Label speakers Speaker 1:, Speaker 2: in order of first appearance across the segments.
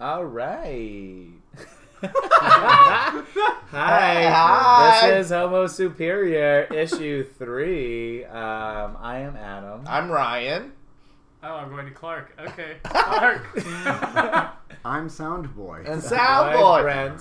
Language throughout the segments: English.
Speaker 1: All right.
Speaker 2: Hi.
Speaker 1: This
Speaker 2: Hi.
Speaker 1: is Homo Superior, issue three. Um, I am Adam.
Speaker 2: I'm Ryan.
Speaker 3: Oh, I'm going to Clark. Okay, Clark.
Speaker 4: I'm Sound Boy.
Speaker 2: And
Speaker 1: My
Speaker 2: Sound Boy.
Speaker 1: Brent.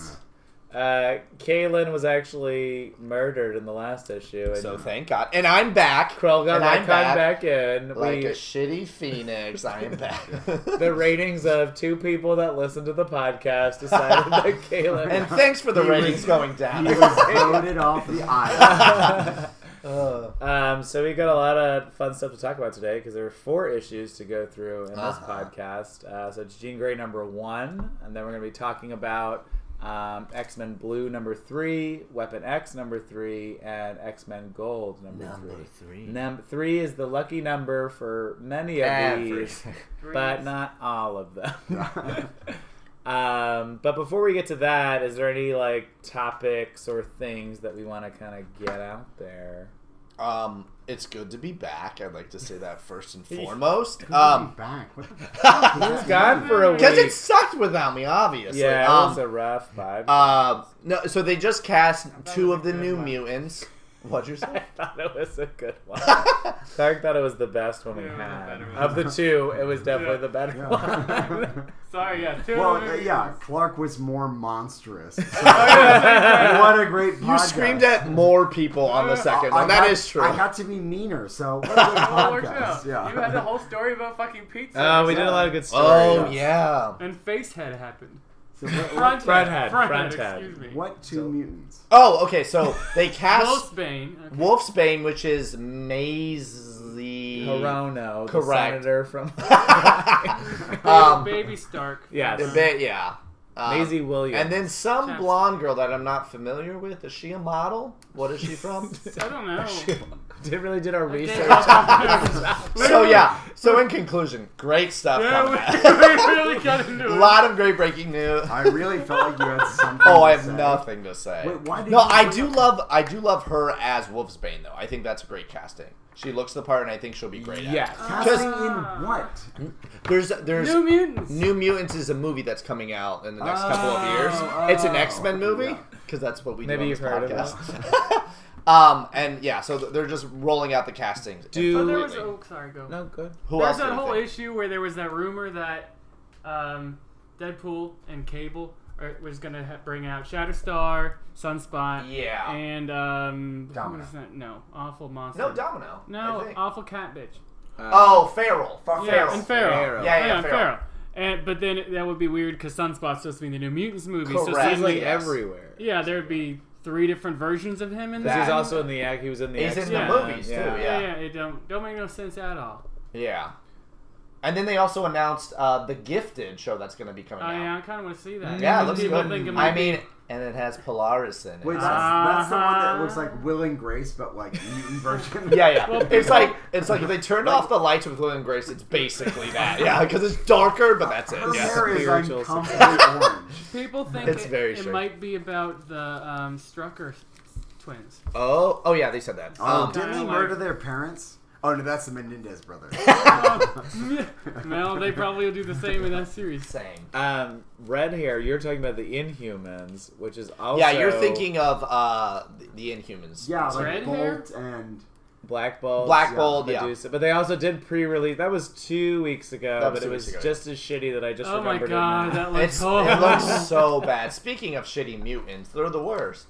Speaker 1: Uh, Kaylin was actually murdered in the last issue. And
Speaker 2: So thank God. And I'm back.
Speaker 1: Krell got
Speaker 2: and
Speaker 1: back,
Speaker 2: I'm back.
Speaker 1: back in.
Speaker 2: Like
Speaker 1: we,
Speaker 2: a shitty phoenix, I am back.
Speaker 1: the ratings of two people that listened to the podcast decided that Kaylin.
Speaker 2: and thanks for the
Speaker 4: He was-
Speaker 2: ratings going down.
Speaker 4: He was voted off the island.
Speaker 2: Ugh.
Speaker 1: Um, so we got a lot of fun stuff to talk about today because there are four issues to go through in this
Speaker 2: Uh-huh.
Speaker 1: podcast. Uh, so it's Jean Grey number one, and then we're going to be talking about um, X Men Blue number three, Weapon X number three, and X Men Gold number,
Speaker 2: Number
Speaker 1: three. Num- three is the lucky number for many of these,
Speaker 2: Everything.
Speaker 1: but not all of them. Um, but before we get to that, is there any like topics or things that we want to kind of get out there?
Speaker 2: Um, it's good to be back. I'd like to say that first and foremost. Um,
Speaker 4: Um, back. What the fuck?
Speaker 2: Uh,
Speaker 1: He's gone for a week.
Speaker 2: because it sucked without me, obviously.
Speaker 1: Yeah, it was
Speaker 2: Um,
Speaker 1: a rough vibe.
Speaker 2: uh, no, so they just cast
Speaker 3: was
Speaker 2: two
Speaker 3: a
Speaker 2: of the
Speaker 3: good
Speaker 2: new
Speaker 3: one.
Speaker 2: mutants. What'd you
Speaker 1: I
Speaker 2: say?
Speaker 1: thought it was a good one. Clark thought it was the best one we
Speaker 3: Yeah, it was
Speaker 1: had.
Speaker 3: the better one.
Speaker 1: Of the two, it was definitely
Speaker 3: Yeah.
Speaker 1: the better one.
Speaker 4: Yeah.
Speaker 3: Sorry, yeah. Two
Speaker 4: well,
Speaker 3: of
Speaker 4: uh,
Speaker 3: them.
Speaker 4: yeah, Clark was more monstrous. So,
Speaker 3: yeah.
Speaker 4: what a great
Speaker 2: You
Speaker 4: podcast.
Speaker 2: screamed at more people on the
Speaker 3: Uh, I-
Speaker 2: second
Speaker 4: I
Speaker 2: one. That
Speaker 4: got-
Speaker 2: is true.
Speaker 4: I got to be meaner, so what a good
Speaker 3: It all worked
Speaker 4: podcast.
Speaker 3: out.
Speaker 4: Yeah.
Speaker 3: You had the whole story about fucking pizza.
Speaker 1: Oh, we did a lot of good stories.
Speaker 2: oh yeah.
Speaker 3: And face head happened.
Speaker 4: so what, what,
Speaker 3: Front,
Speaker 1: Front head,
Speaker 3: head.
Speaker 1: front head.
Speaker 3: Excuse me.
Speaker 4: what two
Speaker 2: So-
Speaker 4: mutants?
Speaker 2: Oh, okay. So they cast
Speaker 3: Wolfsbane. Okay.
Speaker 2: Wolfsbane, which is Maisie.
Speaker 1: Hirono, the
Speaker 2: Correct.
Speaker 1: senator from.
Speaker 2: um,
Speaker 3: baby Stark.
Speaker 1: Yes.
Speaker 2: the ba- yeah. Um,
Speaker 1: Maisie Williams.
Speaker 2: And then some
Speaker 3: Chaps.
Speaker 2: blonde girl that I'm not familiar with. Is she a model? What is she from?
Speaker 3: I don't know.
Speaker 1: Did, really did our
Speaker 3: did.
Speaker 1: research.
Speaker 2: so yeah. So in conclusion, great stuff. coming out.
Speaker 3: Yeah, we, we really got into it.
Speaker 2: a lot of great breaking news.
Speaker 4: I really felt like you had something.
Speaker 2: Oh, I
Speaker 4: to
Speaker 2: have
Speaker 4: say.
Speaker 2: nothing to say.
Speaker 4: Wait, why did
Speaker 2: no,
Speaker 4: you-
Speaker 2: I do love I do love her as Wolfsbane though. I think that's a great casting. She looks the part, and I think she'll be great. at it.
Speaker 1: Yes.
Speaker 4: Casting in what?
Speaker 2: There's there's
Speaker 3: New Mutants.
Speaker 2: New Mutants is a movie that's coming out in the next couple of years.
Speaker 4: Oh,
Speaker 2: it's an
Speaker 4: oh.
Speaker 2: X Men movie
Speaker 4: Yeah.
Speaker 2: because that's what we
Speaker 1: Maybe
Speaker 2: do on
Speaker 1: you've
Speaker 2: this
Speaker 1: heard of
Speaker 2: podcast. um, and yeah, so th- they're just rolling out the castings.
Speaker 1: Do-
Speaker 3: Oh, there was.
Speaker 2: completely.
Speaker 3: Oh, sorry. Go.
Speaker 1: No, good.
Speaker 2: Who
Speaker 3: There's
Speaker 2: else do
Speaker 3: that
Speaker 2: you
Speaker 3: whole
Speaker 2: think?
Speaker 3: issue where there was that rumor that um, Deadpool and Cable are, was going to ha- bring out Shatterstar, Sunspot,
Speaker 2: Yeah.
Speaker 3: and um,
Speaker 4: Domino.
Speaker 3: what is that? No, awful monster.
Speaker 2: No, Domino. I
Speaker 3: No,
Speaker 2: think.
Speaker 3: awful cat bitch.
Speaker 1: Uh,
Speaker 2: oh, Feral. Fuck
Speaker 3: Yeah,
Speaker 2: Feral.
Speaker 3: and Feral.
Speaker 1: Feral.
Speaker 2: Yeah,
Speaker 3: Oh,
Speaker 2: yeah,
Speaker 3: and
Speaker 2: Feral.
Speaker 3: Feral. And but then it- that would be weird because Sunspot's supposed to be in the New Mutants movie. So
Speaker 2: Correct.
Speaker 1: He's like
Speaker 3: suddenly,
Speaker 2: Yes.
Speaker 1: everywhere.
Speaker 3: yeah, there'd be three different versions of him in
Speaker 1: Because
Speaker 3: that.
Speaker 1: he's also in the. He was in the.
Speaker 2: He's in the
Speaker 1: X-Men,
Speaker 2: movies, too, yeah.
Speaker 3: yeah, yeah, it don't don't make no sense at all.
Speaker 2: Yeah. And then they also announced uh, the Gifted show that's going to be coming
Speaker 3: Oh yeah,
Speaker 2: out.
Speaker 3: I kind of want to see that.
Speaker 2: Mm-hmm. Yeah, it
Speaker 3: Some
Speaker 2: looks
Speaker 3: people
Speaker 2: good.
Speaker 3: think it might Uh,
Speaker 2: I mean, and it has Polaris in it.
Speaker 4: Wait, that's, that's the one that looks like Will and Grace, but like mutant version.
Speaker 2: Yeah, yeah.
Speaker 3: Well,
Speaker 2: it's
Speaker 3: people-
Speaker 2: like it's like if they turned off the lights with Will and Grace, it's basically that. Yeah, because it's darker, but that's it.
Speaker 4: Her
Speaker 2: Yeah.
Speaker 4: hair is
Speaker 1: Spiritual
Speaker 4: uncomfortably orange.
Speaker 3: People think
Speaker 2: It's
Speaker 3: it,
Speaker 2: very
Speaker 3: it
Speaker 2: strange.
Speaker 3: might be about the um, Strucker s- twins.
Speaker 2: Oh, oh yeah, they said that.
Speaker 4: Oh,
Speaker 2: Um,
Speaker 4: didn't they
Speaker 3: Kinda
Speaker 4: murder
Speaker 3: like-
Speaker 4: their parents? Oh no, that's the Menendez brothers.
Speaker 3: well, they probably will do the same in that series.
Speaker 2: same.
Speaker 1: Um, red hair. You're talking about the Inhumans, which is also
Speaker 2: Yeah, you're thinking of uh, the Inhumans.
Speaker 4: yeah, like
Speaker 3: Red
Speaker 4: Bolt
Speaker 3: hair?
Speaker 4: and
Speaker 1: Black Bolt.
Speaker 2: Black
Speaker 4: Yeah,
Speaker 2: Bolt. Yeah.
Speaker 1: Medusa. But they also did pre-release. That was two weeks ago,
Speaker 2: That was
Speaker 1: but
Speaker 2: two
Speaker 1: it
Speaker 2: weeks
Speaker 1: was
Speaker 2: ago.
Speaker 1: just as shitty that I just
Speaker 3: Oh my
Speaker 1: remembered. it
Speaker 3: god,
Speaker 1: now.
Speaker 3: that looks
Speaker 2: It's, it
Speaker 3: horrible.
Speaker 2: looks so bad. Speaking of shitty mutants, they're the worst.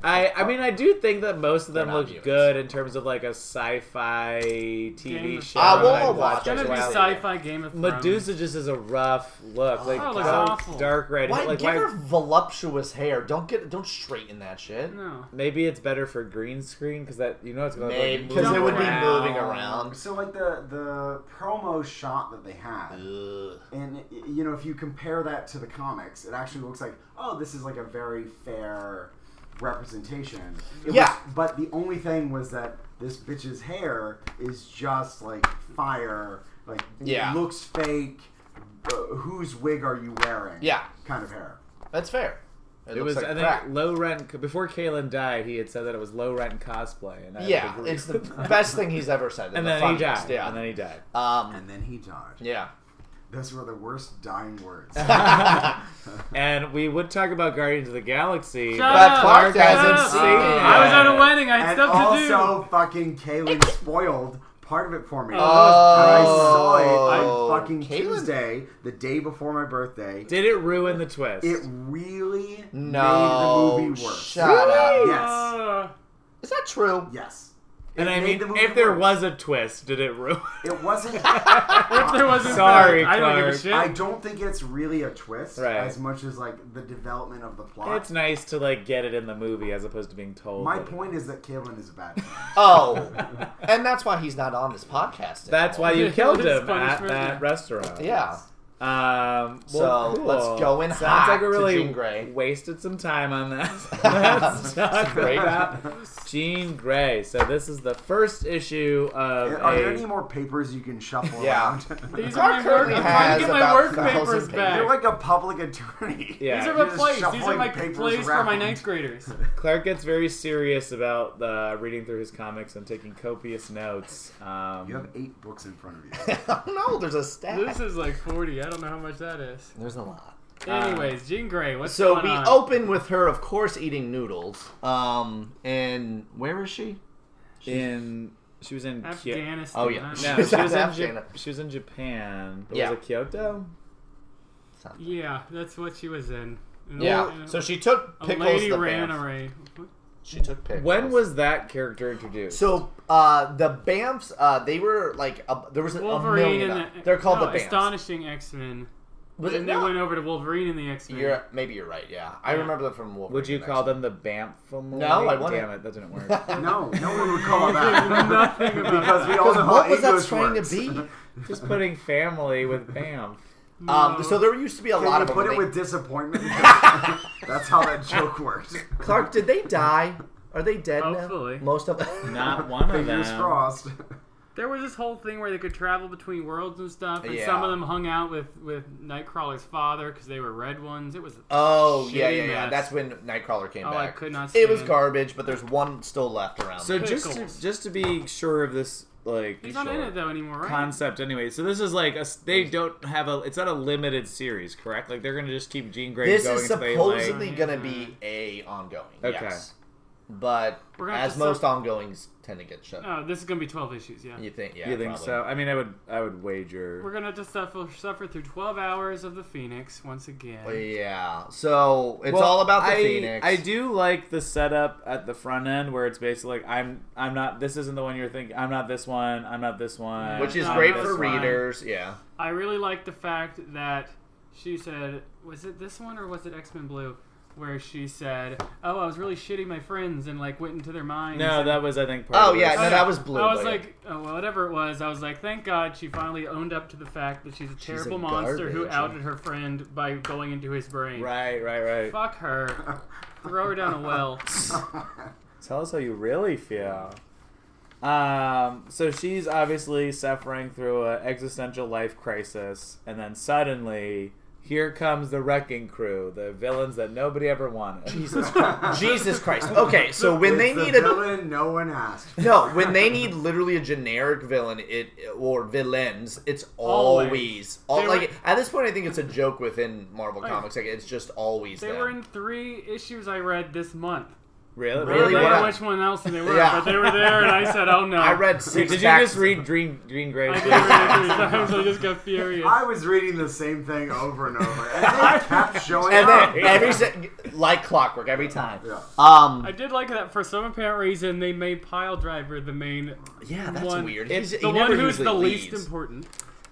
Speaker 1: I I mean I do think that most of
Speaker 2: They're
Speaker 1: them
Speaker 2: not
Speaker 1: look
Speaker 2: mutants.
Speaker 1: good in terms of like a sci-fi TV
Speaker 3: Game of
Speaker 1: show.
Speaker 2: I will
Speaker 1: that I'd
Speaker 2: watch
Speaker 3: it's gonna
Speaker 2: it.
Speaker 3: be
Speaker 2: Wow.
Speaker 3: sci-fi Game of Thrones.
Speaker 1: Medusa just is a rough look, like
Speaker 3: Oh, it looks
Speaker 1: dark-
Speaker 3: awful.
Speaker 1: dark red.
Speaker 2: Why
Speaker 1: like
Speaker 2: give her voluptuous hair? Don't get don't straighten that shit.
Speaker 3: No.
Speaker 1: maybe it's better for green screen because that you know it's going to
Speaker 2: Maybe
Speaker 1: like,
Speaker 2: because
Speaker 1: move
Speaker 2: it would be
Speaker 3: around.
Speaker 2: moving around.
Speaker 4: so like the the promo shot that they had,
Speaker 2: Ugh.
Speaker 4: and you know if you compare that to the comics, it actually looks like oh this is like a very fair representation. It
Speaker 2: Yeah.
Speaker 4: was- but the only thing was that this bitch's hair is just like fire, like
Speaker 2: Yeah.
Speaker 4: it looks fake. Uh, whose wig are you wearing?
Speaker 2: Yeah.
Speaker 4: kind of hair.
Speaker 2: That's fair.
Speaker 1: It was, I think, low rent. Before Kalen died, he had said that it was low rent cosplay, and I
Speaker 2: Yeah,
Speaker 1: agree.
Speaker 2: it's the best thing he's ever said.
Speaker 1: and
Speaker 2: the
Speaker 1: then he
Speaker 2: funniest,
Speaker 1: died.
Speaker 2: Yeah.
Speaker 1: And then he died.
Speaker 2: um,
Speaker 4: And then he died.
Speaker 2: yeah.
Speaker 4: Those were the worst dying words.
Speaker 1: and we would talk about Guardians of the Galaxy.
Speaker 3: Shut
Speaker 1: but
Speaker 3: up!
Speaker 1: Clark
Speaker 2: Shut
Speaker 1: hasn't
Speaker 3: up.
Speaker 1: seen it.
Speaker 3: I was at a wedding. I had
Speaker 4: and
Speaker 3: stuff
Speaker 4: also, fucking Kaylin spoiled part of it for me.
Speaker 2: Oh.
Speaker 4: And I saw it on fucking
Speaker 2: Caitlin-
Speaker 4: Tuesday, the day before my birthday.
Speaker 1: Oh. Did it ruin the twist?
Speaker 4: It really
Speaker 2: No.
Speaker 4: made the movie worse.
Speaker 2: Shut up.
Speaker 3: to do.
Speaker 4: Yes.
Speaker 3: Uh,
Speaker 2: Is that true?
Speaker 4: Yes.
Speaker 1: and
Speaker 4: It
Speaker 1: I
Speaker 4: made
Speaker 1: mean,
Speaker 4: the movie
Speaker 1: if there
Speaker 4: worse.
Speaker 1: was a twist, did it ruin?
Speaker 4: It wasn't.
Speaker 3: if Oh, there wasn't
Speaker 1: Sorry,
Speaker 3: that, I don't give a
Speaker 1: Clark.
Speaker 3: shit.
Speaker 4: I don't think it's really a twist
Speaker 1: Right.
Speaker 4: as much as like the development of the plot.
Speaker 1: It's nice to like get it in the movie as opposed to being told.
Speaker 4: My
Speaker 1: that it-
Speaker 4: point is that Kaylin is a bad friend.
Speaker 2: Oh. and that's why he's not on this podcast.
Speaker 1: That's why
Speaker 2: anymore.
Speaker 1: you
Speaker 3: Yeah,
Speaker 1: killed
Speaker 3: his
Speaker 1: him at
Speaker 3: punishment.
Speaker 1: that restaurant.
Speaker 2: Yeah.
Speaker 1: Um,
Speaker 2: So,
Speaker 1: well, cool.
Speaker 2: let's go in
Speaker 1: Sounds
Speaker 2: hot
Speaker 1: like we
Speaker 2: to
Speaker 1: really
Speaker 2: Jean Grey.
Speaker 1: wasted some time on that. let's talk
Speaker 2: Great.
Speaker 1: about Jean Grey. So this is the first issue of
Speaker 4: Are there
Speaker 1: a-
Speaker 4: any more papers you can shuffle
Speaker 2: Yeah.
Speaker 4: around?
Speaker 3: These are my work.
Speaker 2: currently
Speaker 3: I'm trying to
Speaker 2: has
Speaker 3: get my
Speaker 2: about
Speaker 3: work
Speaker 2: 1,000
Speaker 3: papers
Speaker 2: pages.
Speaker 3: back.
Speaker 4: You're like a public attorney.
Speaker 1: Yeah.
Speaker 3: These are my
Speaker 4: You're just
Speaker 3: plays. These are
Speaker 4: shuffling
Speaker 3: my
Speaker 4: papers
Speaker 3: plays for my
Speaker 4: around.
Speaker 3: ninth graders.
Speaker 1: Clark gets very serious about uh, reading through his comics and taking copious notes. Um,
Speaker 4: You have eight books in front of you.
Speaker 2: no, there's a stat.
Speaker 3: this is like 40. I don't know how much that is.
Speaker 2: There's a lot.
Speaker 3: Anyways, Jean Grey, what's
Speaker 2: Uh, So
Speaker 3: going
Speaker 2: we oh,
Speaker 3: on?
Speaker 2: open with her, of course, eating noodles. Um, and where is she?
Speaker 1: in she was in Kyo-
Speaker 3: Afghanistan.
Speaker 2: Oh, yeah.
Speaker 3: I don't
Speaker 1: No,
Speaker 3: know.
Speaker 1: she was in
Speaker 2: Afghan.
Speaker 1: Ja- she was in Japan. But
Speaker 2: Yeah.
Speaker 1: Was it Kyoto?
Speaker 3: Yeah, that's what she was in. And
Speaker 2: Yeah.
Speaker 3: a-
Speaker 2: So she took
Speaker 3: a
Speaker 2: pickles.
Speaker 3: lady
Speaker 2: The
Speaker 3: ran
Speaker 2: Banff.
Speaker 3: away.
Speaker 2: She took pickles.
Speaker 1: When was that character introduced?
Speaker 2: So uh, the Bamps, uh, they were like a, there was a, a
Speaker 3: Wolverine
Speaker 2: million.
Speaker 3: and
Speaker 2: of-
Speaker 3: the,
Speaker 2: they're called
Speaker 3: no,
Speaker 2: the Bamps.
Speaker 3: Astonishing X Men.
Speaker 2: Was it
Speaker 3: And they
Speaker 2: not-
Speaker 3: went over to Wolverine and the X Men.
Speaker 2: You're maybe you're right. Yeah, I
Speaker 3: Yeah.
Speaker 2: remember them from Wolverine.
Speaker 1: Would you
Speaker 2: actually.
Speaker 1: call them the Banff family?
Speaker 2: No, I wouldn't.
Speaker 1: Damn it, that didn't work.
Speaker 4: No, no one would call it that.
Speaker 3: Nothing about
Speaker 4: because we
Speaker 3: that.
Speaker 4: all know how
Speaker 2: What was that
Speaker 4: English
Speaker 2: trying
Speaker 4: works.
Speaker 2: to be?
Speaker 1: Just putting family with Banff.
Speaker 2: Um, so there used to be a lot
Speaker 4: Can you
Speaker 2: of
Speaker 4: put
Speaker 2: them.
Speaker 4: it
Speaker 2: They-
Speaker 4: with disappointment? That's how that joke worked.
Speaker 2: Clark, did they die? Are they dead
Speaker 3: Hopefully.
Speaker 2: now? Most of them.
Speaker 1: Not one of
Speaker 4: Fingers
Speaker 1: them.
Speaker 4: crossed.
Speaker 3: There was this whole thing where they could travel between worlds and stuff, and
Speaker 2: Yeah.
Speaker 3: some of them hung out with with Nightcrawler's father because they were red ones. It was
Speaker 2: Oh
Speaker 3: Shitty
Speaker 2: yeah, yeah, yeah.
Speaker 3: mess.
Speaker 2: That's when Nightcrawler came
Speaker 3: Oh, I
Speaker 2: back.
Speaker 3: could not
Speaker 2: It was
Speaker 3: stand-
Speaker 2: garbage, but there's one still left around.
Speaker 1: So just
Speaker 3: Pickles.
Speaker 1: to, just to be sure of this, like
Speaker 3: he's not in it though anymore, right?
Speaker 1: concept anyway. So this is like a, they don't have a. It's not a limited series, correct? Like they're gonna just keep Jean Grey
Speaker 2: this
Speaker 1: going.
Speaker 2: is
Speaker 1: until they, like,
Speaker 2: supposedly gonna be a ongoing.
Speaker 1: Okay.
Speaker 2: Yes. But
Speaker 3: We're gonna have
Speaker 2: as
Speaker 3: to
Speaker 2: most
Speaker 3: sub-
Speaker 2: ongoings tend to get shut.
Speaker 3: oh, this is gonna be twelve issues. Yeah,
Speaker 2: You think? Yeah.
Speaker 1: you think
Speaker 2: probably.
Speaker 1: so? I mean, I would I would wager.
Speaker 3: we're gonna have to suffer suffer through twelve hours of the Phoenix once again.
Speaker 2: Yeah. So it's
Speaker 1: Well,
Speaker 2: all about the
Speaker 1: I,
Speaker 2: Phoenix.
Speaker 1: I do like the setup at the front end where it's basically like I'm I'm not this isn't the one you're thinking I'm not this one I'm not this one
Speaker 2: Which is
Speaker 1: I'm
Speaker 3: No,
Speaker 2: great
Speaker 1: not
Speaker 3: that's
Speaker 2: for
Speaker 1: this one.
Speaker 3: fine.
Speaker 2: readers. Yeah.
Speaker 3: I really like the fact that she said, was it this one or was it X Men Blue? Where she said, "Oh, I was really shitting my friends and like went into their minds."
Speaker 1: No,
Speaker 3: and-
Speaker 1: that was I think. Part
Speaker 2: Oh
Speaker 1: of it.
Speaker 2: yeah. No, that was blue.
Speaker 3: I
Speaker 2: but
Speaker 3: was
Speaker 2: yeah.
Speaker 3: like, oh, well, whatever it was, I was like, thank God she finally owned up to the fact that she's a
Speaker 2: a
Speaker 3: terrible monster who
Speaker 2: garbage.
Speaker 3: outed her friend by going into his brain.
Speaker 1: Right, right, right.
Speaker 3: Fuck her. Throw her down a well.
Speaker 1: Tell us how you really feel. Um, so she's obviously suffering through an existential life crisis, and then suddenly, here comes the wrecking crew, the villains that nobody ever wanted.
Speaker 2: Jesus Christ. Jesus Christ. Okay, so when they
Speaker 4: It's the
Speaker 2: need a
Speaker 4: villain no one asked. for.
Speaker 2: no, when they need literally a generic villain, it or villains, it's always,
Speaker 3: Always.
Speaker 2: all,
Speaker 3: They were-
Speaker 2: like at this point. I think it's a joke within Marvel comics. Like it's just always
Speaker 3: They
Speaker 2: them.
Speaker 3: were in three issues I read this month.
Speaker 1: Really?
Speaker 3: I don't
Speaker 2: Really?
Speaker 3: remember
Speaker 2: Wow.
Speaker 3: which one else they were,
Speaker 2: Yeah.
Speaker 3: but they were there, and I said, oh no.
Speaker 2: I read six.
Speaker 1: Did you
Speaker 2: packs-
Speaker 1: just read Green Green Grey?
Speaker 3: I did read it three times. I just got furious.
Speaker 4: I was reading the same thing over and over, and they kept showing
Speaker 2: And
Speaker 4: up.
Speaker 2: then every se- like clockwork every time.
Speaker 4: Yeah.
Speaker 3: I
Speaker 2: Um.
Speaker 3: did like that for some apparent reason they made Pile Driver the main.
Speaker 2: Yeah, that's
Speaker 3: one-
Speaker 2: weird.
Speaker 1: It's
Speaker 2: He's-
Speaker 3: The
Speaker 2: he
Speaker 3: one
Speaker 2: never
Speaker 3: who's the
Speaker 2: usually
Speaker 3: least
Speaker 2: leaves.
Speaker 3: important.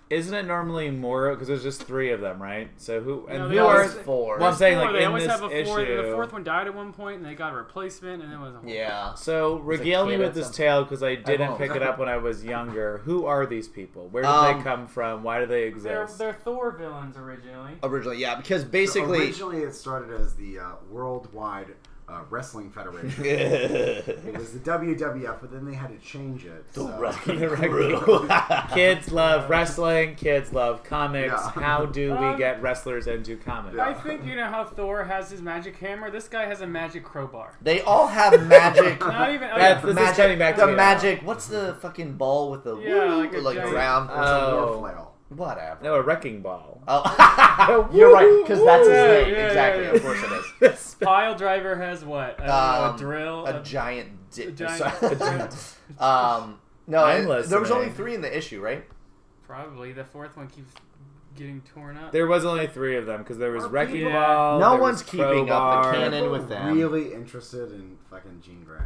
Speaker 1: Isn't it normally more because there's just three of them, right? So who and
Speaker 3: No,
Speaker 1: who
Speaker 3: they
Speaker 1: are?
Speaker 3: always-
Speaker 2: There's four.
Speaker 1: Well, I'm saying
Speaker 3: Four,
Speaker 1: like
Speaker 3: they
Speaker 1: in
Speaker 3: always
Speaker 1: this
Speaker 3: have a fourth.
Speaker 1: issue,
Speaker 3: The fourth one died at one point, and they got a replacement, and it was a whole
Speaker 2: Yeah.
Speaker 1: So regale me
Speaker 2: kid
Speaker 1: with
Speaker 2: at
Speaker 1: this
Speaker 2: some-
Speaker 1: tale because I didn't
Speaker 2: won't.
Speaker 1: pick it up when I was younger. Who are these people? Where did
Speaker 2: Um,
Speaker 1: they come from? Why do they
Speaker 3: They're,
Speaker 1: exist?
Speaker 3: they're Thor villains originally.
Speaker 2: Originally, yeah, because basically.
Speaker 4: originally it started as the uh, Worldwide uh, Wrestling Federation. It was the WWF, but then they had to change it. so-
Speaker 1: The wrecking
Speaker 2: Uh-huh.
Speaker 1: kids love wrestling. Kids love comics.
Speaker 4: Yeah.
Speaker 1: How do we
Speaker 3: Um,
Speaker 1: get wrestlers into comics?
Speaker 3: I think you know how Thor has his magic hammer. This guy has a magic crowbar.
Speaker 2: They all have magic.
Speaker 3: Not even. Oh,
Speaker 1: That's
Speaker 3: yeah.
Speaker 1: the- This is coming back to
Speaker 2: the
Speaker 1: me now.
Speaker 2: magic. What's the fucking ball with the
Speaker 3: Yeah,
Speaker 2: woo,
Speaker 3: like a
Speaker 2: like
Speaker 3: giant- uh,
Speaker 2: round?
Speaker 4: It's a
Speaker 1: Oh.
Speaker 4: war flail.
Speaker 2: Whatever.
Speaker 1: No, a wrecking ball.
Speaker 2: Oh, you're right, because that's his
Speaker 3: Yeah,
Speaker 2: name.
Speaker 3: yeah,
Speaker 2: exactly.
Speaker 3: yeah.
Speaker 2: Of course it is.
Speaker 1: is.
Speaker 3: Pile driver has what? I don't know,
Speaker 2: Um,
Speaker 3: a drill.
Speaker 2: a giant dick.
Speaker 3: a giant-
Speaker 2: sorry.
Speaker 3: a giant-
Speaker 2: um, no,
Speaker 1: I'm
Speaker 2: and there was
Speaker 1: listening.
Speaker 2: only three in the issue, right?
Speaker 3: probably the fourth one keeps getting torn up.
Speaker 1: There was only three of them because there was
Speaker 3: Or
Speaker 1: wrecking
Speaker 3: people-
Speaker 1: ball.
Speaker 2: No
Speaker 1: there
Speaker 2: one's
Speaker 1: was
Speaker 2: keeping up the
Speaker 1: crowbar.
Speaker 2: Oh. canon.
Speaker 4: People
Speaker 2: with them.
Speaker 4: Really interested in fucking Jean Grey.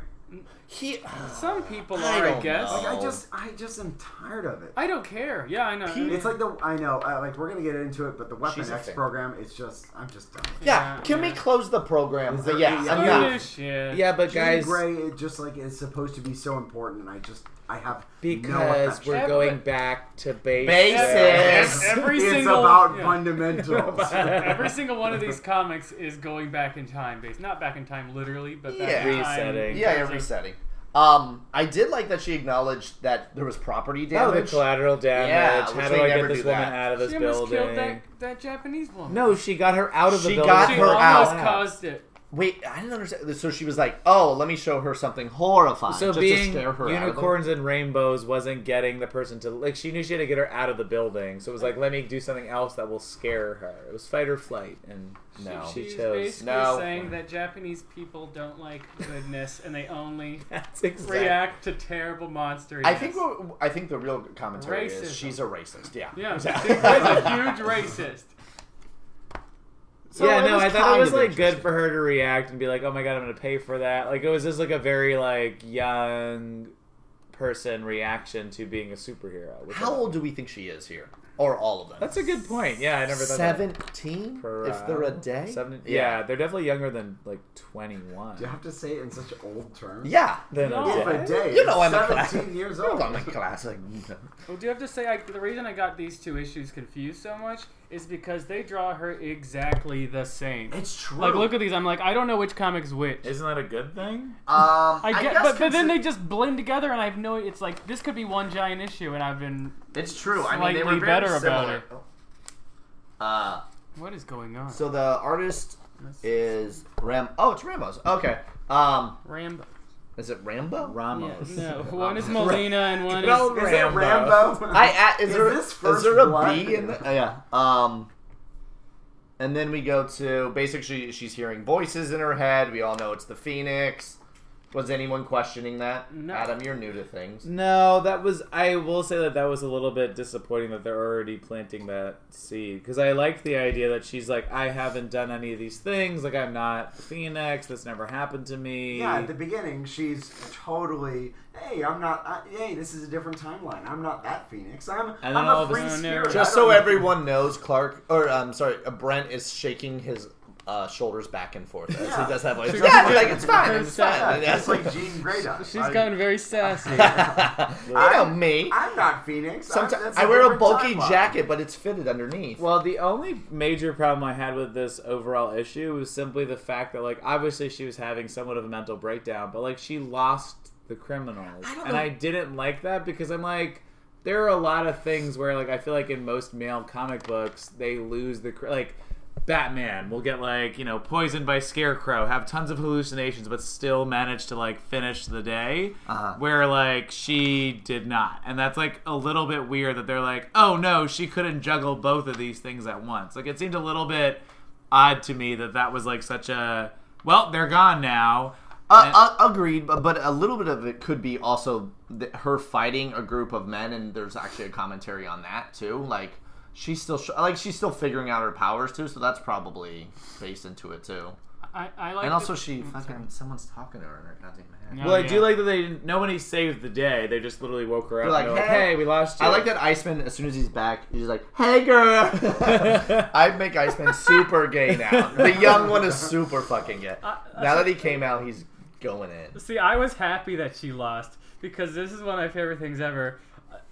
Speaker 2: He.
Speaker 3: Some people
Speaker 2: I
Speaker 3: are, I,
Speaker 2: don't
Speaker 3: guess.
Speaker 2: know.
Speaker 4: Like I
Speaker 2: Oh.
Speaker 4: just, I just am tired of it.
Speaker 3: I don't care. Yeah, I know.
Speaker 4: It's like the I know, uh, like we're gonna get into it, but the Weapon
Speaker 2: She's a
Speaker 4: X
Speaker 2: thing.
Speaker 4: program, it's just I'm just done.
Speaker 2: Yeah,
Speaker 3: Yeah,
Speaker 2: can we
Speaker 3: yeah.
Speaker 2: close the program?
Speaker 4: Is
Speaker 2: But
Speaker 4: there
Speaker 2: yeah,
Speaker 4: any
Speaker 3: Oh,
Speaker 4: other-
Speaker 2: enough.
Speaker 3: shit.
Speaker 1: Yeah, but
Speaker 4: Jean
Speaker 1: guys,
Speaker 4: Grey, it just like is supposed to be so important, and I just I have no
Speaker 1: because
Speaker 4: affection.
Speaker 1: we're
Speaker 3: Every-
Speaker 1: going back to basics.
Speaker 2: Basics.
Speaker 3: Every
Speaker 4: it's
Speaker 3: single-
Speaker 4: about
Speaker 3: yeah.
Speaker 4: fundamentals.
Speaker 3: Every single one of these comics is going back in time, based not back in time literally, but back
Speaker 2: Yeah.
Speaker 3: in time
Speaker 1: Resetting.
Speaker 3: in
Speaker 2: Yeah, you're
Speaker 3: terms of-
Speaker 2: resetting. Um, I did like that she acknowledged that there was property
Speaker 1: Oh, the
Speaker 2: damage.
Speaker 1: collateral
Speaker 2: Yeah,
Speaker 1: damage.
Speaker 2: which
Speaker 1: How do
Speaker 2: they
Speaker 1: I get
Speaker 2: never
Speaker 1: this
Speaker 2: do
Speaker 1: woman
Speaker 2: that.
Speaker 1: out of this
Speaker 3: She almost
Speaker 1: building?
Speaker 3: killed that, that Japanese woman.
Speaker 1: No, she got her out of the
Speaker 2: She
Speaker 1: building.
Speaker 2: got
Speaker 3: she
Speaker 2: her
Speaker 3: almost
Speaker 2: out.
Speaker 3: caused it.
Speaker 2: Wait, I didn't understand. So she was like, "Oh, let me show her something horrifying."
Speaker 1: So
Speaker 2: just
Speaker 1: being
Speaker 2: to scare her out of the-
Speaker 1: unicorns and rainbows wasn't getting the person to like. She knew she had to get her out of the building, so it was like, let me do something else that will scare her. It was fight or flight, and no,
Speaker 3: She,
Speaker 1: she,
Speaker 3: she's
Speaker 1: chose.
Speaker 3: basically
Speaker 2: No.
Speaker 3: saying that Japanese people don't like goodness and they only
Speaker 1: That's exactly.
Speaker 3: react to terrible monsters.
Speaker 2: I think what- I think the real commentary is
Speaker 3: Racism.
Speaker 2: she's a racist. Yeah.
Speaker 3: yeah, she's a huge racist.
Speaker 2: So
Speaker 1: yeah,
Speaker 2: it
Speaker 1: no,
Speaker 2: was
Speaker 1: I thought it
Speaker 2: kind
Speaker 1: was
Speaker 2: of
Speaker 1: like good
Speaker 2: interesting.
Speaker 1: for her to react and be like, "Oh my god, I'm gonna pay for that." Like it was just like a very like young person reaction to being a superhero. which I
Speaker 2: How
Speaker 1: like.
Speaker 2: old do we think she is here, or all of them?
Speaker 1: That's a good point. Yeah, I never thought that.
Speaker 2: seventeen.
Speaker 1: Per,
Speaker 2: If they're a
Speaker 1: uh,
Speaker 2: day.
Speaker 1: Seven, yeah.
Speaker 2: Yeah.
Speaker 1: they're definitely younger than like 21.
Speaker 4: Do you have to say it in such old terms?
Speaker 2: Yeah.
Speaker 1: Than
Speaker 3: No.
Speaker 1: a
Speaker 4: If a
Speaker 1: day.
Speaker 4: day,
Speaker 2: You know I'm a class-
Speaker 4: 17 years
Speaker 2: Hold
Speaker 4: old.
Speaker 2: on, my classic.
Speaker 3: Well, do you have to say I, the reason I got these two issues confused so much is because they draw her exactly the same.
Speaker 4: It's true.
Speaker 3: Like, look at these. I'm like, I don't know which comic's which.
Speaker 1: Isn't that a good thing?
Speaker 2: Um,
Speaker 3: I get,
Speaker 2: guess
Speaker 3: but, but then
Speaker 2: consi-
Speaker 3: they just blend together, and I have no. It's like this could be one giant issue, and I've been.
Speaker 2: It's true. I mean, they were
Speaker 3: slightly
Speaker 2: very
Speaker 3: better about
Speaker 2: similar.
Speaker 3: it.
Speaker 2: Uh,
Speaker 3: What is going on?
Speaker 2: so the artist is Ram. Oh, it's Ramos. Okay. Um,
Speaker 3: Rambo.
Speaker 2: is it Rambo?
Speaker 1: Ramos.
Speaker 3: No, one is Molina and one
Speaker 1: Good old
Speaker 3: is.
Speaker 4: Is it
Speaker 1: Rambo.
Speaker 4: Rambo?
Speaker 2: I uh, is,
Speaker 4: Is
Speaker 2: there
Speaker 4: this
Speaker 2: is
Speaker 4: first
Speaker 2: there a
Speaker 4: blood?
Speaker 2: B in the, uh, yeah. Um, and then we go to basically she's hearing voices in her head. We all know it's the Phoenix. Was anyone questioning that?
Speaker 3: No.
Speaker 2: Adam, you're new to things.
Speaker 1: No, that was. I will say that that was a little bit disappointing that they're already planting that seed because I liked the idea that she's like, I haven't done any of these things. Like, I'm not Phoenix. This never happened to me.
Speaker 4: Yeah, at the beginning, she's totally, hey, I'm not, I, hey, this is a different timeline. I'm not that Phoenix. I'm,
Speaker 1: then
Speaker 4: I'm
Speaker 1: all
Speaker 4: a
Speaker 1: of a
Speaker 4: free
Speaker 3: sudden,
Speaker 4: spirit.
Speaker 3: no.
Speaker 2: Just
Speaker 4: I don't
Speaker 2: so
Speaker 4: need-
Speaker 2: everyone knows, Clark or I'm sorry, uh, Brent is shaking his uh, shoulders back and forth as
Speaker 4: Yeah.
Speaker 2: he does that voice.
Speaker 3: She's
Speaker 2: Yeah,
Speaker 3: got-
Speaker 2: like it's fine, it's
Speaker 3: she's
Speaker 4: Yeah,
Speaker 2: fine.
Speaker 4: just like Jean Grey does.
Speaker 3: She's
Speaker 4: I-
Speaker 3: gotten very sassy.
Speaker 2: you know me.
Speaker 4: I'm not Phoenix. I'm-
Speaker 2: Sometimes
Speaker 4: that's
Speaker 2: I wear a
Speaker 4: different
Speaker 2: bulky
Speaker 4: timeline.
Speaker 2: jacket, but it's fitted underneath.
Speaker 1: Well, the only major problem I had with this overall issue was simply the fact that, like, obviously she was having somewhat of a mental breakdown, but, like, she lost the criminals.
Speaker 2: I don't
Speaker 1: and
Speaker 2: know.
Speaker 1: I didn't like that because I'm like, there are a lot of things where, like, I feel like in most male comic books, they lose the. cri- Like, Batman will get, like, you know, poisoned by Scarecrow, have tons of hallucinations, but still manage to, like, finish the day.
Speaker 2: Uh-huh.
Speaker 1: Where, like, she did not. And that's, like, a little bit weird that they're like, oh, no, she couldn't juggle both of these things at once. Like, it seemed a little bit odd to me that that was, like, such a. Well, they're gone now. And-
Speaker 2: Uh, uh, agreed, but, but a little bit of it could be also th- her fighting a group of men, and there's actually a commentary on that too. Like she's still sh- like she's still figuring out her powers too, so that's probably based into it too.
Speaker 3: I, I like.
Speaker 2: And also,
Speaker 3: the-
Speaker 2: she fucking someone's talking to her in her goddamn head.
Speaker 3: No,
Speaker 1: Well, I
Speaker 3: yeah.
Speaker 1: do like that they didn't. Nobody saved the day. They just literally woke her up.
Speaker 2: They're
Speaker 1: and
Speaker 2: like,
Speaker 1: they're
Speaker 2: "Hey."
Speaker 1: like, hey, we lost you.
Speaker 2: I like that Iceman. As soon as he's back, he's like, "Hey, girl." I make Iceman super gay now. The young one is super fucking gay. Now that he came out, he's going in.
Speaker 3: See, I was happy that she lost because this is one of my favorite things ever.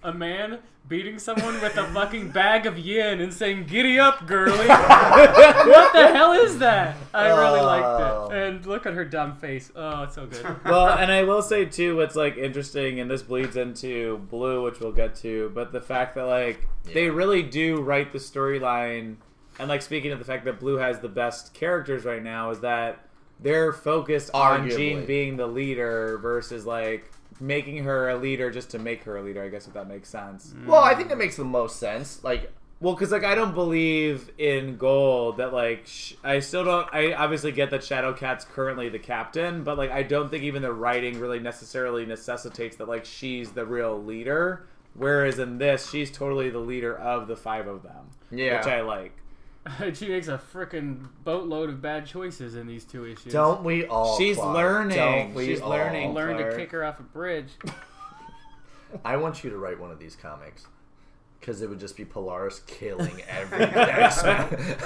Speaker 3: A man beating someone with a fucking bag of yen and saying "Giddy up, girlie." what the hell is that? I really
Speaker 2: Oh.
Speaker 3: liked it. And look at her dumb face. Oh, it's so good.
Speaker 1: well, and I will say too, what's like interesting, and this bleeds into blue, which we'll get to, but the fact that like they
Speaker 2: Yeah.
Speaker 1: really do write the storyline, and like speaking of the fact that blue has the best characters right now, is that they're focused on
Speaker 2: Arguably.
Speaker 1: Jean being the leader versus like making her a leader just to make her a leader. I guess if that makes sense.
Speaker 2: Well, I think that makes the most sense. Like,
Speaker 1: Well, because like I don't believe in gold. That like sh- I still don't. I obviously get that Shadowcat's currently the captain, but like I don't think even the writing really necessarily necessitates that like she's the real leader. Whereas in this, she's totally the leader of the five of them.
Speaker 2: Yeah.
Speaker 1: which I like.
Speaker 3: she makes a freaking boatload of bad choices in these two issues.
Speaker 2: don't we all?
Speaker 1: She's
Speaker 2: Clark?
Speaker 1: learning.
Speaker 2: Don't we
Speaker 1: She's
Speaker 2: all,
Speaker 1: learning.
Speaker 3: learn to
Speaker 2: Clark?
Speaker 3: kick her off a bridge.
Speaker 2: I want you to write one of these comics because it would just be Polaris killing every X-Men.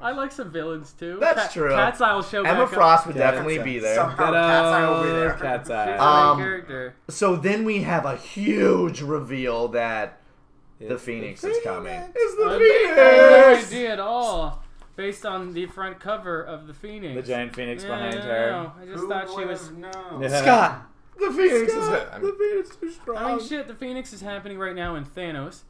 Speaker 3: I like some villains too.
Speaker 2: That's true.
Speaker 3: Cat's Eye will show back
Speaker 2: Emma
Speaker 3: up.
Speaker 2: Frost would
Speaker 1: Yeah,
Speaker 2: definitely
Speaker 1: that's
Speaker 2: be
Speaker 1: it.
Speaker 2: there.
Speaker 4: Somehow,
Speaker 1: Good
Speaker 4: cat's eye will be
Speaker 1: old
Speaker 4: there.
Speaker 1: Cat's
Speaker 3: She's
Speaker 1: eye.
Speaker 3: a
Speaker 2: Um,
Speaker 3: main character.
Speaker 2: So then we have a huge reveal that the Phoenix is coming. It's
Speaker 3: I have no
Speaker 2: the
Speaker 3: idea at all. Based on the front cover of the Phoenix.
Speaker 1: The giant phoenix
Speaker 3: Yeah,
Speaker 1: behind
Speaker 3: no,
Speaker 1: her.
Speaker 3: no, no. I just
Speaker 4: Who
Speaker 3: thought she
Speaker 4: would
Speaker 3: was.
Speaker 4: have known?
Speaker 1: Yeah.
Speaker 2: Scott. The Phoenix
Speaker 1: Scott,
Speaker 2: is.
Speaker 1: the phoenix too strong.
Speaker 3: I mean, shit. The Phoenix is happening right now in Thanos.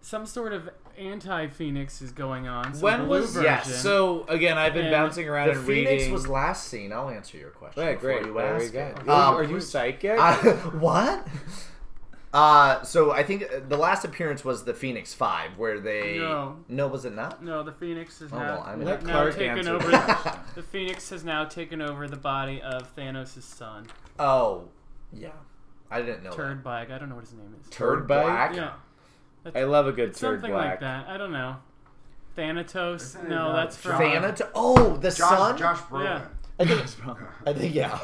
Speaker 3: Some sort of anti-Phoenix is going on. some
Speaker 1: when
Speaker 3: blue
Speaker 1: was
Speaker 3: version.
Speaker 2: yes,
Speaker 1: so again? I've been
Speaker 3: And
Speaker 1: bouncing around
Speaker 2: The
Speaker 1: and
Speaker 2: Phoenix
Speaker 1: reading.
Speaker 2: was last seen. I'll answer your question.
Speaker 1: Right,
Speaker 2: before
Speaker 1: great.
Speaker 2: You
Speaker 1: There we
Speaker 2: ask.
Speaker 1: go.
Speaker 2: it.
Speaker 1: Are
Speaker 2: Um,
Speaker 1: you- are you psychic?
Speaker 2: I, what? Uh, so I think uh, the last appearance was the Phoenix Five, where they
Speaker 3: No.
Speaker 2: was it not?
Speaker 3: No, the Phoenix is
Speaker 2: Oh,
Speaker 3: now,
Speaker 2: well, I'm
Speaker 3: now
Speaker 2: Let
Speaker 1: Clark
Speaker 3: taken
Speaker 1: answer
Speaker 3: over.
Speaker 1: the
Speaker 2: question.
Speaker 3: the Phoenix has now taken over the body of Thanos' son,
Speaker 2: Oh, yeah, I didn't know.
Speaker 3: Turd
Speaker 2: Turd,
Speaker 3: Bag. I don't know what his name is.
Speaker 2: Turd
Speaker 1: Turd bite?
Speaker 2: Black.
Speaker 3: Yeah,
Speaker 1: I love a good turd
Speaker 3: something
Speaker 1: black.
Speaker 3: like that. I don't know. Thanatos?
Speaker 4: Isn't it,
Speaker 3: No,
Speaker 4: uh,
Speaker 3: that's from.
Speaker 2: Thanato- Oh, the
Speaker 4: Josh,
Speaker 2: sun.
Speaker 4: Josh Brolin.
Speaker 3: Yeah.
Speaker 2: I think it's wrong. I think yeah.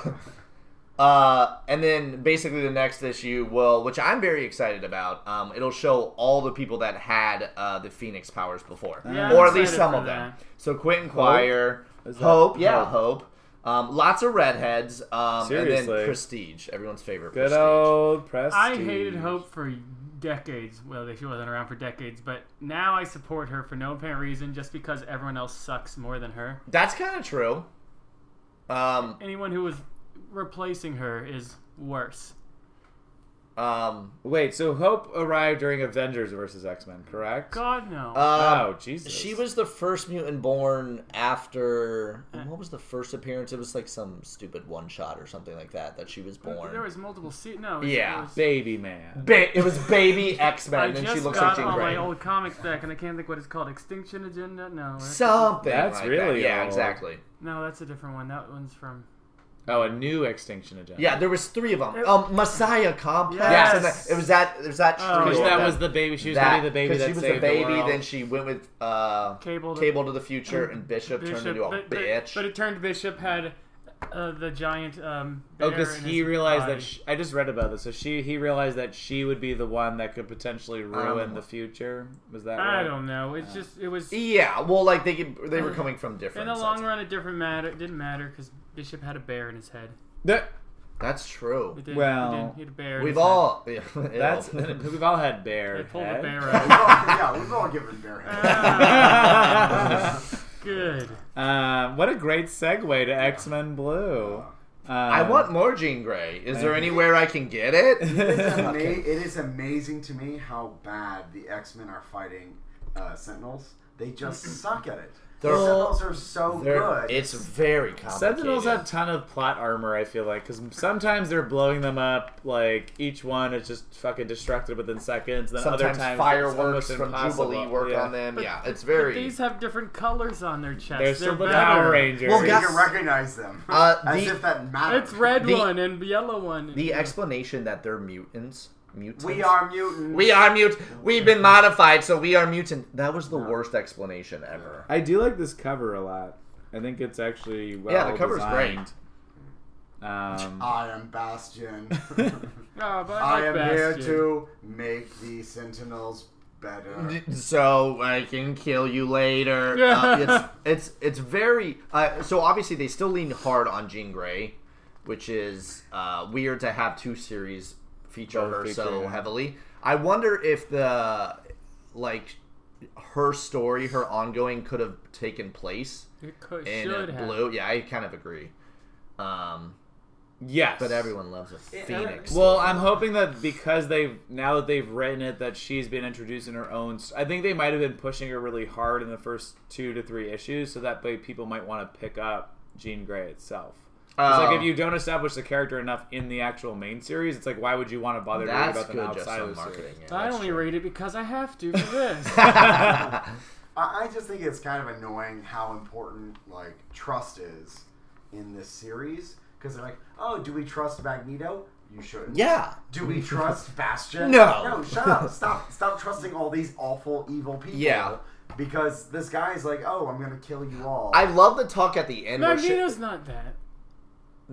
Speaker 2: Uh, and then basically the next issue will, which I'm very excited about. Um, it'll show all the people that had uh, the Phoenix powers before,
Speaker 3: Yeah,
Speaker 2: or
Speaker 3: I'm
Speaker 2: at least
Speaker 3: excited
Speaker 2: some
Speaker 3: for
Speaker 2: of them.
Speaker 3: that.
Speaker 2: So Quentin Quire,
Speaker 1: Is
Speaker 2: Hope,
Speaker 1: that-
Speaker 2: yeah,
Speaker 1: Hope.
Speaker 2: Hope. Um, lots of redheads, um, and
Speaker 1: Seriously.
Speaker 2: then Prestige, everyone's favorite.
Speaker 1: Good
Speaker 2: Prestige.
Speaker 1: old press.
Speaker 3: I hated Hope for decades. Well, she wasn't around for decades, but now I support her for no apparent reason, just because everyone else sucks more than her.
Speaker 2: That's kind of true. Um,
Speaker 3: Anyone who was replacing her is worse.
Speaker 2: um,
Speaker 1: Wait, so Hope arrived during Avengers versus X Men, correct?
Speaker 3: God no.
Speaker 2: um,
Speaker 1: oh Jesus!
Speaker 2: She was the first mutant born after
Speaker 3: Uh.
Speaker 2: what was the first appearance? It was like some stupid one shot or something like that that she was born.
Speaker 3: there was multiple. Se- no. it was-
Speaker 2: Yeah.
Speaker 3: it was-
Speaker 1: baby man.
Speaker 2: Ba- it was baby X
Speaker 3: I
Speaker 2: Men, and
Speaker 3: just
Speaker 2: she looks like
Speaker 3: got
Speaker 2: Jean
Speaker 3: all
Speaker 2: Grey.
Speaker 3: my old comics back, and I can't think what it's called. Extinction Agenda? No. That's
Speaker 2: Something.
Speaker 1: That's
Speaker 2: like
Speaker 1: really
Speaker 2: That. Yeah,
Speaker 1: old.
Speaker 2: exactly.
Speaker 3: no, that's a different one. That one's from.
Speaker 1: Oh, a new extinction agenda.
Speaker 2: Yeah, there was three of them. Um, Messiah Complex.
Speaker 3: Yes.
Speaker 2: and that- it was that. It was that.
Speaker 3: Oh.
Speaker 2: trio
Speaker 1: because
Speaker 2: of
Speaker 1: that
Speaker 2: them.
Speaker 1: was the baby. She was
Speaker 2: That-
Speaker 1: gonna be the baby
Speaker 2: 'cause
Speaker 1: that
Speaker 2: she was
Speaker 1: saved
Speaker 2: the baby.
Speaker 1: world.
Speaker 2: then she went with uh,
Speaker 3: Cable to-
Speaker 2: Cable to the future, and Bishop, turned into a
Speaker 3: but, but-
Speaker 2: bitch.
Speaker 3: But it turned Bishop had uh, the giant. Um,
Speaker 1: Oh,
Speaker 3: bear
Speaker 1: because
Speaker 3: in
Speaker 1: he
Speaker 3: his
Speaker 1: realized
Speaker 3: body.
Speaker 1: that she, I just read about this. So she he realized that she would be the one that could potentially ruin
Speaker 2: Um,
Speaker 1: the future. Was that?
Speaker 3: I
Speaker 1: right?
Speaker 3: don't know. It's just it was in
Speaker 2: yeah, well, like they could, they were coming from different.
Speaker 3: Uh, the
Speaker 2: sets.
Speaker 3: long run. It different matter. It didn't matter because Bishop had a bear in his head.
Speaker 1: That,
Speaker 2: That's true.
Speaker 3: It did,
Speaker 1: Well,
Speaker 3: he, did, he had a bear. in
Speaker 2: We've
Speaker 3: his head.
Speaker 2: all.
Speaker 1: that's
Speaker 2: That's
Speaker 1: we've all had bear.
Speaker 3: They pulled
Speaker 1: head.
Speaker 3: the bear
Speaker 4: We've
Speaker 3: out.
Speaker 4: all, yeah, we've all given bear
Speaker 3: Ah. Good.
Speaker 1: Um, what a great segue to X Men Blue. Um,
Speaker 2: I want more Jean Grey. Is there anywhere I can get it?
Speaker 4: It's ama-
Speaker 2: Okay.
Speaker 4: It is amazing to me how bad the X Men are fighting uh, Sentinels. They just suck at it.
Speaker 2: They're-
Speaker 4: the Sentinels are so
Speaker 2: There-
Speaker 4: good.
Speaker 2: It's very complicated.
Speaker 1: Sentinels have a ton of plot armor. I feel like because sometimes they're blowing them up. Like each one is just fucking destructed within seconds. Then
Speaker 2: sometimes
Speaker 1: other times
Speaker 2: fireworks
Speaker 1: it's almost
Speaker 2: from
Speaker 1: impossible.
Speaker 2: Jubilee work
Speaker 1: Yeah.
Speaker 2: on them.
Speaker 3: But-
Speaker 2: yeah, it's
Speaker 3: But
Speaker 2: very.
Speaker 3: these have different colors on their chest.
Speaker 1: They're
Speaker 3: They're
Speaker 1: still the
Speaker 3: better.
Speaker 1: Power Rangers.
Speaker 2: Well,
Speaker 4: so you
Speaker 2: guys-
Speaker 4: can recognize them
Speaker 2: Uh,
Speaker 4: as
Speaker 2: the-
Speaker 4: if that matters.
Speaker 3: It's red
Speaker 2: The-
Speaker 3: one and yellow one.
Speaker 2: The explanation that they're mutants. Mutants.
Speaker 4: We are mutants.
Speaker 2: We are mute. We've been modified, so we are mutant. That was the worst explanation ever.
Speaker 1: I do like this cover a lot. I think it's actually well
Speaker 2: Yeah, the cover's great.
Speaker 1: designed. Um,
Speaker 4: I am Bastion.
Speaker 3: Oh, but I,
Speaker 4: I
Speaker 3: like
Speaker 4: am here
Speaker 3: Bastion.
Speaker 4: to make the Sentinels better.
Speaker 2: so I can kill you later. Uh, it's it's it's very uh, so obviously they still lean hard on Jean Grey, which is uh, weird to have two series feature
Speaker 1: Both
Speaker 2: her
Speaker 1: feature,
Speaker 2: so
Speaker 1: yeah.
Speaker 2: heavily. I wonder if the like her story, her ongoing, could have taken place
Speaker 3: It could,
Speaker 2: in
Speaker 3: should have.
Speaker 2: Blue. Yeah, I kind of agree. Um,
Speaker 1: yes,
Speaker 2: but everyone loves a
Speaker 4: Yeah,
Speaker 2: Phoenix.
Speaker 1: Well, I'm hoping that because they've now that they've written it, that she's been introduced in her own. I think they might have been pushing her really hard in the first two to three issues, so that way people might want to pick up Jean Grey itself. It's
Speaker 2: Oh.
Speaker 1: like if you don't establish the character enough in the actual main series, it's like why would you want to bother reading
Speaker 2: that's
Speaker 1: about them
Speaker 2: good, just
Speaker 1: outside of
Speaker 2: on
Speaker 1: the
Speaker 2: marketing.
Speaker 1: series?
Speaker 2: yeah,
Speaker 3: I
Speaker 2: that's
Speaker 3: only
Speaker 2: true.
Speaker 3: read it because I have to for this.
Speaker 4: I, I just think it's kind of annoying how important like trust is in this series because they're like, oh, do we trust Magneto? You shouldn't.
Speaker 2: yeah.
Speaker 4: Do we trust Bastion?
Speaker 2: No.
Speaker 4: No, shut up. Stop. Stop trusting all these awful, evil people.
Speaker 2: Yeah.
Speaker 4: Because this guy's like, oh, I'm gonna kill you all.
Speaker 2: I love the talk at the end. where she-
Speaker 3: Magneto's not that.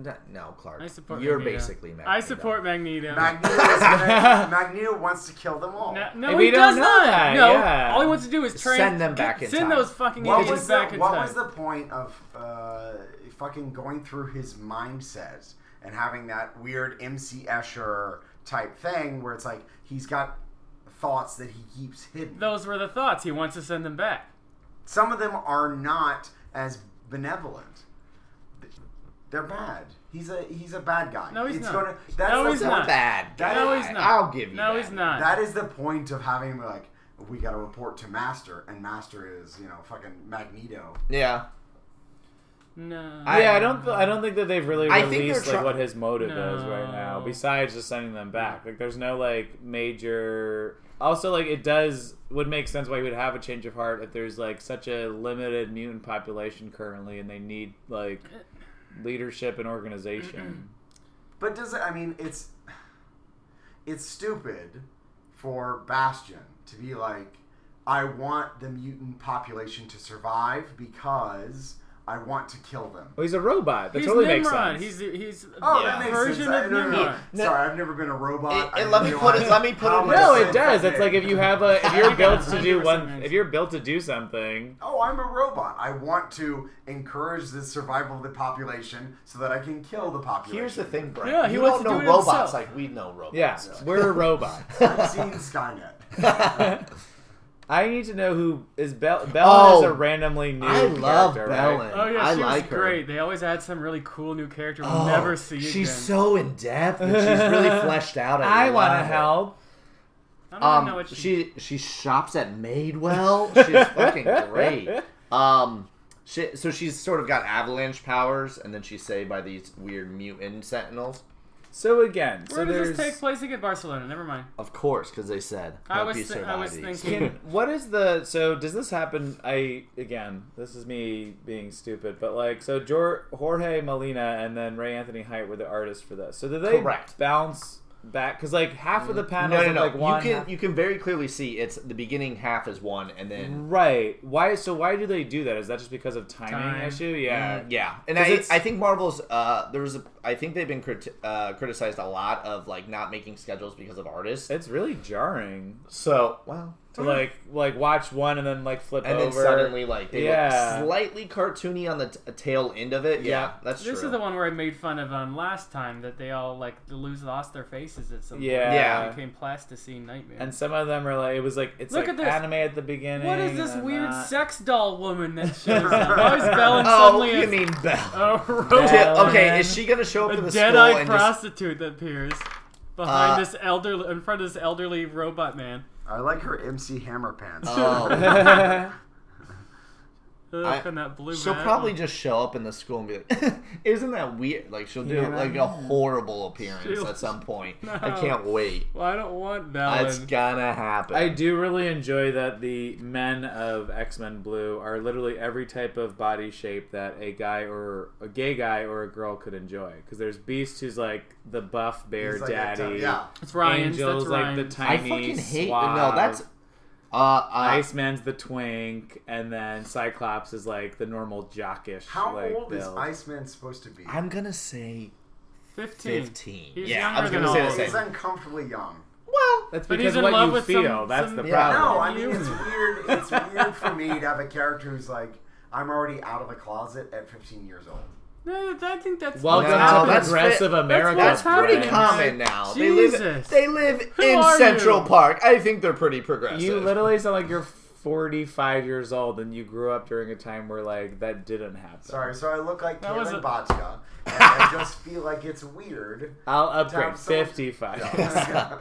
Speaker 2: No, no, Clark.
Speaker 3: I support.
Speaker 2: You're
Speaker 3: Magneto.
Speaker 2: basically Magneto.
Speaker 3: I support Magneto.
Speaker 4: Magneto, is gonna, Magneto wants to kill them all.
Speaker 3: no, no
Speaker 1: And we
Speaker 3: he
Speaker 1: don't
Speaker 3: does
Speaker 1: know
Speaker 3: not.
Speaker 1: that,
Speaker 3: No,
Speaker 1: yeah.
Speaker 3: all he wants to do is train.
Speaker 2: Send them back in
Speaker 3: Send
Speaker 2: time.
Speaker 3: those fucking
Speaker 4: What
Speaker 3: idiots
Speaker 4: was the,
Speaker 3: back in
Speaker 4: what
Speaker 3: time.
Speaker 4: was the point of uh, fucking going through his mindset and having that weird MC Escher type thing where it's like he's got thoughts that he keeps hidden.
Speaker 3: Those were the thoughts. He wants to send them back.
Speaker 4: Some of them are not as benevolent. They're bad. He's a he's a bad guy.
Speaker 3: No, he's
Speaker 4: It's
Speaker 3: not.
Speaker 4: Gonna, that's
Speaker 3: No,
Speaker 4: the
Speaker 3: he's
Speaker 4: point-
Speaker 3: not.
Speaker 2: bad. Guy.
Speaker 4: No,
Speaker 3: he's not.
Speaker 2: I'll give you.
Speaker 3: No,
Speaker 2: that.
Speaker 3: he's not.
Speaker 4: That is the point of having him like we got to report to Master, and Master is you know fucking Magneto.
Speaker 2: Yeah.
Speaker 3: no.
Speaker 1: yeah, I don't. I don't think that they've really
Speaker 2: I think they're
Speaker 1: released
Speaker 2: try-
Speaker 1: like what his motive is right
Speaker 3: No.
Speaker 1: now. Besides just sending them back, like there's no like major. Also, like it does would make sense why he would have a change of heart if there's like such a limited mutant population currently, and they need like leadership and organization.
Speaker 4: But does it? I mean, it's it's stupid for Bastion to be like, I want the mutant population to survive because I want to kill them.
Speaker 1: Well, he's a robot. That
Speaker 3: He's
Speaker 1: totally makes
Speaker 3: Nimrod.
Speaker 1: sense.
Speaker 3: He's he's
Speaker 4: Oh,
Speaker 2: Yeah.
Speaker 4: that makes
Speaker 3: version
Speaker 4: sense. I-
Speaker 3: of
Speaker 4: no, no, no.
Speaker 3: Nimrod.
Speaker 4: Sorry, I've never been a robot.
Speaker 2: It- it-
Speaker 4: I
Speaker 2: let me
Speaker 4: didn't
Speaker 2: put it-
Speaker 4: realize
Speaker 2: let me put
Speaker 4: how
Speaker 2: it-
Speaker 4: much
Speaker 1: no, it
Speaker 4: sense
Speaker 1: does.
Speaker 4: that
Speaker 1: It's like
Speaker 4: made.
Speaker 1: if you have a if you're
Speaker 3: I
Speaker 1: built
Speaker 3: got
Speaker 1: to do
Speaker 3: 100%
Speaker 1: one
Speaker 3: reason.
Speaker 1: if you're built to do something.
Speaker 4: Oh, I'm a robot. I want to encourage the survival of the population so that I can kill the population.
Speaker 2: Here's the thing, Brent.
Speaker 3: Yeah, he
Speaker 2: you don't
Speaker 3: wants to
Speaker 2: know
Speaker 3: do it
Speaker 2: robots
Speaker 3: himself.
Speaker 2: like we know robots.
Speaker 1: Yeah, we're robots.
Speaker 4: I've seen Skynet.
Speaker 1: I need to know who is Bell. Bellin
Speaker 2: Oh.
Speaker 1: is a randomly new.
Speaker 2: I love
Speaker 1: character, Right?
Speaker 2: Bellin.
Speaker 3: Oh yeah,
Speaker 2: I
Speaker 3: she
Speaker 2: like
Speaker 3: was
Speaker 2: her.
Speaker 3: great. They always add some really cool new character we'll
Speaker 2: Oh,
Speaker 3: never see again.
Speaker 2: She's so in depth. And she's really fleshed out.
Speaker 1: I
Speaker 2: want
Speaker 1: want to help.
Speaker 3: I don't
Speaker 2: Um,
Speaker 3: even know what she.
Speaker 2: she she shops at Madewell. She's fucking great. Um, she, so she's sort of got avalanche powers, and then she's saved by these weird mutant sentinels.
Speaker 1: So again, so
Speaker 3: Where does
Speaker 1: there's.
Speaker 3: this take place again? Barcelona. Never mind.
Speaker 2: Of course, because they said
Speaker 3: I
Speaker 2: "Hope
Speaker 3: was
Speaker 2: you
Speaker 3: thi- I was
Speaker 2: survive these."
Speaker 3: thinking-
Speaker 1: Can, what is the so does this happen? I again, this is me being stupid, but like so Jor, Jorge Molina and then Ray Anthony Hyatt were the artists for this. So do they
Speaker 2: Correct.
Speaker 1: bounce back? Because like half of
Speaker 3: Mm.
Speaker 1: the panels
Speaker 2: No, no,
Speaker 1: look like
Speaker 2: no.
Speaker 1: one.
Speaker 2: you
Speaker 1: half-
Speaker 2: can you can very clearly see it's the beginning half is one, and then
Speaker 1: right? Why? So why do they do that? Is that just because of timing
Speaker 3: Time.
Speaker 1: issue? Yeah.
Speaker 2: uh, Yeah, and
Speaker 1: 'Cause
Speaker 2: I,
Speaker 1: Mm. it's-
Speaker 2: I think Marvel's uh, there was a, I think they've been crit- uh, criticized a lot of like not making schedules because of artists.
Speaker 1: It's really jarring
Speaker 2: So well,
Speaker 1: to like like watch one and then like flip
Speaker 2: and
Speaker 1: over.
Speaker 2: then suddenly like they
Speaker 1: Yeah.
Speaker 2: look slightly cartoony on the t- tail end of it. Yeah,
Speaker 1: Yeah.
Speaker 2: that's
Speaker 3: This
Speaker 2: true.
Speaker 3: is the one where I made fun of um, last time that they all like lose lost their faces at some
Speaker 1: Yeah.
Speaker 3: point.
Speaker 2: Yeah.
Speaker 3: They became plasticine nightmares.
Speaker 1: and some of them are like it was like it's
Speaker 3: Look
Speaker 1: like
Speaker 3: at this.
Speaker 1: anime at the beginning.
Speaker 3: what is this
Speaker 2: uh,
Speaker 1: and
Speaker 3: weird
Speaker 1: that.
Speaker 3: sex doll woman that shows up? Why is Bella
Speaker 2: Oh,
Speaker 3: suddenly
Speaker 2: you
Speaker 3: a,
Speaker 2: mean Belle?
Speaker 3: a robot?
Speaker 1: Belle.
Speaker 2: okay, is she gonna show up to
Speaker 3: a
Speaker 2: the
Speaker 3: dead-eyed
Speaker 2: school and just?
Speaker 3: prostitute that appears behind
Speaker 2: Uh,
Speaker 3: this elderly, in front of this elderly robot man.
Speaker 4: I like her MC Hammer pants.
Speaker 2: Oh,
Speaker 1: yeah,
Speaker 3: Ugh,
Speaker 2: I-
Speaker 3: and that blue
Speaker 2: she'll
Speaker 3: man.
Speaker 2: probably just show up in the school and be like, "Isn't that weird?" Like she'll do
Speaker 1: Yeah.
Speaker 2: like a horrible appearance
Speaker 3: She'll-
Speaker 2: at some point.
Speaker 3: No.
Speaker 2: I can't wait.
Speaker 3: Well, I don't want
Speaker 2: It's
Speaker 3: Bella.
Speaker 2: gonna happen.
Speaker 1: I do really enjoy that the men of X Men Blue are literally every type of body shape that a guy or a gay guy or a girl could enjoy. Because there's Beast, who's like the buff bear
Speaker 4: He's like a
Speaker 1: daddy.
Speaker 4: dumb- yeah.
Speaker 3: It's Ryan's.
Speaker 1: Angel's
Speaker 3: that's
Speaker 1: like
Speaker 3: Ryan's.
Speaker 1: the
Speaker 2: I
Speaker 1: tiny.
Speaker 2: fucking hate.
Speaker 1: suave.
Speaker 2: No, that's. Uh, uh,
Speaker 1: Iceman's the twink, and then Cyclops is like the normal jockish.
Speaker 4: How
Speaker 1: like,
Speaker 4: old is
Speaker 1: build.
Speaker 4: Iceman supposed to be?
Speaker 2: I'm gonna say
Speaker 3: 15.
Speaker 2: 15.
Speaker 3: Hmm. He's
Speaker 2: yeah, I
Speaker 3: younger
Speaker 2: was
Speaker 3: than
Speaker 2: gonna say
Speaker 3: all
Speaker 2: the
Speaker 3: of
Speaker 2: same.
Speaker 4: He's uncomfortably young.
Speaker 2: well,
Speaker 1: That's
Speaker 3: But
Speaker 1: because
Speaker 3: he's in
Speaker 1: what
Speaker 3: love
Speaker 1: you
Speaker 3: with
Speaker 1: feel.
Speaker 3: some-
Speaker 1: that's
Speaker 3: some-
Speaker 1: the
Speaker 2: Yeah.
Speaker 1: problem.
Speaker 4: No,
Speaker 3: Oh,
Speaker 4: I mean
Speaker 3: you.
Speaker 4: it's weird. It's weird for me to have a character who's like, I'm already out of the closet at 15 years old.
Speaker 3: No, I think that's.
Speaker 1: Welcome
Speaker 2: No,
Speaker 1: to
Speaker 2: that's
Speaker 1: progressive
Speaker 2: fit-
Speaker 1: America.
Speaker 2: that's
Speaker 3: That's
Speaker 2: pretty
Speaker 1: friends.
Speaker 2: common now. They live.
Speaker 3: Jesus.
Speaker 2: They live
Speaker 3: Who
Speaker 2: in
Speaker 3: are
Speaker 2: Central
Speaker 3: you?
Speaker 2: Park. I think they're pretty progressive.
Speaker 1: You literally sound like you're 45 years old and you grew up during a time where like that didn't happen.
Speaker 4: Sorry, so I look like
Speaker 3: That was
Speaker 4: Karen
Speaker 3: a-
Speaker 4: Botka, and I just feel like it's weird.
Speaker 1: I'll upgrade
Speaker 4: Tom, someone-
Speaker 1: 55.
Speaker 4: Yeah.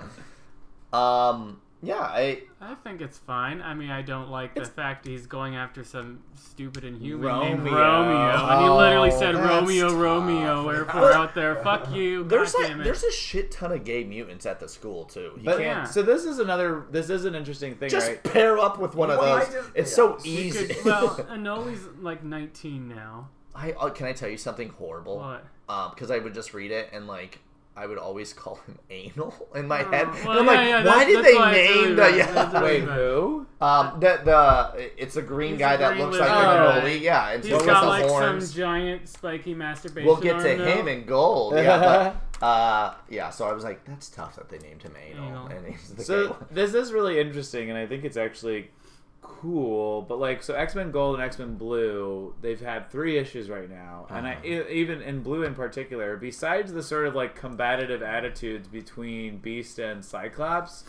Speaker 2: um. Yeah, I
Speaker 3: I think it's fine. I mean, I don't like the
Speaker 2: It's-
Speaker 3: fact he's going after some stupid inhuman named
Speaker 2: Romeo.
Speaker 3: Romeo, and he literally
Speaker 2: Oh,
Speaker 3: said
Speaker 2: that's
Speaker 3: Romeo,
Speaker 2: tough.
Speaker 3: Romeo, wherefore out there, fuck you.
Speaker 2: there's
Speaker 3: God
Speaker 2: like
Speaker 3: damn it.
Speaker 2: there's a shit ton of gay mutants at the school too. You
Speaker 1: But
Speaker 2: can't
Speaker 3: Yeah.
Speaker 1: so this is another. This is an interesting thing,
Speaker 2: just
Speaker 1: right?
Speaker 2: pair up with one of
Speaker 4: Well, I
Speaker 2: those.
Speaker 4: just-
Speaker 2: it's
Speaker 4: yeah.
Speaker 2: so
Speaker 3: You
Speaker 2: easy.
Speaker 3: could, well, Anoli's like 19 now.
Speaker 2: I uh, can I tell you something horrible?
Speaker 3: What?
Speaker 2: because I would just read it and like I would always call him anal in my
Speaker 3: Oh,
Speaker 2: head.
Speaker 3: well,
Speaker 2: and I'm
Speaker 3: yeah,
Speaker 2: like,
Speaker 3: yeah,
Speaker 2: why
Speaker 3: that's-
Speaker 2: did
Speaker 3: that's
Speaker 2: they
Speaker 3: why it's
Speaker 2: name
Speaker 3: really
Speaker 2: the
Speaker 3: bad.
Speaker 2: yeah?
Speaker 3: That's really
Speaker 1: Wait,
Speaker 3: bad.
Speaker 1: who?
Speaker 2: Um, the the it's a green
Speaker 3: He's
Speaker 2: guy
Speaker 3: a
Speaker 2: that
Speaker 3: green
Speaker 2: looks like
Speaker 1: lizard
Speaker 2: an
Speaker 3: guy.
Speaker 2: Oli. Yeah, and
Speaker 3: He's
Speaker 2: so with
Speaker 3: got
Speaker 2: the
Speaker 3: like
Speaker 2: horns.
Speaker 3: some giant spiky masturbation.
Speaker 2: we'll get to
Speaker 3: arm, though.
Speaker 2: him in gold. Yeah, but, uh, yeah. So I was like, that's tough that they named him anal,
Speaker 3: Anal.
Speaker 2: and he's the gay
Speaker 1: So
Speaker 2: one.
Speaker 1: this is really interesting, and I think it's actually cool. But like, so X Men Gold and X Men Blue, they've had three issues right now, and
Speaker 2: Uh-huh.
Speaker 1: I e- even in Blue in particular, besides the sort of like combative attitudes between Beast and Cyclops,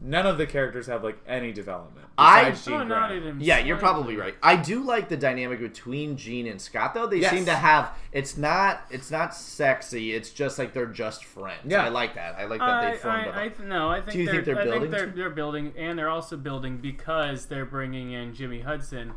Speaker 1: none of the characters have like any development.
Speaker 2: I-
Speaker 1: besides Jean
Speaker 3: Oh,
Speaker 1: Grey.
Speaker 3: not even
Speaker 2: Yeah, you're
Speaker 3: slightly.
Speaker 2: probably right. I do like the dynamic between Gene and Scott though. They
Speaker 1: Yes.
Speaker 2: seem to have it's not it's not sexy. It's just like they're just friends.
Speaker 1: Yeah.
Speaker 2: I like that. I like that
Speaker 3: I,
Speaker 2: they formed a-
Speaker 3: I, I, no, I think
Speaker 2: Do you
Speaker 3: they're,
Speaker 2: think they're
Speaker 3: I
Speaker 2: building
Speaker 3: think they're,
Speaker 2: to-
Speaker 3: they're building, and they're also building because they're bringing in Jimmy Hudson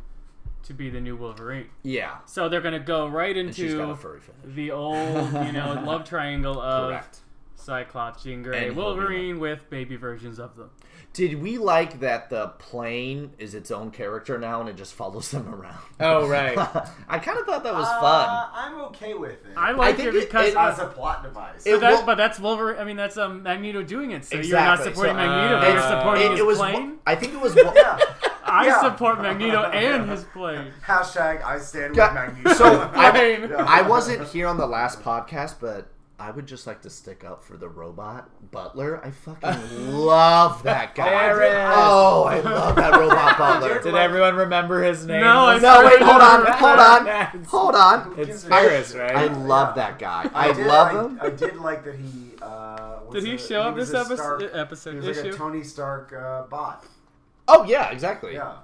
Speaker 3: to be the new Wolverine.
Speaker 2: Yeah.
Speaker 3: So they're going to go right
Speaker 2: And she's got a
Speaker 3: into
Speaker 2: furry fetish.
Speaker 3: the old, you know, love triangle of
Speaker 2: Correct.
Speaker 3: Cyclops, Jean Grey,
Speaker 2: And
Speaker 3: Wolverine with baby versions of them.
Speaker 2: Did we like that the plane is its own character now and it just follows them around?
Speaker 1: Oh, right.
Speaker 2: I kind of thought that was
Speaker 4: Uh,
Speaker 2: fun.
Speaker 4: I'm okay with it.
Speaker 3: I liked
Speaker 2: think
Speaker 3: it
Speaker 2: it-
Speaker 3: because
Speaker 2: it-
Speaker 4: as a plot device.
Speaker 2: It-
Speaker 3: But, that,
Speaker 2: will-
Speaker 3: but that's Wolverine. I mean, that's um, Magneto doing it. So you're not
Speaker 2: Exactly.
Speaker 3: supporting
Speaker 2: So,
Speaker 3: Magneto.
Speaker 1: uh,
Speaker 3: but you're supporting
Speaker 2: It,
Speaker 3: his
Speaker 2: it was.
Speaker 3: plane.
Speaker 2: I think it was. one-
Speaker 4: yeah.
Speaker 3: I
Speaker 4: yeah.
Speaker 3: support Magneto and his plane.
Speaker 4: Hashtag I stand
Speaker 2: Got-
Speaker 4: with Magneto.
Speaker 2: So
Speaker 3: Plane.
Speaker 2: I, I wasn't here on the last podcast, but I would just like to stick up for the robot Butler. I fucking love that guy.
Speaker 1: Ferris.
Speaker 2: Oh, I love that robot Butler.
Speaker 1: Did everyone remember his name?
Speaker 3: No, I-
Speaker 2: No, wait, hold on, hold on, hold on.
Speaker 1: it's Ferris, right?
Speaker 2: I love that guy. I love him.
Speaker 4: I, did like that he. Uh, was
Speaker 3: Did he
Speaker 4: a-
Speaker 3: show up
Speaker 4: was
Speaker 3: this
Speaker 4: a
Speaker 3: episode? e-,
Speaker 4: Stark, he
Speaker 3: episode
Speaker 4: was like
Speaker 3: issue?
Speaker 4: a Tony Stark uh, bot.
Speaker 2: Oh yeah, exactly.
Speaker 4: Yeah.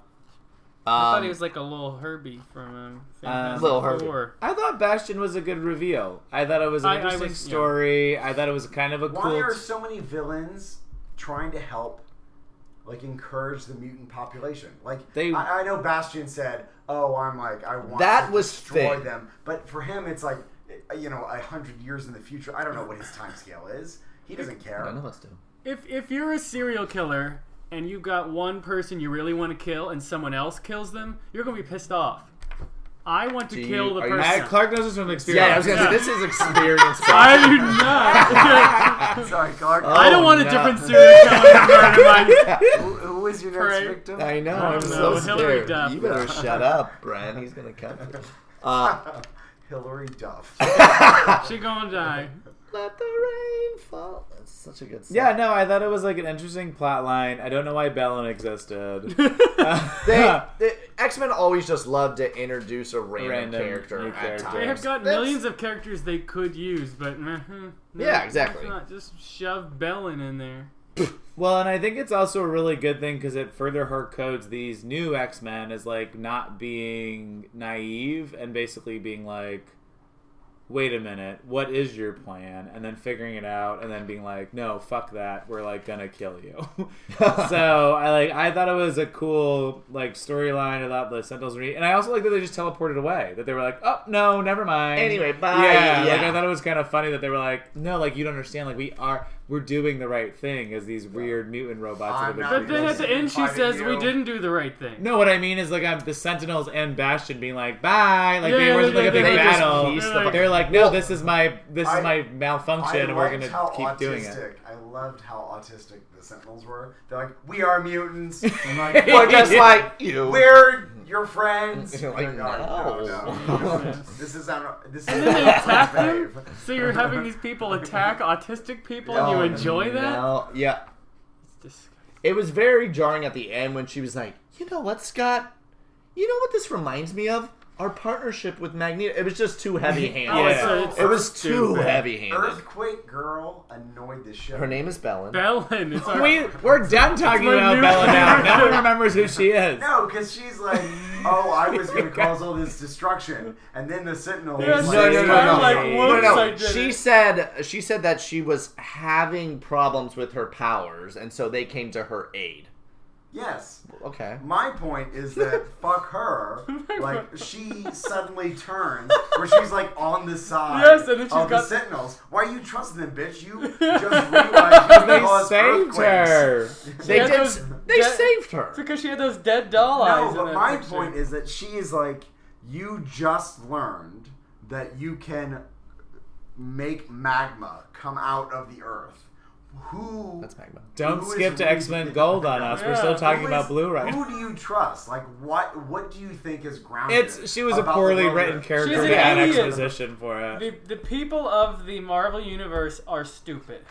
Speaker 3: I thought he
Speaker 2: Um,
Speaker 3: was like a little Herbie from
Speaker 1: Uh,
Speaker 3: um, Fantastic
Speaker 2: Little Herbie.
Speaker 3: Four.
Speaker 1: I thought Bastion was a good reveal. I thought it was an
Speaker 3: I- I
Speaker 1: interesting
Speaker 3: was- yeah.
Speaker 1: story. I thought it was kind of a
Speaker 4: Why
Speaker 1: cool.
Speaker 4: are so many villains trying to help, like encourage the mutant population? Like
Speaker 1: They-
Speaker 4: I, I know Bastion said, "Oh, I'm like I want
Speaker 2: That
Speaker 4: to
Speaker 2: was
Speaker 4: destroy
Speaker 2: thick.
Speaker 4: them," but for him, it's like uh, you know, a hundred years in the future. I don't know what his time scale is. He doesn't care.
Speaker 2: None of us do.
Speaker 3: If if you're a serial killer and you've got one person you really want to kill and someone else kills them, you're gonna be pissed off. I want to
Speaker 2: Do
Speaker 3: kill
Speaker 2: you-
Speaker 3: the
Speaker 2: are you-
Speaker 3: person.
Speaker 1: I, Clark knows this from experience.
Speaker 2: Yeah, I was gonna
Speaker 3: Yeah.
Speaker 2: say this is experience.
Speaker 3: I do not.
Speaker 4: Sorry, Clark.
Speaker 3: I
Speaker 2: Oh,
Speaker 3: don't want a
Speaker 2: no.
Speaker 3: different serial killer to murder my.
Speaker 4: Who, who is your next
Speaker 3: Pray. Oh,
Speaker 4: victim?
Speaker 2: I know.
Speaker 3: I
Speaker 2: I'm
Speaker 3: don't
Speaker 2: so
Speaker 3: know, Hillary
Speaker 2: scared.
Speaker 3: Duff.
Speaker 2: You better shut up, Brent. He's gonna come. for you. Uh,
Speaker 4: Hillary Duff.
Speaker 3: She gonna die.
Speaker 2: Let the rain fall. That's such a good song.
Speaker 1: Yeah, no, I thought it was like an interesting plot line. I don't know why Bellin existed.
Speaker 2: They, they X Men always just love to introduce a random,
Speaker 1: Random
Speaker 2: character
Speaker 1: new
Speaker 2: at
Speaker 1: character.
Speaker 2: times.
Speaker 3: They have got
Speaker 2: That's-
Speaker 3: millions of characters they could use, but mhm, no,
Speaker 2: Yeah, exactly.
Speaker 3: why Not just shove Bellin in there.
Speaker 1: well, and I think it's also a really good thing because it further her codes these new X Men as like not being naive and basically being like, wait a minute, what is your plan? And then figuring it out and then being like, no, fuck that, we're like gonna kill you. so I like I thought it was a cool like storyline. I thought the Sentinels were neat, and I also like that they just teleported away. That they were like, oh no, never mind.
Speaker 2: Anyway, bye.
Speaker 1: Yeah, like
Speaker 2: Yeah.
Speaker 1: I thought it was kind of funny that they were like, no, like you don't understand. Like we are we're doing the right thing as these weird mutant robots. that
Speaker 4: I'm
Speaker 1: have been
Speaker 4: not
Speaker 3: But
Speaker 1: created.
Speaker 3: then at the end, she
Speaker 4: Fighting
Speaker 3: says we
Speaker 4: you.
Speaker 3: didn't do the right thing.
Speaker 1: no, what I mean is like I'm the Sentinels and Bastion being like, bye. Like
Speaker 3: Yeah,
Speaker 1: they
Speaker 3: yeah,
Speaker 1: weren't
Speaker 3: yeah,
Speaker 1: like a big
Speaker 3: yeah, yeah. They just
Speaker 1: battle.
Speaker 2: pieced
Speaker 3: the-
Speaker 1: They're like, no, this is my this
Speaker 4: I-
Speaker 1: is my
Speaker 4: I
Speaker 1: malfunction, and we're
Speaker 4: loved
Speaker 1: gonna
Speaker 4: how
Speaker 1: keep
Speaker 4: autistic.
Speaker 1: doing it.
Speaker 4: I loved how autistic the Sentinels were. They're like, "We are mutants." I'm like,
Speaker 2: But just like you.
Speaker 4: We're your friends.
Speaker 2: You're like,
Speaker 4: Like, "Oh,
Speaker 2: no."
Speaker 4: this is not. This is Oh,
Speaker 3: And then they attack
Speaker 4: behave.
Speaker 3: them. So you're having these people attack autistic people, and you
Speaker 2: Oh,
Speaker 3: enjoy that?
Speaker 2: No. Yeah.
Speaker 3: It's disgusting.
Speaker 2: It was very jarring at the end when she was like, "You know what, Scott? You know what this reminds me of? our partnership with Magneto. It was just too heavy handed.
Speaker 1: Oh, it's
Speaker 4: so-
Speaker 2: it was too
Speaker 1: stupid.
Speaker 2: heavy handed.
Speaker 4: Earthquake Girl annoyed the show.
Speaker 2: Her name is Belen.
Speaker 3: Belen. It's our
Speaker 1: We we're done talking
Speaker 3: my
Speaker 1: about
Speaker 3: new
Speaker 1: Bella now.
Speaker 3: character.
Speaker 1: No one remembers who she is.
Speaker 4: No, because she's like, oh, I was going to cause all this destruction, and then the Sentinel.
Speaker 3: Yeah,
Speaker 4: was
Speaker 3: no,
Speaker 4: like,
Speaker 3: no, no, no. like, whoops, I did
Speaker 2: She
Speaker 3: it.
Speaker 2: said she said that she was having problems with her powers, and so they came to her aid.
Speaker 4: Yes.
Speaker 2: Okay.
Speaker 4: My point is that fuck her. Like she suddenly turns where she's like on the side
Speaker 3: Yes, and then she's
Speaker 4: of the
Speaker 3: got-
Speaker 4: Sentinels. Why you trust them, bitch? You just realized you
Speaker 1: They
Speaker 4: caused
Speaker 1: saved
Speaker 4: earthquakes.
Speaker 1: her.
Speaker 2: They
Speaker 3: had
Speaker 2: did.
Speaker 3: those
Speaker 2: they
Speaker 3: dead-
Speaker 2: saved her.
Speaker 3: It's because she had those dead doll
Speaker 4: No,
Speaker 3: eyes. in
Speaker 4: but
Speaker 3: that
Speaker 4: my
Speaker 3: picture.
Speaker 4: point is that she is like, you just learned that you can make magma come out of the earth. Who?
Speaker 2: That's Magma.
Speaker 1: Don't
Speaker 4: Who is
Speaker 1: skip to
Speaker 4: reading-
Speaker 1: X Men Gold on us. We're still
Speaker 3: Yeah.
Speaker 1: talking
Speaker 4: Who
Speaker 1: about
Speaker 4: is-
Speaker 1: Blue right now.
Speaker 4: Who do you trust? Like, what? What do you think is grounded?
Speaker 1: It's she was a
Speaker 4: about the
Speaker 1: poorly
Speaker 4: world?
Speaker 1: written character.
Speaker 3: She's
Speaker 1: We
Speaker 3: an
Speaker 1: had
Speaker 3: idiot.
Speaker 1: exposition for it.
Speaker 3: The, the people of the Marvel universe are stupid,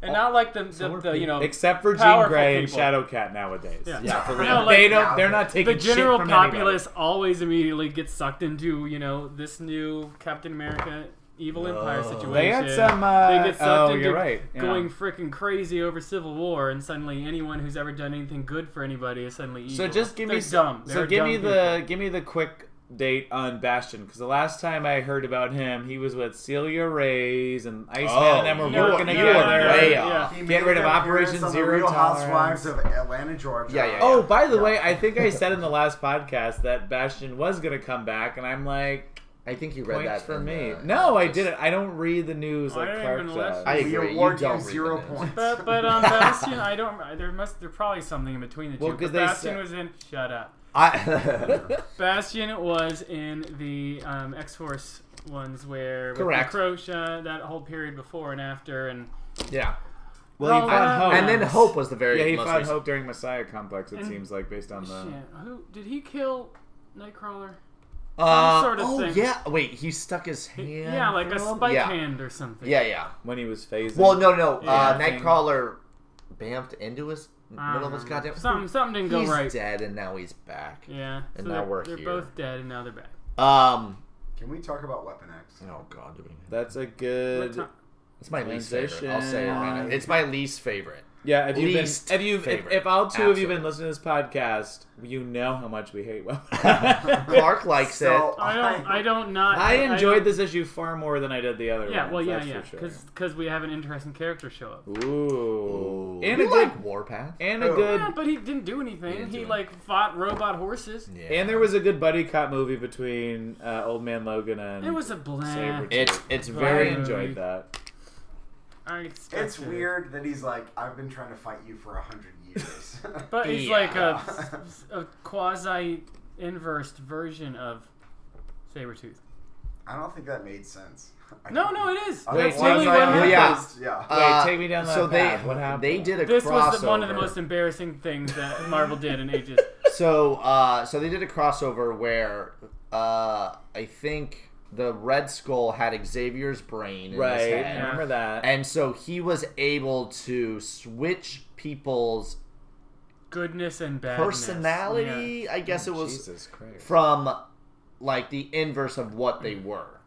Speaker 3: and not like the, the, the you know
Speaker 1: Except for Jean
Speaker 3: powerful
Speaker 1: Grey
Speaker 3: people.
Speaker 1: and Shadowcat nowadays.
Speaker 3: Yeah.
Speaker 2: Yeah, for real.
Speaker 3: No, like,
Speaker 1: they don't. They're not
Speaker 3: the
Speaker 1: taking
Speaker 3: general
Speaker 1: shit from
Speaker 3: populace always immediately gets sucked into you know this new Captain America evil empire
Speaker 2: Oh.
Speaker 3: situation.
Speaker 1: They had some, uh,
Speaker 3: They get sucked
Speaker 1: oh,
Speaker 3: into
Speaker 1: you're right, yeah.
Speaker 3: going freaking crazy over Civil War, and suddenly anyone who's ever done anything good for anybody is suddenly evil.
Speaker 1: So just give
Speaker 3: They're
Speaker 1: me
Speaker 3: dumb.
Speaker 1: So
Speaker 3: They're
Speaker 1: give
Speaker 3: dumb
Speaker 1: me
Speaker 3: people.
Speaker 1: the give me the quick date on Bastion because the last time I heard about him, he was with Celia Reyes and Iceman,
Speaker 2: Oh,
Speaker 1: and then we're
Speaker 2: you are-
Speaker 1: working
Speaker 3: you
Speaker 1: together.
Speaker 3: are
Speaker 2: way
Speaker 3: off.
Speaker 4: He
Speaker 1: Get
Speaker 4: made
Speaker 1: rid of
Speaker 4: an
Speaker 1: Operation
Speaker 4: appearance on the
Speaker 1: Zero
Speaker 4: Real
Speaker 1: Tolerance.
Speaker 4: Housewives of Atlanta, Georgia.
Speaker 2: Yeah, yeah,
Speaker 1: Oh, by the
Speaker 4: Yeah.
Speaker 1: way, I think I said in the last podcast that Bastion was gonna come back, and I'm like,
Speaker 2: I think you read
Speaker 1: points
Speaker 2: that
Speaker 1: for
Speaker 2: in
Speaker 1: me.
Speaker 2: the-
Speaker 1: no, I didn't. I don't read the news
Speaker 3: I
Speaker 1: like
Speaker 3: don't
Speaker 1: Clark
Speaker 3: even listen.
Speaker 1: does.
Speaker 2: I
Speaker 4: We
Speaker 2: agree. You
Speaker 4: award
Speaker 2: don't read
Speaker 4: you zero
Speaker 2: the news.
Speaker 4: points.
Speaker 3: But but um, on Bastion, I don't. There must there probably something in between the two.
Speaker 1: Well, 'cause
Speaker 3: but
Speaker 1: they
Speaker 3: Bastion
Speaker 1: said-
Speaker 3: was in. Shut up.
Speaker 2: I,
Speaker 3: Bastion was in the um, X Force ones where with
Speaker 1: Correct.
Speaker 3: Necrotia, that whole period before and after, and
Speaker 1: Yeah. Well,
Speaker 3: No,
Speaker 1: he found
Speaker 3: uh,
Speaker 1: hope.
Speaker 2: and then Hope was the very
Speaker 1: Yeah, he
Speaker 2: most
Speaker 1: found
Speaker 2: recent.
Speaker 1: hope during Messiah Complex. It
Speaker 3: And-
Speaker 1: seems like based on
Speaker 2: Uh-huh.
Speaker 1: the.
Speaker 3: Mm. shit, who did he kill? Nightcrawler.
Speaker 2: Uh,
Speaker 3: sort of
Speaker 2: oh
Speaker 3: thing.
Speaker 2: yeah. Wait, he stuck his hand.
Speaker 3: Yeah, like a
Speaker 2: through him?
Speaker 3: spike
Speaker 2: yeah.
Speaker 3: hand or something.
Speaker 2: Yeah, yeah.
Speaker 1: when he was phasing.
Speaker 2: Well, no, no.
Speaker 3: Yeah.
Speaker 2: uh, Nightcrawler bamfed into his middle of his goddamn.
Speaker 3: Uh, Something something didn't go
Speaker 2: He's
Speaker 3: right.
Speaker 2: dead, and now he's back.
Speaker 3: Yeah.
Speaker 2: And
Speaker 3: so
Speaker 2: now
Speaker 3: they're,
Speaker 2: we're
Speaker 3: they're
Speaker 2: here.
Speaker 3: both dead and now they're back.
Speaker 2: Um.
Speaker 4: Can we talk about Weapon X?
Speaker 2: Oh God, do we?
Speaker 1: that's a
Speaker 3: But
Speaker 1: good.
Speaker 3: not-
Speaker 2: It's my least favorite. I'll say it right now.
Speaker 1: Transition.
Speaker 2: It's my least favorite.
Speaker 1: Yeah, if you've been,
Speaker 2: Least
Speaker 1: if you've, if,
Speaker 2: favorite.
Speaker 1: if all two of you have been
Speaker 2: Absolutely.
Speaker 1: listening to this podcast, you know how much we hate Well.
Speaker 2: Clark likes
Speaker 4: So
Speaker 2: it.
Speaker 3: I don't. I don't not.
Speaker 1: I enjoyed
Speaker 3: don't-
Speaker 1: this issue far more than I did the other
Speaker 3: Yeah.
Speaker 1: ones,
Speaker 3: Well. Yeah.
Speaker 1: that's for
Speaker 3: Yeah. Because we have an interesting character show up.
Speaker 1: Sure. Ooh. And a good,
Speaker 2: you like Warpath?
Speaker 1: and a
Speaker 4: Oh.
Speaker 1: good,
Speaker 3: Yeah, but he didn't do
Speaker 2: He
Speaker 3: anything.
Speaker 2: didn't
Speaker 3: He,
Speaker 2: do
Speaker 3: like fought robot horses.
Speaker 2: Yeah.
Speaker 1: and there was a good buddy cop movie between uh, Old Man Logan and.
Speaker 3: It was a bland.
Speaker 1: Sabretooth.
Speaker 2: It's it's
Speaker 1: I
Speaker 2: very.
Speaker 3: Right.
Speaker 1: enjoyed that.
Speaker 3: I
Speaker 4: It's
Speaker 3: expected it.
Speaker 4: weird that he's like, I've been trying to fight you for a hundred years.
Speaker 3: But he's
Speaker 2: Yeah.
Speaker 3: like a, a quasi inversed version of Sabretooth.
Speaker 4: I don't think that made sense. I
Speaker 3: No,
Speaker 4: don't-
Speaker 3: no, it is.
Speaker 4: I
Speaker 1: Wait,
Speaker 3: That's
Speaker 1: what?
Speaker 3: totally what
Speaker 1: Well,
Speaker 3: happened.
Speaker 2: yeah.
Speaker 4: yeah.
Speaker 1: Wait,
Speaker 2: uh,
Speaker 1: take me down that
Speaker 2: so
Speaker 1: path.
Speaker 2: They,
Speaker 1: What happened?
Speaker 2: They did a
Speaker 3: This
Speaker 2: crossover.
Speaker 3: was the, one of the most embarrassing things that Marvel did in ages.
Speaker 2: So, uh, so they did a crossover where uh, I think the Red Skull had Xavier's brain in his
Speaker 1: Right,
Speaker 2: head,
Speaker 1: I remember that.
Speaker 2: and so he was able to switch people's
Speaker 3: Goodness and badness.
Speaker 2: personality. I guess it was
Speaker 1: Jesus Christ.
Speaker 2: from like the inverse of what they were.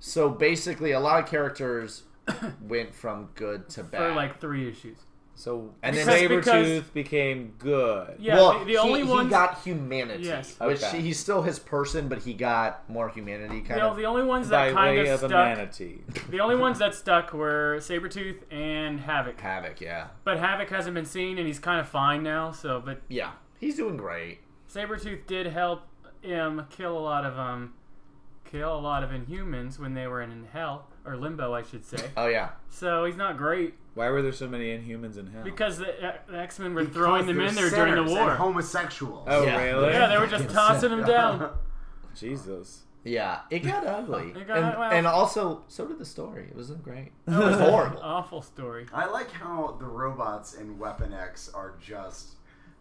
Speaker 2: So basically, a lot of characters went from good to
Speaker 3: Yeah,
Speaker 2: bad.
Speaker 3: for like three issues.
Speaker 1: So
Speaker 2: And
Speaker 1: and
Speaker 2: then-
Speaker 1: then
Speaker 3: Because- because-
Speaker 1: Sabretooth became good.
Speaker 3: Yeah,
Speaker 2: well,
Speaker 3: the, the
Speaker 2: he,
Speaker 3: only
Speaker 2: he
Speaker 3: ones
Speaker 2: got humanity,
Speaker 3: Yes.
Speaker 2: which
Speaker 1: Okay.
Speaker 2: he's still his person, but he got more humanity. Kind
Speaker 3: you know,
Speaker 2: of
Speaker 3: the only ones
Speaker 1: by
Speaker 3: that kind
Speaker 1: way
Speaker 3: of
Speaker 1: of, a
Speaker 3: stuck.
Speaker 1: manatee.
Speaker 3: The only ones that stuck were Sabretooth and Havoc.
Speaker 2: havoc, yeah,
Speaker 3: But Havoc hasn't been seen, and he's kind of fine now. So, but
Speaker 2: yeah. He's doing great.
Speaker 3: Sabretooth did help him kill a lot of um kill a lot of inhumans when they were in hell or limbo I should say.
Speaker 2: Oh yeah,
Speaker 3: So he's not great
Speaker 1: Why were there so many Inhumans in hell?
Speaker 3: because the, uh, the X-Men were throwing them in there
Speaker 4: Because they're
Speaker 3: during the
Speaker 4: sinners and
Speaker 3: war.
Speaker 4: homosexuals.
Speaker 1: oh
Speaker 2: Yeah.
Speaker 1: really?
Speaker 3: Yeah, they were just tossing them down.
Speaker 1: Jesus.
Speaker 2: yeah. It got ugly,
Speaker 3: It got-
Speaker 2: and,
Speaker 3: well- Oh,
Speaker 2: and also so did the story. It wasn't great. It
Speaker 3: That
Speaker 2: was
Speaker 3: was an
Speaker 2: horrible.
Speaker 3: Awful story.
Speaker 4: I like how the robots in Weapon X are just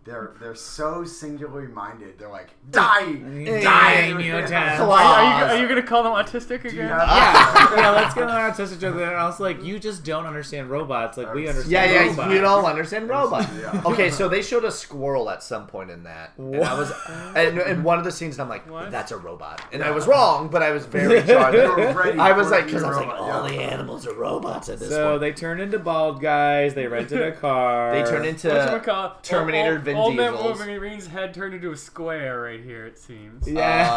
Speaker 4: They're they're so singularly minded. They're like dying,
Speaker 1: Mm. Yeah,
Speaker 4: dying.
Speaker 1: mutant.
Speaker 3: Why, are, you, are you gonna call them autistic
Speaker 4: Do you
Speaker 3: again?
Speaker 4: have-
Speaker 1: Yeah, yeah, let's get on our autistic joke. And I was like, you just don't understand robots. Like, we understand
Speaker 2: Yeah, yeah,
Speaker 1: robots.
Speaker 2: you don't understand robot.
Speaker 4: Yeah.
Speaker 2: Okay, so they showed a squirrel at some point in that, and I was, and, and one of the scenes, and I'm like,
Speaker 3: What?
Speaker 2: that's a robot, and I was wrong, but I was very jarred.
Speaker 1: You
Speaker 4: were ready
Speaker 2: I was
Speaker 4: for it
Speaker 2: like,
Speaker 4: to be
Speaker 2: because
Speaker 4: a
Speaker 2: I was like,
Speaker 4: robot,
Speaker 2: all
Speaker 4: yeah.
Speaker 2: the animals are robots at this
Speaker 1: So
Speaker 2: point.
Speaker 1: they turned into bald guys. They rented a car.
Speaker 2: They turned into
Speaker 3: Whatchamacallit?
Speaker 2: Terminator
Speaker 3: old,
Speaker 2: Vin
Speaker 3: old man
Speaker 2: Diesel's.
Speaker 3: Wolverine's head turned into a square right here. It seems.
Speaker 1: Yeah,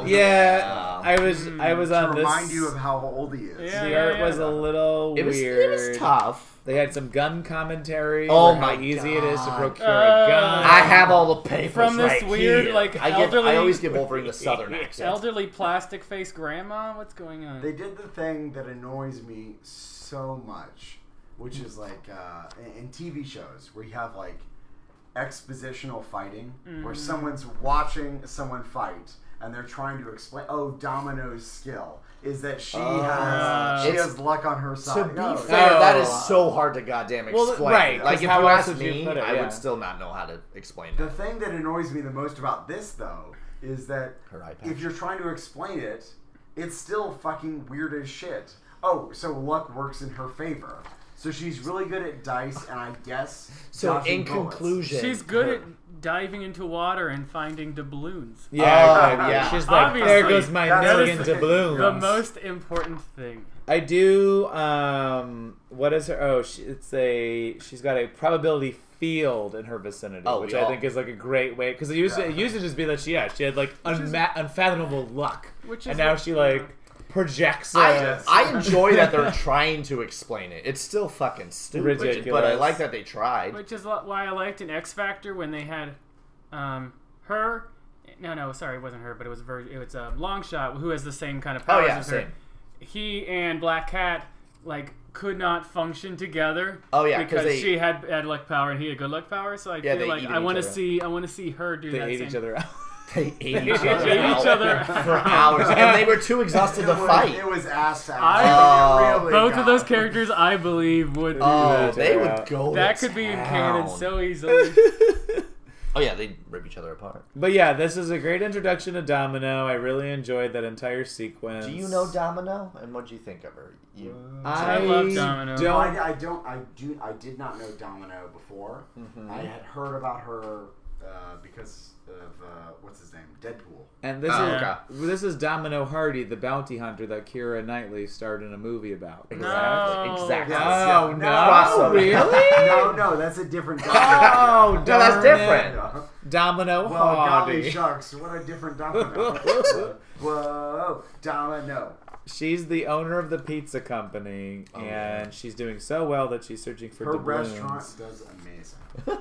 Speaker 2: Oh,
Speaker 1: yeah.
Speaker 2: yeah.
Speaker 1: I was, I
Speaker 3: Hmm,
Speaker 1: was
Speaker 4: to
Speaker 1: on this.
Speaker 4: remind you of how old he is.
Speaker 3: Yeah.
Speaker 1: the art was a little
Speaker 2: it was
Speaker 1: weird.
Speaker 2: it was tough.
Speaker 1: They had some gun commentary.
Speaker 2: Oh
Speaker 1: on how
Speaker 2: my
Speaker 1: easy it is to
Speaker 2: God.
Speaker 1: procure
Speaker 3: Uh,
Speaker 1: a gun.
Speaker 2: I have all the papers
Speaker 3: From this
Speaker 2: right
Speaker 3: weird,
Speaker 2: here.
Speaker 3: like,
Speaker 2: I, give-
Speaker 3: elderly-
Speaker 2: I always give Wolverine the southern accent.
Speaker 3: Elderly plastic face grandma. What's going on?
Speaker 4: They did the thing that annoys me so much,
Speaker 2: Mm.
Speaker 4: which is like uh, in- in TV shows where you have like expositional fighting,
Speaker 2: Mm.
Speaker 4: where someone's watching someone fight and they're trying to explain. Oh, Domino's skill is that she
Speaker 2: Oh.
Speaker 4: has she
Speaker 2: It's-
Speaker 4: has luck on her side.
Speaker 2: To be
Speaker 4: No,
Speaker 2: fair, that is
Speaker 1: Oh.
Speaker 2: so hard to goddamn
Speaker 1: Well,
Speaker 2: explain.
Speaker 1: right, 'cause
Speaker 2: Like if you
Speaker 1: how else
Speaker 2: asked
Speaker 1: would you
Speaker 2: me,
Speaker 1: put it?
Speaker 2: I
Speaker 1: Yeah.
Speaker 2: would still not know how to explain
Speaker 4: The
Speaker 2: that.
Speaker 4: thing that annoys me the most about this, though, is that
Speaker 2: Her eye patch.
Speaker 4: if you're trying to explain it, it's still fucking weird as shit. Oh, so luck works in her favor. So she's really good at dice, and I guess.
Speaker 2: So
Speaker 4: dodging
Speaker 2: in
Speaker 4: bullets.
Speaker 2: conclusion,
Speaker 3: She's good at diving into water and finding doubloons.
Speaker 1: Yeah,
Speaker 2: Oh,
Speaker 1: exactly.
Speaker 2: yeah.
Speaker 1: She's like, there
Speaker 3: Obviously,
Speaker 1: goes my
Speaker 4: that's
Speaker 1: million
Speaker 4: the thing.
Speaker 1: doubloons.
Speaker 3: The most important thing.
Speaker 1: I do. Um, what is her? Oh, she, it's a. She's got a probability field in her vicinity,
Speaker 2: Oh,
Speaker 1: which
Speaker 2: we
Speaker 1: I
Speaker 2: all-
Speaker 1: think is like a great way because it used to, it used to just be that she yeah she had like unma- unfathomable luck,
Speaker 3: Which is
Speaker 1: and now
Speaker 3: what-
Speaker 1: she like projects it.
Speaker 2: I, I enjoy that they're trying to explain it. It's still fucking stupid,
Speaker 1: Ridiculous.
Speaker 2: but I like that they tried.
Speaker 3: Which is lo- why I liked in X Factor when they had um, her. No, no, sorry, it wasn't her, but it was Vir- it was a long shot who has the same kind of powers
Speaker 2: Oh, yeah,
Speaker 3: as her.
Speaker 2: same.
Speaker 3: He and Black Cat like could not function together.
Speaker 2: Oh, yeah, 'cause
Speaker 3: because
Speaker 2: they-
Speaker 3: she had bad luck power and he had good luck power. So I
Speaker 2: they
Speaker 3: feel like
Speaker 2: eat
Speaker 3: I
Speaker 2: each
Speaker 3: want to
Speaker 2: other.
Speaker 3: see I want to see her do
Speaker 1: they
Speaker 3: that.
Speaker 1: ate
Speaker 3: same-
Speaker 1: each other out.
Speaker 2: They ate each
Speaker 3: They
Speaker 2: other,
Speaker 3: ate
Speaker 2: out
Speaker 3: each other.
Speaker 2: for hours, and they were too exhausted to
Speaker 4: It was-
Speaker 2: fight.
Speaker 4: It was ass to ass.
Speaker 3: I-
Speaker 4: It
Speaker 2: Oh.
Speaker 4: really
Speaker 3: Both
Speaker 4: got-
Speaker 3: of those characters, I believe, would do
Speaker 2: oh,
Speaker 3: that.
Speaker 2: they
Speaker 1: each
Speaker 2: would
Speaker 1: other out.
Speaker 2: go.
Speaker 3: That
Speaker 2: to
Speaker 3: could be in
Speaker 2: town.
Speaker 3: canon so easily.
Speaker 2: Oh yeah, they rip each other apart.
Speaker 1: but yeah, this is a great introduction to Domino. I really enjoyed that entire sequence.
Speaker 2: Do you know Domino? And what do you think of her? You,
Speaker 1: I,
Speaker 3: love Domino.
Speaker 1: Don't,
Speaker 4: I, I don't. I do. I did not know Domino before.
Speaker 2: Mm-hmm.
Speaker 4: I had heard about her uh, because of uh, what's his name, Deadpool.
Speaker 1: And this
Speaker 2: Oh,
Speaker 1: is
Speaker 2: okay.
Speaker 1: this is Domino Hardy, the bounty hunter that Kira Knightley starred in a movie about.
Speaker 2: Exactly.
Speaker 3: No.
Speaker 2: Exactly.
Speaker 1: Oh, no,
Speaker 2: Crossover.
Speaker 1: really?
Speaker 4: No, no, that's a different.
Speaker 1: Oh,
Speaker 2: No,
Speaker 4: Domino.
Speaker 2: that's
Speaker 1: darn
Speaker 2: different.
Speaker 4: Yeah.
Speaker 1: Domino
Speaker 4: Well, golly
Speaker 1: Hardy.
Speaker 4: shucks, what a different domino. Whoa, domino.
Speaker 1: She's the owner of the pizza company,
Speaker 2: Oh,
Speaker 1: and she's doing so well that she's searching for
Speaker 4: Her
Speaker 1: doubloons
Speaker 4: restaurant does amazing.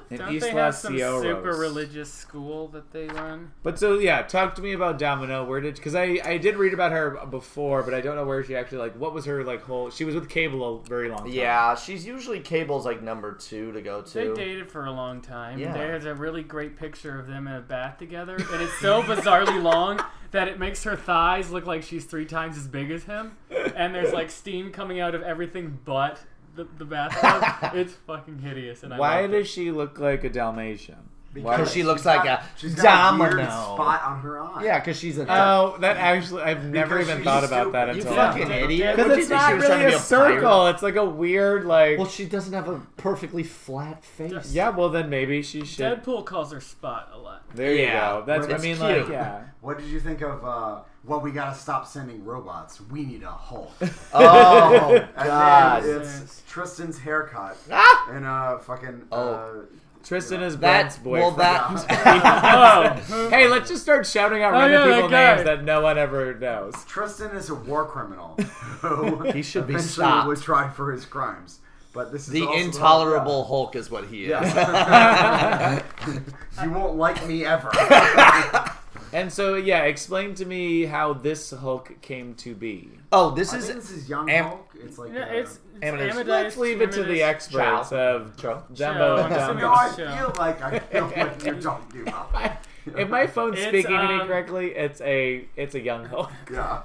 Speaker 1: in
Speaker 3: Don't
Speaker 1: East
Speaker 3: they have
Speaker 1: Los
Speaker 3: some
Speaker 1: Sierras.
Speaker 3: super religious school that they run?
Speaker 1: But so yeah, talk to me about Domino. Where did because I I did read about her before, but I don't know where she actually like what was her like whole. She was with Cable a very long time.
Speaker 2: Yeah, she's usually Cable's like number two to go
Speaker 3: They
Speaker 2: to.
Speaker 3: dated for a long time.
Speaker 2: Yeah.
Speaker 3: There's a really great picture of them in a bath together, and it's so bizarrely long that it makes her thighs look like she's three times as big as him. And there's like steam coming out of everything but the, the bathtub. it's fucking hideous. And I
Speaker 1: Why
Speaker 3: loved
Speaker 1: does she look like a Dalmatian? Why-
Speaker 2: Because she
Speaker 4: she's
Speaker 2: looks
Speaker 4: got-
Speaker 2: like a
Speaker 4: she's got a weird
Speaker 2: domino.
Speaker 4: spot on her eye.
Speaker 2: Yeah, because she's a.
Speaker 1: Oh, that actually, I've never
Speaker 4: Because
Speaker 1: even
Speaker 4: she's
Speaker 1: thought about that
Speaker 2: you
Speaker 1: until now.
Speaker 2: fucking
Speaker 3: Yeah.
Speaker 2: idiot!
Speaker 3: Because
Speaker 2: What do
Speaker 1: Because it's
Speaker 2: you think she
Speaker 1: not
Speaker 2: was trying
Speaker 1: really
Speaker 2: to be
Speaker 1: a
Speaker 2: pirate?
Speaker 1: circle. It's like a weird, like.
Speaker 2: Well, she doesn't have a perfectly flat face.
Speaker 1: yeah, well, then maybe she should.
Speaker 3: it. Deadpool calls her spot a lot.
Speaker 1: There
Speaker 2: Yeah,
Speaker 1: you go. That's, I
Speaker 2: it's
Speaker 1: mean,
Speaker 2: cute.
Speaker 1: like, yeah.
Speaker 4: What did you think of, uh, well, we gotta stop sending robots. We need a Hulk. And
Speaker 2: Oh
Speaker 4: then
Speaker 2: god.
Speaker 4: it's Tristan's haircut
Speaker 2: Ah!
Speaker 4: and uh, fucking.
Speaker 2: Oh.
Speaker 1: Tristan is Brent's
Speaker 2: That
Speaker 1: boyfriend.
Speaker 2: well that
Speaker 3: Oh,
Speaker 1: hey, let's just start shouting out
Speaker 3: Oh,
Speaker 1: random
Speaker 3: yeah, that
Speaker 1: people
Speaker 3: guy.
Speaker 1: names that no one ever knows.
Speaker 4: uh, Tristan is a war criminal who
Speaker 2: He should be
Speaker 4: eventually
Speaker 2: stopped.
Speaker 4: was tried for his crimes. But this is
Speaker 2: the
Speaker 4: also-
Speaker 2: intolerable Hulk is what he is.
Speaker 4: Yeah. you won't like me ever.
Speaker 1: And so, yeah, explain to me how this Hulk came to be.
Speaker 2: Oh, this
Speaker 4: I think
Speaker 2: is
Speaker 4: this is Young
Speaker 2: Am-
Speaker 4: Hulk. It's like
Speaker 3: yeah,
Speaker 4: uh,
Speaker 3: it's, it's
Speaker 2: Amadeus.
Speaker 3: Amadeus.
Speaker 1: Let's leave it to the
Speaker 3: Amadeus.
Speaker 2: Ciao.
Speaker 1: experts of
Speaker 2: Ciao.
Speaker 1: Dumbo and
Speaker 3: Ciao.
Speaker 4: you
Speaker 1: Dumbo.
Speaker 4: know, I
Speaker 3: show.
Speaker 4: feel like I feel like you don't do nothing.
Speaker 1: If my phone's
Speaker 3: It's,
Speaker 1: speaking to me
Speaker 3: um,
Speaker 1: correctly, it's a it's a young Hulk.
Speaker 4: Yeah.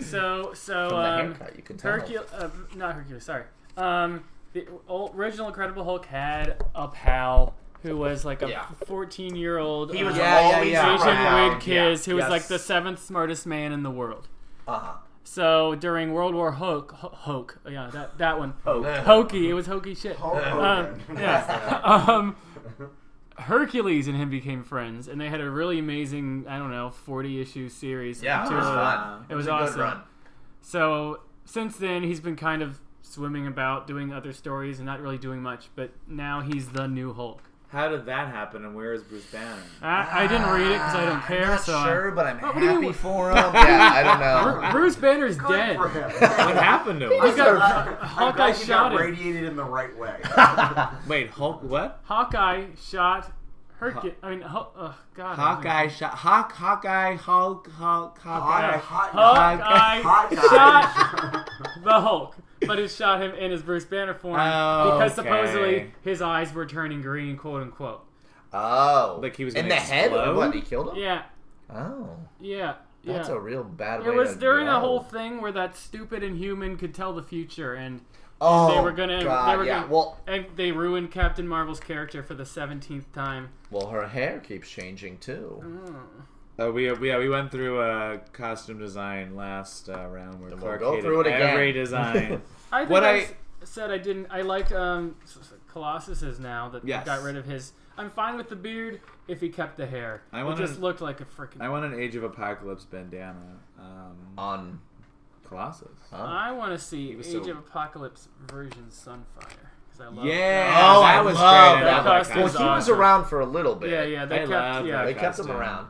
Speaker 3: So,
Speaker 2: from
Speaker 3: so
Speaker 2: the
Speaker 3: um,
Speaker 2: haircut. You can tell.
Speaker 3: Hercules, uh, not Hercules, sorry. Um, the o- original Incredible Hulk had a pal who was like a
Speaker 2: Yeah.
Speaker 3: 14 year old
Speaker 2: He was
Speaker 1: Yeah, yeah,
Speaker 2: always
Speaker 1: yeah.
Speaker 2: around.
Speaker 3: Asian
Speaker 2: yeah.
Speaker 3: wig kid who was
Speaker 1: Yes.
Speaker 3: like the seventh smartest man in the world.
Speaker 2: Uh-huh.
Speaker 3: So during World War Hulk, Ho- Hulk, yeah, that that one,
Speaker 2: Oh.
Speaker 3: hokey. It was hokey shit.
Speaker 4: Hulk
Speaker 3: Um,
Speaker 4: Hogan.
Speaker 3: yeah. um, Hercules and him became friends, and they had a really amazing, I don't know, forty issue series.
Speaker 2: Yeah, it was
Speaker 3: Two-
Speaker 2: fun.
Speaker 3: It was
Speaker 2: a good
Speaker 3: awesome.
Speaker 2: run.
Speaker 3: So since then, he's been kind of swimming about doing other stories and not really doing much. But now he's the new Hulk.
Speaker 1: How did that happen, and where is Bruce Banner?
Speaker 3: I, I didn't read it because I don't care.
Speaker 2: Ah, I'm not
Speaker 3: so I-
Speaker 2: sure, but I'm
Speaker 3: What do you-
Speaker 2: happy for him. yeah, I don't
Speaker 3: Bru-
Speaker 2: know.
Speaker 3: Bruce Banner's
Speaker 4: Good
Speaker 3: dead.
Speaker 4: for him.
Speaker 1: What happened to
Speaker 3: He
Speaker 1: him?
Speaker 3: got-
Speaker 4: I'm
Speaker 3: Hawkeye
Speaker 4: glad he
Speaker 3: shot
Speaker 4: got
Speaker 3: him.
Speaker 4: radiated in the right way.
Speaker 1: Wait, Hulk. What?
Speaker 3: Hawkeye shot Hercules. I mean, Hulk, oh, God. I don't think-
Speaker 1: Hawkeye shot. Hawk. Hawkeye. Hulk. Hulk. Hawkeye.
Speaker 4: Hot- hot-
Speaker 3: Hawkeye
Speaker 4: hot
Speaker 3: shot
Speaker 4: guy.
Speaker 3: the Hulk, but it shot him in his Bruce Banner form
Speaker 1: Oh,
Speaker 3: because
Speaker 1: okay.
Speaker 3: supposedly his eyes were turning green, quote unquote.
Speaker 2: Oh,
Speaker 1: Like he was
Speaker 2: in the
Speaker 1: gonna
Speaker 2: head.
Speaker 1: explode?
Speaker 2: What? He killed him.
Speaker 3: Yeah,
Speaker 2: Oh,
Speaker 3: yeah, yeah.
Speaker 2: that's a real bad.
Speaker 3: it
Speaker 2: way
Speaker 3: was
Speaker 2: to
Speaker 3: during
Speaker 2: go.
Speaker 3: a whole thing where that stupid Inhuman could tell the future, and
Speaker 2: Oh,
Speaker 3: they were gonna- they
Speaker 2: God,
Speaker 3: were
Speaker 2: yeah.
Speaker 3: gonna-
Speaker 2: Well,
Speaker 3: and they ruined Captain Marvel's character for the seventeenth time.
Speaker 2: well, her hair keeps changing too.
Speaker 3: Mm-hmm.
Speaker 1: Uh, we, we yeah we went through uh, costume design last uh, round. Where
Speaker 2: Then we'll
Speaker 1: Clark
Speaker 2: go
Speaker 1: hated
Speaker 2: through it again.
Speaker 1: Every design.
Speaker 3: I think
Speaker 1: What
Speaker 3: I,
Speaker 1: I-
Speaker 3: s- said I didn't. I liked um, s- s- Colossus's now that they
Speaker 1: Yes.
Speaker 3: got rid of his. I'm fine with the beard if he kept the hair.
Speaker 1: I
Speaker 3: it
Speaker 1: wanna-
Speaker 3: just looked like a freaking.
Speaker 1: I want an Age of Apocalypse bandana. Um,
Speaker 2: On,
Speaker 1: Colossus.
Speaker 2: huh?
Speaker 3: I want to see Age
Speaker 1: was so-
Speaker 3: of Apocalypse version Sunfire. 'cause I love
Speaker 1: Yeah,
Speaker 2: Oh,
Speaker 1: that
Speaker 2: I
Speaker 1: was
Speaker 2: love
Speaker 1: great.
Speaker 3: that
Speaker 1: I love that
Speaker 2: well,
Speaker 3: costume.
Speaker 2: he
Speaker 1: costume.
Speaker 2: was
Speaker 3: awesome.
Speaker 2: around for a little bit.
Speaker 3: Yeah, yeah, they
Speaker 1: I
Speaker 3: kept,
Speaker 1: love
Speaker 3: yeah,
Speaker 1: that
Speaker 2: they kept him
Speaker 1: costume.
Speaker 2: around.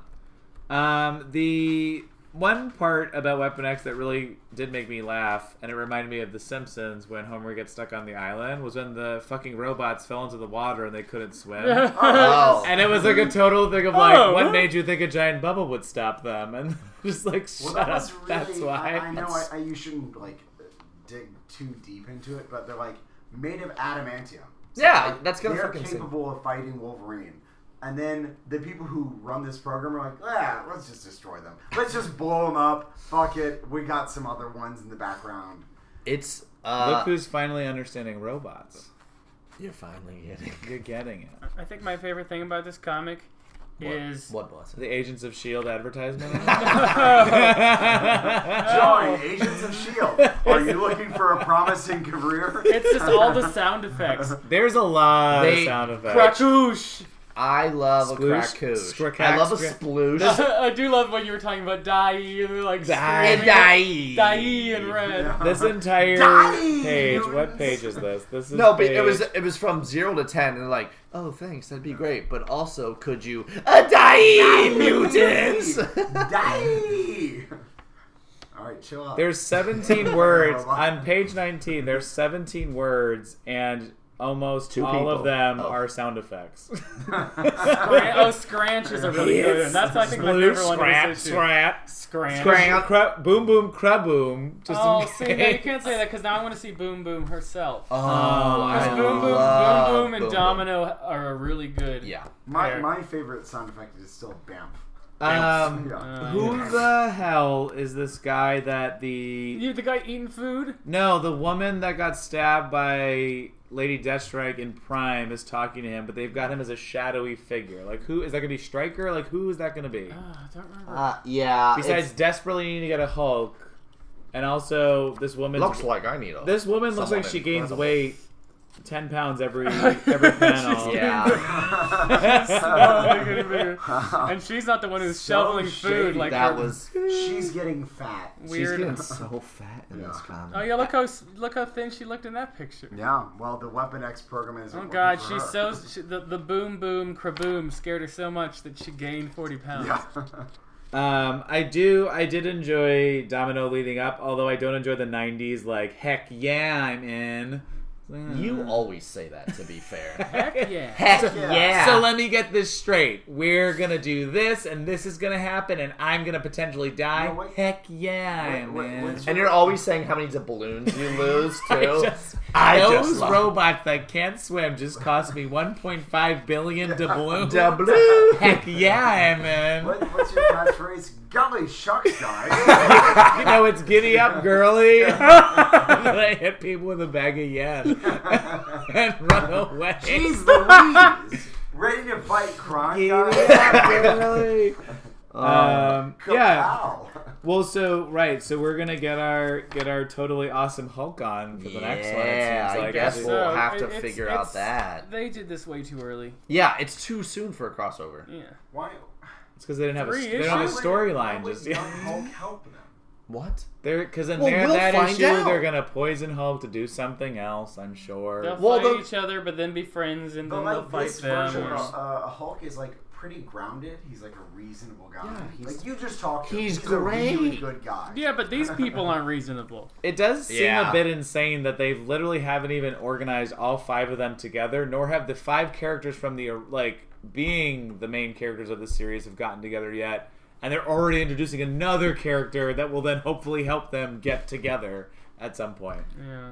Speaker 1: Um, the one part about Weapon X that really did make me laugh, and it reminded me of The Simpsons when Homer gets stuck on the island, was when the fucking robots fell into the water and they couldn't swim.
Speaker 2: Oh,
Speaker 1: And it was like a total thing of like,
Speaker 3: Oh,
Speaker 1: what
Speaker 3: huh?
Speaker 1: made you think a giant bubble would stop them? And just like, shut
Speaker 4: Well, that
Speaker 1: up.
Speaker 4: was really.
Speaker 1: That's why.
Speaker 4: I, I know I, I, you shouldn't like dig too deep into it, but they're like made of adamantium. So,
Speaker 2: Yeah,
Speaker 4: like,
Speaker 2: that's gonna
Speaker 4: They're
Speaker 2: fucking sing.
Speaker 4: capable of fighting Wolverine. And then the people who run this program are like, ah, let's just destroy them. Let's just blow them up. Fuck it. We got some other ones in the background.
Speaker 2: it's
Speaker 1: Look
Speaker 2: uh,
Speaker 1: who's finally understanding robots.
Speaker 2: you're finally getting
Speaker 1: You're getting it.
Speaker 3: I think my favorite thing about this comic is
Speaker 2: what, what was
Speaker 1: The Agents of S.H.I.E.L.D. E advertisement.
Speaker 4: Joey, Agents of S.H.I.E.L.D. E Are you looking for a promising career?
Speaker 3: it's just all the sound effects.
Speaker 1: There's a lot
Speaker 2: They-
Speaker 1: of sound effects.
Speaker 3: Cracoosh.
Speaker 2: I love
Speaker 1: Sploosh?
Speaker 2: a cracoosh.
Speaker 1: Scricac-
Speaker 2: I love a
Speaker 1: scri-
Speaker 2: sploosh.
Speaker 3: I do love when you were talking about Dai and they're like
Speaker 1: Dai.
Speaker 3: screaming
Speaker 2: Die.
Speaker 3: it. Dai in red.
Speaker 4: Yeah.
Speaker 1: This entire
Speaker 4: Die,
Speaker 1: page. What
Speaker 4: humans.
Speaker 1: page is this? This is
Speaker 2: No, but it
Speaker 1: page-
Speaker 2: was it was from zero to ten, and like, oh, thanks, that'd be great. But also, could you uh, die, mutants?
Speaker 4: Die! All right, chill out.
Speaker 1: There's 17 words on page 19. There's 17 words, and almost
Speaker 2: Two
Speaker 1: all
Speaker 2: people.
Speaker 1: of them
Speaker 2: Oh.
Speaker 1: are sound effects.
Speaker 3: Scran- oh, Scranch is a really good one. That's I think my
Speaker 1: Blue,
Speaker 3: favorite one. of
Speaker 1: scrap,
Speaker 3: this issue.
Speaker 1: scrap,
Speaker 3: Scranch.
Speaker 1: scrap, cra- boom, boom, craboom. Just
Speaker 3: Oh,
Speaker 1: in
Speaker 3: see, now you
Speaker 1: case.
Speaker 3: can't say that because now I want to see Boom Boom herself.
Speaker 2: Oh,
Speaker 3: Because
Speaker 2: I
Speaker 3: Boom Boom,
Speaker 2: love
Speaker 3: Boom Boom, and Domino are a really good.
Speaker 2: Yeah.
Speaker 4: my,
Speaker 3: There.
Speaker 4: my favorite sound effect is still BAMF.
Speaker 1: Um,
Speaker 4: Yeah.
Speaker 3: Uh,
Speaker 1: who the hell is this guy that the
Speaker 3: You the guy eating food?
Speaker 1: No, the woman that got stabbed by Lady Deathstrike in Prime is talking to him, but they've got him as a shadowy figure. Like, who is that going to be? Striker? Like, who is that going to be?
Speaker 3: Ah, I don't remember.
Speaker 2: Uh, yeah.
Speaker 1: Besides
Speaker 2: it's-
Speaker 1: desperately needing to get a Hulk, and also this woman
Speaker 2: looks like I need a.
Speaker 1: this woman looks like
Speaker 2: someone
Speaker 1: she gains
Speaker 2: incredible.
Speaker 1: weight ten pounds every every panel.
Speaker 3: She's-
Speaker 2: Yeah.
Speaker 3: Oh, bigger and bigger. and she's not the one who's
Speaker 4: So
Speaker 3: shoveling food
Speaker 4: shady.
Speaker 3: like
Speaker 2: that
Speaker 3: her-
Speaker 2: was.
Speaker 4: She's getting fat.
Speaker 2: She's
Speaker 3: weird.
Speaker 2: getting so fat in this
Speaker 4: Yeah.
Speaker 2: comic.
Speaker 3: Oh yeah, look how s- look how thin she looked in that picture.
Speaker 4: Yeah, well, the Weapon X program is.
Speaker 3: Oh god, she's so she, the the boom boom kraboom scared her so much that she gained forty pounds.
Speaker 4: Yeah.
Speaker 1: Um, I do. I did enjoy Domino leading up, although I don't enjoy the '90s. Like, heck yeah, I'm in. Oh,
Speaker 2: You always say that. To be fair.
Speaker 3: Heck yeah.
Speaker 2: Heck
Speaker 4: Yeah.
Speaker 2: yeah.
Speaker 1: So let me get this straight. We're gonna do this, and this is gonna happen, and I'm gonna potentially die.
Speaker 4: No, what-
Speaker 1: Heck yeah,
Speaker 4: what- what-
Speaker 1: man!
Speaker 4: what's-
Speaker 2: and you're always saying how many doubloons you lose
Speaker 1: I
Speaker 2: too.
Speaker 1: just-
Speaker 2: I
Speaker 1: those
Speaker 2: just love-
Speaker 1: robots that can't swim just cost me 1.5 billion doubloons.
Speaker 2: Doubloon.
Speaker 1: Heck yeah, man!
Speaker 4: What, what's your catchphrase? Golly shucks, guys.
Speaker 1: You know it's giddy up, girly. and then I hit people with a bag of yen and run away.
Speaker 4: Jeez Louise. ready to fight crime, guys?
Speaker 1: Really? um, yeah.
Speaker 4: Kapow.
Speaker 1: Well, so right, so we're gonna get our get our totally awesome Hulk on for the next one. It
Speaker 2: Yeah,
Speaker 1: seems
Speaker 2: I
Speaker 1: like
Speaker 2: guess
Speaker 1: As we-
Speaker 2: we'll have to figure out that.
Speaker 3: They did this way too early.
Speaker 2: Yeah, it's too soon for a crossover.
Speaker 3: Yeah.
Speaker 4: Why?
Speaker 1: it's because they didn't have a
Speaker 3: Three
Speaker 1: they don't have a
Speaker 3: issues?
Speaker 4: why
Speaker 1: storyline
Speaker 4: would
Speaker 1: just
Speaker 4: Young
Speaker 1: yet.
Speaker 4: Hulk help them?
Speaker 2: What?
Speaker 1: They're because in
Speaker 2: Well,
Speaker 1: there
Speaker 2: we'll
Speaker 1: that
Speaker 2: find
Speaker 1: issue
Speaker 2: out.
Speaker 1: they're gonna poison Hulk to do something else. I'm sure.
Speaker 3: They'll
Speaker 2: Well,
Speaker 3: fight
Speaker 2: the-
Speaker 3: each other, but then be friends, and
Speaker 4: But
Speaker 3: then they'll
Speaker 4: like
Speaker 3: fight
Speaker 4: this
Speaker 3: them.
Speaker 4: version,
Speaker 3: or-
Speaker 4: of, uh, Hulk is like pretty grounded. He's like a reasonable guy.
Speaker 2: Yeah,
Speaker 4: he's,
Speaker 2: he's-
Speaker 4: like you just talked. to him.
Speaker 2: he's
Speaker 4: he's a really
Speaker 2: great.
Speaker 4: good guy.
Speaker 3: Yeah, but these people aren't reasonable.
Speaker 1: It does seem a
Speaker 2: Yeah.
Speaker 1: bit insane that they literally haven't even organized all five of them together, nor have the five characters from the like being the main characters of the series have gotten together yet, and they're already introducing another character that will then hopefully help them get together at some point.
Speaker 3: Yeah.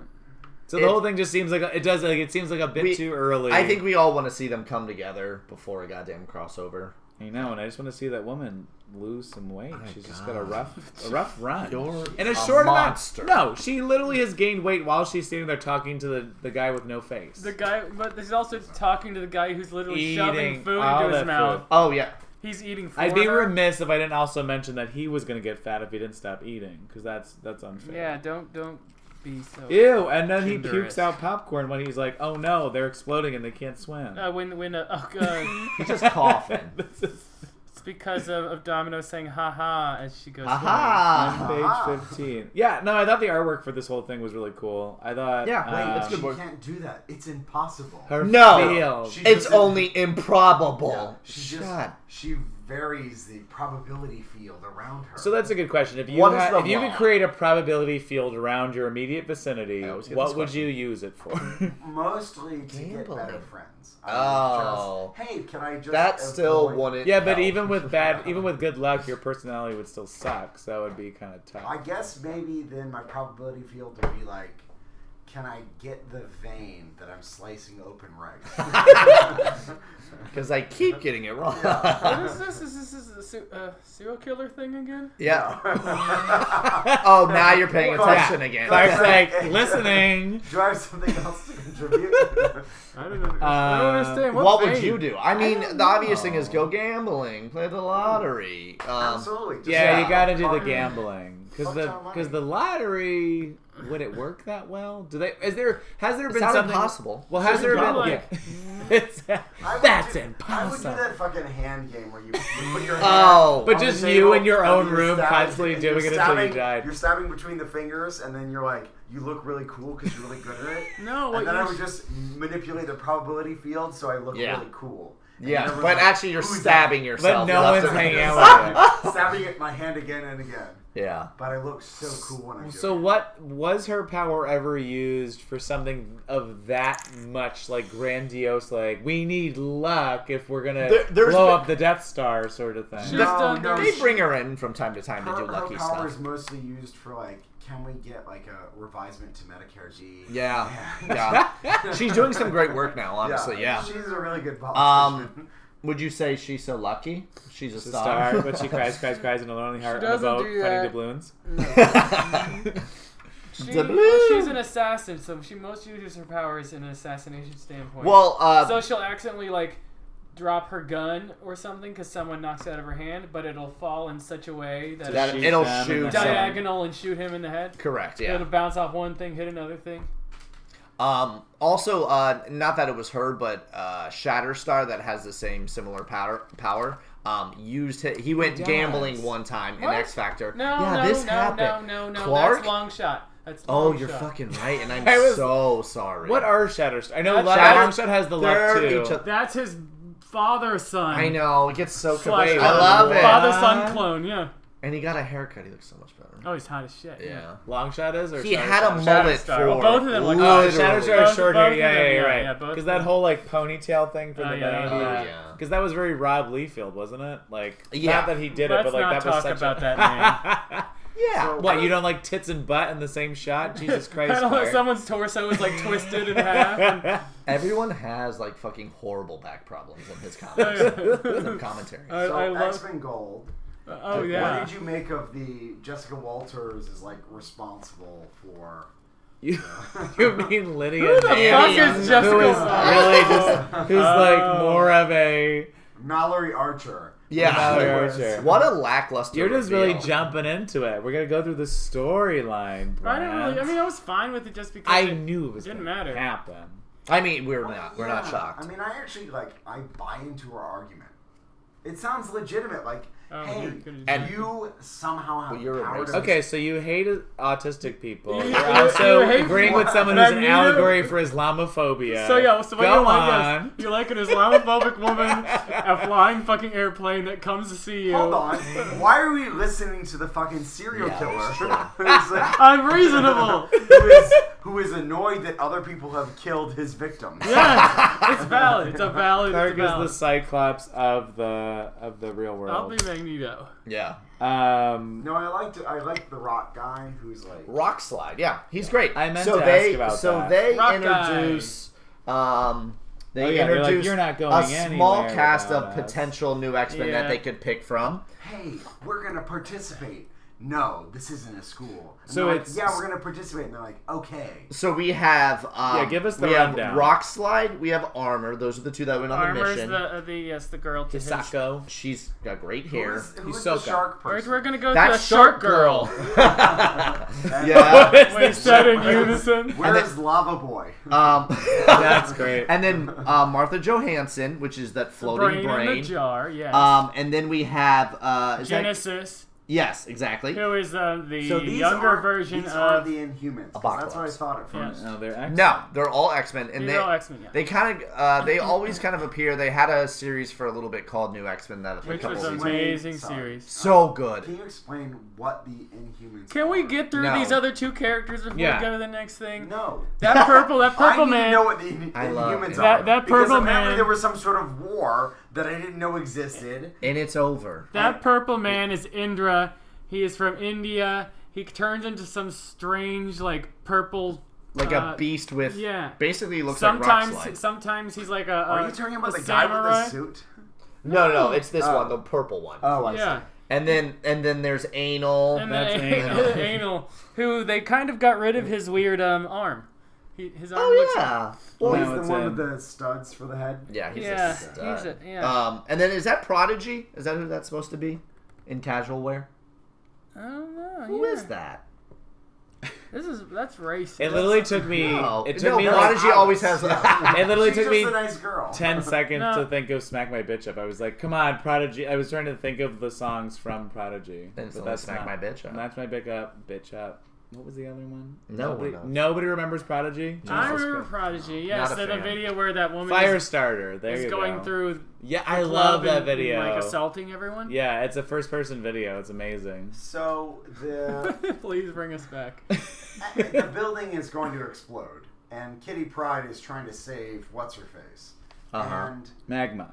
Speaker 1: So the
Speaker 2: It-
Speaker 1: whole thing just seems like it does like it seems like a bit
Speaker 2: We-
Speaker 1: too early.
Speaker 2: I think we all want to see them come together before a goddamn crossover.
Speaker 1: you know, and I just want to see that woman lose some weight. She's just got a
Speaker 2: God.
Speaker 1: rough a rough run.
Speaker 2: You're
Speaker 1: in a,
Speaker 2: a
Speaker 1: short
Speaker 2: monster.
Speaker 1: amount. No, she literally has gained weight while she's standing there talking to the, the guy with no face.
Speaker 3: The guy, but he's also talking to the guy who's literally
Speaker 1: Eating
Speaker 3: shoving food
Speaker 1: all
Speaker 3: into
Speaker 1: that
Speaker 3: his mouth.
Speaker 1: food.
Speaker 2: Oh yeah,
Speaker 3: He's eating for
Speaker 1: I'd be
Speaker 3: her.
Speaker 1: remiss if I didn't also mention that he was gonna get fat if he didn't stop eating, because that's that's unfair.
Speaker 3: Yeah, don't don't be so.
Speaker 1: Ew, and then he
Speaker 3: Kinderist.
Speaker 1: pukes out popcorn when he's like, "Oh no, they're exploding and they can't swim."
Speaker 3: Uh, when when uh, oh god,
Speaker 2: he's just coughing.
Speaker 1: this is
Speaker 3: it's because of, of Domino saying "ha ha" as she goes.
Speaker 1: on
Speaker 2: Aha!
Speaker 4: Ah.
Speaker 1: page fifteen. Yeah, no, I thought the artwork for this whole thing was really cool. I thought,
Speaker 2: Yeah, wait, that's
Speaker 1: um,
Speaker 2: good
Speaker 4: she
Speaker 2: work.
Speaker 4: can't do that. It's impossible.
Speaker 1: Her
Speaker 2: No.
Speaker 1: feels.
Speaker 4: She
Speaker 2: It's
Speaker 4: doesn't-
Speaker 2: only
Speaker 4: Yeah,
Speaker 2: improbable.
Speaker 4: she
Speaker 2: Shut.
Speaker 4: just she varies the probability field around her.
Speaker 1: So that's a good question. If you
Speaker 2: What is
Speaker 1: had-
Speaker 2: the
Speaker 1: if you could
Speaker 2: law?
Speaker 1: create a probability field around your immediate vicinity,
Speaker 2: I always get
Speaker 1: what
Speaker 2: this
Speaker 1: would
Speaker 2: question.
Speaker 1: you use it for?
Speaker 4: mostly to get
Speaker 2: Gambling.
Speaker 4: better friends. I
Speaker 2: Oh.
Speaker 4: would just, hey, can I just
Speaker 2: That still
Speaker 4: avoid-
Speaker 2: wouldn't.
Speaker 1: yeah, but
Speaker 2: help.
Speaker 1: even with bad, even with good luck, your personality would still suck. So that would be kind of tough.
Speaker 4: I guess maybe then my probability field would be like, can I get the vein that I'm slicing open right?
Speaker 2: because I keep getting it wrong.
Speaker 3: What
Speaker 4: Yeah.
Speaker 3: is this? Is this is a su- uh, serial killer thing again?
Speaker 2: yeah. Oh, now you're paying
Speaker 4: Yeah.
Speaker 2: attention again.
Speaker 1: Clark's like listening.
Speaker 4: Do I have something else to contribute?
Speaker 1: Um,
Speaker 3: I don't know. I don't
Speaker 1: Uh,
Speaker 3: understand. What,
Speaker 2: What, would
Speaker 3: vein?
Speaker 2: you do? I mean,
Speaker 4: don't
Speaker 2: the obvious thing
Speaker 4: know.
Speaker 2: is go gambling, play the lottery. Um,
Speaker 4: Absolutely. just
Speaker 1: Yeah, you
Speaker 2: Yeah.
Speaker 1: got to do the
Speaker 4: fucking-
Speaker 1: gambling because
Speaker 4: Fuck
Speaker 1: the
Speaker 4: your money.
Speaker 1: because the lottery would it work that well? Do they? Is there? Has there
Speaker 2: It's
Speaker 1: been
Speaker 2: not
Speaker 1: something
Speaker 2: impossible.
Speaker 1: Well, has there
Speaker 3: Should we
Speaker 1: been?
Speaker 3: do
Speaker 1: yeah.
Speaker 3: like-
Speaker 1: It's-
Speaker 4: I would
Speaker 1: that's
Speaker 4: do-
Speaker 1: impossible.
Speaker 4: I would do that fucking hand game where you, you put your hand.
Speaker 2: oh,
Speaker 1: But
Speaker 4: on the
Speaker 1: just
Speaker 4: table
Speaker 1: you in your
Speaker 4: and
Speaker 1: own
Speaker 4: you're
Speaker 1: room
Speaker 4: stabbing-
Speaker 1: constantly
Speaker 4: and
Speaker 1: doing
Speaker 4: you're
Speaker 1: it until you
Speaker 4: stabbing-
Speaker 1: died.
Speaker 4: You're stabbing between the fingers, and then you're like, you look really cool because you're really good at it.
Speaker 3: No, what
Speaker 4: And then
Speaker 3: you
Speaker 4: I would
Speaker 3: sh-
Speaker 4: just manipulate the probability field so I look
Speaker 2: Yeah.
Speaker 4: really cool. And
Speaker 2: yeah.
Speaker 4: everyone's
Speaker 2: But
Speaker 4: like,
Speaker 2: actually, you're
Speaker 4: "Who's
Speaker 2: stabbing
Speaker 1: but
Speaker 2: yourself.
Speaker 1: no
Speaker 2: left
Speaker 1: one's
Speaker 2: and
Speaker 1: hanging
Speaker 2: right.
Speaker 1: out with it.
Speaker 4: that?" Stabbing at my hand again and again.
Speaker 2: Yeah.
Speaker 4: But I look so cool when I do
Speaker 1: So
Speaker 4: it.
Speaker 1: what was her power ever used for something of that much like grandiose like we need luck if we're gonna
Speaker 2: There- there's
Speaker 1: blow
Speaker 2: been-
Speaker 1: up the Death Star sort of thing.
Speaker 3: She's
Speaker 4: No,
Speaker 3: done
Speaker 4: no,
Speaker 3: this-
Speaker 2: They bring her in from time to time to
Speaker 4: Her,
Speaker 2: do lucky
Speaker 4: her power
Speaker 2: stuff.
Speaker 4: is mostly used for like, can we get like a revisement to Medicare D?
Speaker 2: Yeah. Yeah. she's doing some great work now, honestly. Yeah.
Speaker 4: She's a really good politician.
Speaker 2: Um, would you say she's so lucky? She's a
Speaker 1: The
Speaker 2: star.
Speaker 1: star, but she cries, cries, cries in a lonely heart on a
Speaker 3: doesn't
Speaker 1: boat
Speaker 3: do
Speaker 1: fighting
Speaker 3: that.
Speaker 1: doubloons.
Speaker 3: She,
Speaker 2: The
Speaker 3: well,
Speaker 2: blue.
Speaker 3: she's an assassin, so she most uses her powers in an assassination standpoint.
Speaker 2: well, uh,
Speaker 3: so she'll accidentally like drop her gun or something because someone knocks it out of her hand, but it'll fall in such a way that,
Speaker 2: That-
Speaker 3: it
Speaker 1: Shoot
Speaker 2: it'll
Speaker 1: them and
Speaker 2: shoot
Speaker 1: then-
Speaker 2: someone.
Speaker 3: diagonal and shoot him in the head.
Speaker 2: correct.
Speaker 3: It'll
Speaker 2: Yeah.
Speaker 3: bounce off one thing, hit another thing.
Speaker 2: Um, also, uh, not that it was her, but uh, Shatterstar that has the same similar power. Power um, used hi he went
Speaker 1: He does.
Speaker 2: gambling one time in
Speaker 3: What?
Speaker 2: X Factor.
Speaker 3: No,
Speaker 2: yeah,
Speaker 3: no,
Speaker 2: this
Speaker 3: no,
Speaker 2: happened.
Speaker 3: no, no, no,
Speaker 2: Clark.
Speaker 3: That's long shot. That's
Speaker 2: oh,
Speaker 3: long
Speaker 2: you're
Speaker 3: shot.
Speaker 2: fucking right, and I'm
Speaker 1: I was-
Speaker 2: so sorry.
Speaker 1: What are Shatterstone? I know
Speaker 3: That's
Speaker 1: Love
Speaker 2: Shatter-
Speaker 1: Longshot has the luck
Speaker 2: They're
Speaker 1: too.
Speaker 2: each oth-
Speaker 3: That's his father's son.
Speaker 2: I know it gets so
Speaker 3: Slash
Speaker 2: confusing.
Speaker 1: father.
Speaker 2: I love it.
Speaker 1: Father-
Speaker 3: Father son clone. Yeah.
Speaker 2: And he got a haircut. He looks so much better.
Speaker 3: Oh, he's hot as shit.
Speaker 2: Yeah.
Speaker 1: Longshot is, or
Speaker 2: He
Speaker 1: Shatterstar?
Speaker 2: had a mullet
Speaker 3: Shatterstar.
Speaker 2: for
Speaker 3: Well, both of them look-
Speaker 1: Oh,
Speaker 2: literally-
Speaker 1: Shatterstar
Speaker 3: Both-
Speaker 1: is short
Speaker 3: both
Speaker 1: hair.
Speaker 3: of
Speaker 1: Yeah,
Speaker 3: them,
Speaker 1: yeah,
Speaker 3: yeah,
Speaker 1: yeah,
Speaker 3: yeah,
Speaker 1: right.
Speaker 3: both
Speaker 1: Because
Speaker 3: of
Speaker 1: that
Speaker 3: them.
Speaker 1: whole like ponytail thing from
Speaker 3: Oh,
Speaker 1: the
Speaker 3: yeah, that was-
Speaker 2: Oh,
Speaker 1: 90s.
Speaker 2: yeah.
Speaker 1: Because that was very Rob Liefeld, wasn't it? Like,
Speaker 2: Yeah.
Speaker 1: not that he did
Speaker 3: Let's
Speaker 1: it, but like
Speaker 3: not
Speaker 1: that was
Speaker 3: talk
Speaker 1: such
Speaker 3: about
Speaker 1: a...
Speaker 3: that
Speaker 2: Yeah.
Speaker 4: So-
Speaker 1: what you don't like tits and butt in the same shot? Jesus
Speaker 3: I
Speaker 1: Christ!
Speaker 3: don't know.
Speaker 1: Clark.
Speaker 3: Someone's torso is like twisted in half. and-
Speaker 2: Everyone has like fucking horrible back problems in his
Speaker 3: Oh,
Speaker 2: comments.
Speaker 3: yeah.
Speaker 2: commentary.
Speaker 3: I,
Speaker 4: so
Speaker 3: I
Speaker 4: X
Speaker 3: love.
Speaker 4: Men Gold.
Speaker 3: Oh
Speaker 4: What
Speaker 3: yeah.
Speaker 4: did you make of the Jessica Walters is like responsible for
Speaker 1: You, you mean Lydia?
Speaker 3: Who the fuck
Speaker 1: Nanny,
Speaker 2: is
Speaker 1: who
Speaker 3: Jessica
Speaker 1: is
Speaker 3: Lange?
Speaker 1: really just who's
Speaker 3: Oh.
Speaker 1: like more of a
Speaker 4: Mallory Archer.
Speaker 2: Yeah.
Speaker 1: Mallory
Speaker 2: Yes.
Speaker 1: Archer.
Speaker 2: What a lackluster.
Speaker 1: You're just
Speaker 2: reveal.
Speaker 1: really jumping into it. We're gonna go through the storyline.
Speaker 3: I don't really. I
Speaker 1: Brent.
Speaker 3: mean, I was fine with it just because.
Speaker 1: I
Speaker 3: it-
Speaker 1: knew it was
Speaker 3: didn't
Speaker 1: gonna
Speaker 3: matter.
Speaker 1: happen.
Speaker 2: I mean, we're not. We're not
Speaker 4: Yeah.
Speaker 2: shocked.
Speaker 4: I mean, I actually like I buy into her argument. It sounds legitimate. Like,
Speaker 3: Oh,
Speaker 4: hey,
Speaker 3: you're gonna-
Speaker 2: And-
Speaker 4: you somehow have
Speaker 2: Well, you're a
Speaker 4: power
Speaker 2: racist.
Speaker 4: to-
Speaker 1: Okay, so you hate autistic people.
Speaker 3: You-
Speaker 1: You're
Speaker 3: you-
Speaker 1: also
Speaker 3: you hate
Speaker 1: agreeing with
Speaker 4: people.
Speaker 1: someone who's
Speaker 3: I
Speaker 1: an
Speaker 3: knew-
Speaker 1: allegory for Islamophobia.
Speaker 3: So yeah, so what
Speaker 1: go
Speaker 3: you like
Speaker 1: on.
Speaker 3: is you like an Islamophobic woman, a flying fucking airplane that comes to see you.
Speaker 4: Hold on. Why are we listening to the fucking serial
Speaker 2: Yeah,
Speaker 4: killer
Speaker 2: that's
Speaker 4: who's, like,
Speaker 3: I'm reasonable.
Speaker 4: who, is, who is annoyed that other people have killed his victims?
Speaker 3: yeah, it's valid. It's a valid.
Speaker 1: Clark
Speaker 3: It's a
Speaker 1: is the
Speaker 3: valid.
Speaker 1: Cyclops of the of the real
Speaker 3: I'll
Speaker 1: world.
Speaker 3: be Magneto.
Speaker 2: Yeah.
Speaker 1: Um,
Speaker 4: No, I liked I liked the rock guy who's like
Speaker 2: Rock slide. Yeah, he's great.
Speaker 1: I meant
Speaker 2: so
Speaker 1: to
Speaker 2: they,
Speaker 1: ask about
Speaker 2: So
Speaker 1: that.
Speaker 2: they
Speaker 3: Rock
Speaker 2: introduce. Um, they
Speaker 1: Oh, yeah, they're like,
Speaker 2: introduce
Speaker 1: "You're not going
Speaker 2: a small
Speaker 1: anywhere
Speaker 2: cast of
Speaker 1: without us."
Speaker 2: potential new X Men
Speaker 3: Yeah.
Speaker 2: that they could pick from.
Speaker 4: hey, we're gonna participate. No, this isn't a school. And
Speaker 1: So
Speaker 4: they're like,
Speaker 1: it's-
Speaker 4: yeah, we're gonna participate. And they're like, okay.
Speaker 2: So we have um,
Speaker 1: Yeah, give us the
Speaker 2: we have
Speaker 1: rundown.
Speaker 2: Rock Slide, we have Armor. Those are the two that went on
Speaker 3: Armor's
Speaker 2: the mission.
Speaker 3: the uh, the yes the girl to his.
Speaker 1: Sacco.
Speaker 2: She's got great
Speaker 4: Who
Speaker 2: hair.
Speaker 4: is, who
Speaker 1: He's
Speaker 4: is the
Speaker 1: Sokka.
Speaker 4: shark
Speaker 3: Alright,
Speaker 4: person?
Speaker 3: we're gonna go to
Speaker 2: That's
Speaker 3: a shark girl.
Speaker 2: yeah.
Speaker 3: We said in unison.
Speaker 4: Where
Speaker 2: And
Speaker 4: is Lava Boy?
Speaker 2: Um,
Speaker 1: That's great.
Speaker 2: And then uh, Martha Johansson, which is that floating
Speaker 3: Brain, in
Speaker 2: brain.
Speaker 3: a jar. Yes.
Speaker 2: Um, and then we have uh, is that-
Speaker 3: Genesis,
Speaker 2: yes, exactly.
Speaker 3: who is uh, the
Speaker 4: So these
Speaker 3: younger
Speaker 4: aren't-
Speaker 3: version
Speaker 4: these aren't
Speaker 3: of
Speaker 4: the Inhumans. 'cause
Speaker 2: Apocalypse.
Speaker 4: That's what I thought at
Speaker 3: Yeah.
Speaker 4: first.
Speaker 1: No, they're ex-
Speaker 2: No, they're all X Men, and
Speaker 3: They're all
Speaker 2: they
Speaker 3: X-Men, yeah.
Speaker 2: they kind of uh, they always kind of appear. They had a series for a little bit called New X Men that a
Speaker 3: which
Speaker 2: couple
Speaker 3: was
Speaker 2: of
Speaker 3: an
Speaker 2: seasons.
Speaker 4: amazing.
Speaker 3: amazing
Speaker 4: Sorry.
Speaker 3: series.
Speaker 2: so good.
Speaker 4: Can you explain what the Inhumans?
Speaker 3: Can we
Speaker 4: are?
Speaker 3: get through
Speaker 2: No.
Speaker 3: these other two characters before
Speaker 1: Yeah.
Speaker 3: we go to the next thing?
Speaker 4: No.
Speaker 3: That purple, that
Speaker 4: I
Speaker 3: purple
Speaker 4: need
Speaker 3: man.
Speaker 4: to know what the In-
Speaker 2: I love
Speaker 4: Inhumans
Speaker 2: it.
Speaker 4: are.
Speaker 3: That- that
Speaker 4: because
Speaker 3: purple
Speaker 4: apparently
Speaker 3: man-
Speaker 4: There was some sort of war that I didn't know existed.
Speaker 2: And it's over.
Speaker 3: That purple man is Indra. He is from India. He turns into some strange, like purple.
Speaker 2: Like
Speaker 3: uh,
Speaker 2: a beast with
Speaker 3: yeah.
Speaker 2: Basically, looks
Speaker 3: Sometimes,
Speaker 2: like rock slide.
Speaker 3: sometimes he's like a.
Speaker 4: Are
Speaker 3: a-
Speaker 4: you talking about
Speaker 3: Uh, a
Speaker 4: the guy with
Speaker 3: samurai.
Speaker 4: the suit?
Speaker 2: No, no, it's this
Speaker 4: Oh.
Speaker 2: one, the purple one.
Speaker 4: Oh, I
Speaker 3: Yeah,
Speaker 2: And then and then there's anal.
Speaker 3: and
Speaker 1: That's
Speaker 3: then
Speaker 1: Anal.
Speaker 3: anal. who they kind of got rid of his weird um arm. He, his arm
Speaker 2: oh
Speaker 3: looks
Speaker 2: yeah.
Speaker 4: Well,
Speaker 1: No,
Speaker 4: he's the
Speaker 1: it's
Speaker 4: one
Speaker 1: a-
Speaker 4: with the studs for the head.
Speaker 2: Yeah, he's
Speaker 3: Yeah,
Speaker 2: a stud.
Speaker 3: he's a- yeah.
Speaker 2: Um, and then is that Prodigy? Is that who that's supposed to be? In casual wear?
Speaker 3: I don't know.
Speaker 2: Who is
Speaker 3: yeah.
Speaker 2: that?
Speaker 3: This is that's racist.
Speaker 1: It literally took me.
Speaker 2: No,
Speaker 1: It took
Speaker 2: Oh, no,
Speaker 1: me like
Speaker 2: Prodigy always has.
Speaker 1: It literally
Speaker 4: She's
Speaker 1: took
Speaker 4: just
Speaker 1: me
Speaker 4: a nice girl.
Speaker 1: ten seconds
Speaker 3: No.
Speaker 1: to think of "Smack My Bitch Up." I was like, "Come on, Prodigy." I was trying to think of the songs from Prodigy.
Speaker 2: Then
Speaker 1: but
Speaker 2: someone
Speaker 1: that's not-
Speaker 2: smack my bitch up.
Speaker 1: Smack my bitch up, bitch up. What was the other one?
Speaker 2: No one
Speaker 1: nobody,
Speaker 2: knows.
Speaker 1: nobody remembers Prodigy.
Speaker 3: I
Speaker 1: Jesus
Speaker 3: remember
Speaker 1: Christ.
Speaker 3: Prodigy. Yes,
Speaker 2: Not a
Speaker 3: there's a
Speaker 2: fan.
Speaker 3: video where that woman is,
Speaker 1: Firestarter. There
Speaker 3: is
Speaker 1: you
Speaker 3: going
Speaker 1: go.
Speaker 3: through.
Speaker 1: Yeah, I
Speaker 3: the
Speaker 1: love
Speaker 3: club
Speaker 1: that
Speaker 3: and,
Speaker 1: video.
Speaker 3: Like assaulting everyone.
Speaker 1: Yeah, it's a first person video. It's amazing.
Speaker 4: So the
Speaker 3: Please bring us back.
Speaker 4: the building is going to explode, and Kitty Pride is trying to save what's her face,
Speaker 2: Uh-huh. Um,
Speaker 4: and
Speaker 1: Magma.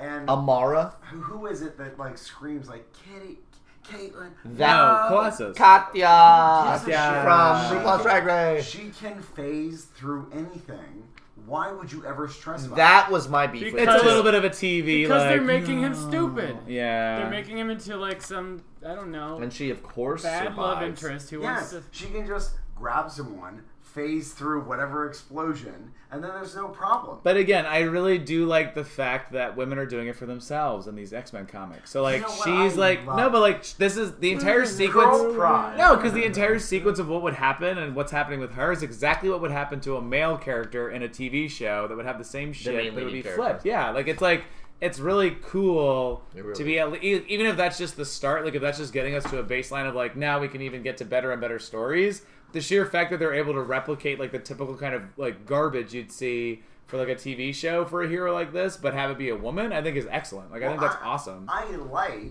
Speaker 4: and
Speaker 2: Amara?
Speaker 4: who, who is it that like screams like Kitty, Caitlin?
Speaker 1: No,
Speaker 2: That-
Speaker 1: Colossus.
Speaker 2: Katya!
Speaker 4: Gives a shit.
Speaker 1: from
Speaker 4: She
Speaker 1: RuPaul's
Speaker 4: can-
Speaker 2: Drag Race.
Speaker 4: She can phase through anything. Why would you ever stress about
Speaker 2: That was my beef with
Speaker 3: Because-
Speaker 1: it's a
Speaker 2: it.
Speaker 1: little bit of a TV.
Speaker 3: Because
Speaker 1: like,
Speaker 3: they're making him stupid.
Speaker 1: Yeah.
Speaker 3: They're making him into like some I don't know
Speaker 2: And she, of course,
Speaker 3: bad
Speaker 2: survives.
Speaker 3: love interest who
Speaker 4: it?
Speaker 3: wants
Speaker 4: Yes,
Speaker 3: to.
Speaker 4: she can just grab someone, phase through whatever explosion, and then there's no problem.
Speaker 1: But again, I really do like the fact that women are doing it for themselves in these X Men comics. So like,
Speaker 4: know what
Speaker 1: she's
Speaker 4: I
Speaker 1: like,
Speaker 4: love? Mm-hmm.
Speaker 1: no, but like, sh- this is the entire
Speaker 4: Girl
Speaker 1: sequence.
Speaker 4: pride.
Speaker 1: No, because the entire sequence of what would happen and what's happening with her is exactly what would happen to a male character in a TV show that would have the same
Speaker 2: main
Speaker 1: shit, but it would be
Speaker 2: leading
Speaker 1: flipped.
Speaker 2: character.
Speaker 1: Yeah, like it's like it's really cool
Speaker 2: It really
Speaker 1: to be at le- e- even if that's just the start. Like if that's just getting us to a baseline of like now we can even get to better and better stories. The sheer fact that they're able to replicate like the typical kind of like garbage you'd see for like a TV show for a hero like this, but have it be a woman, I think is excellent. Like I think that's
Speaker 4: Well,
Speaker 1: awesome.
Speaker 4: I like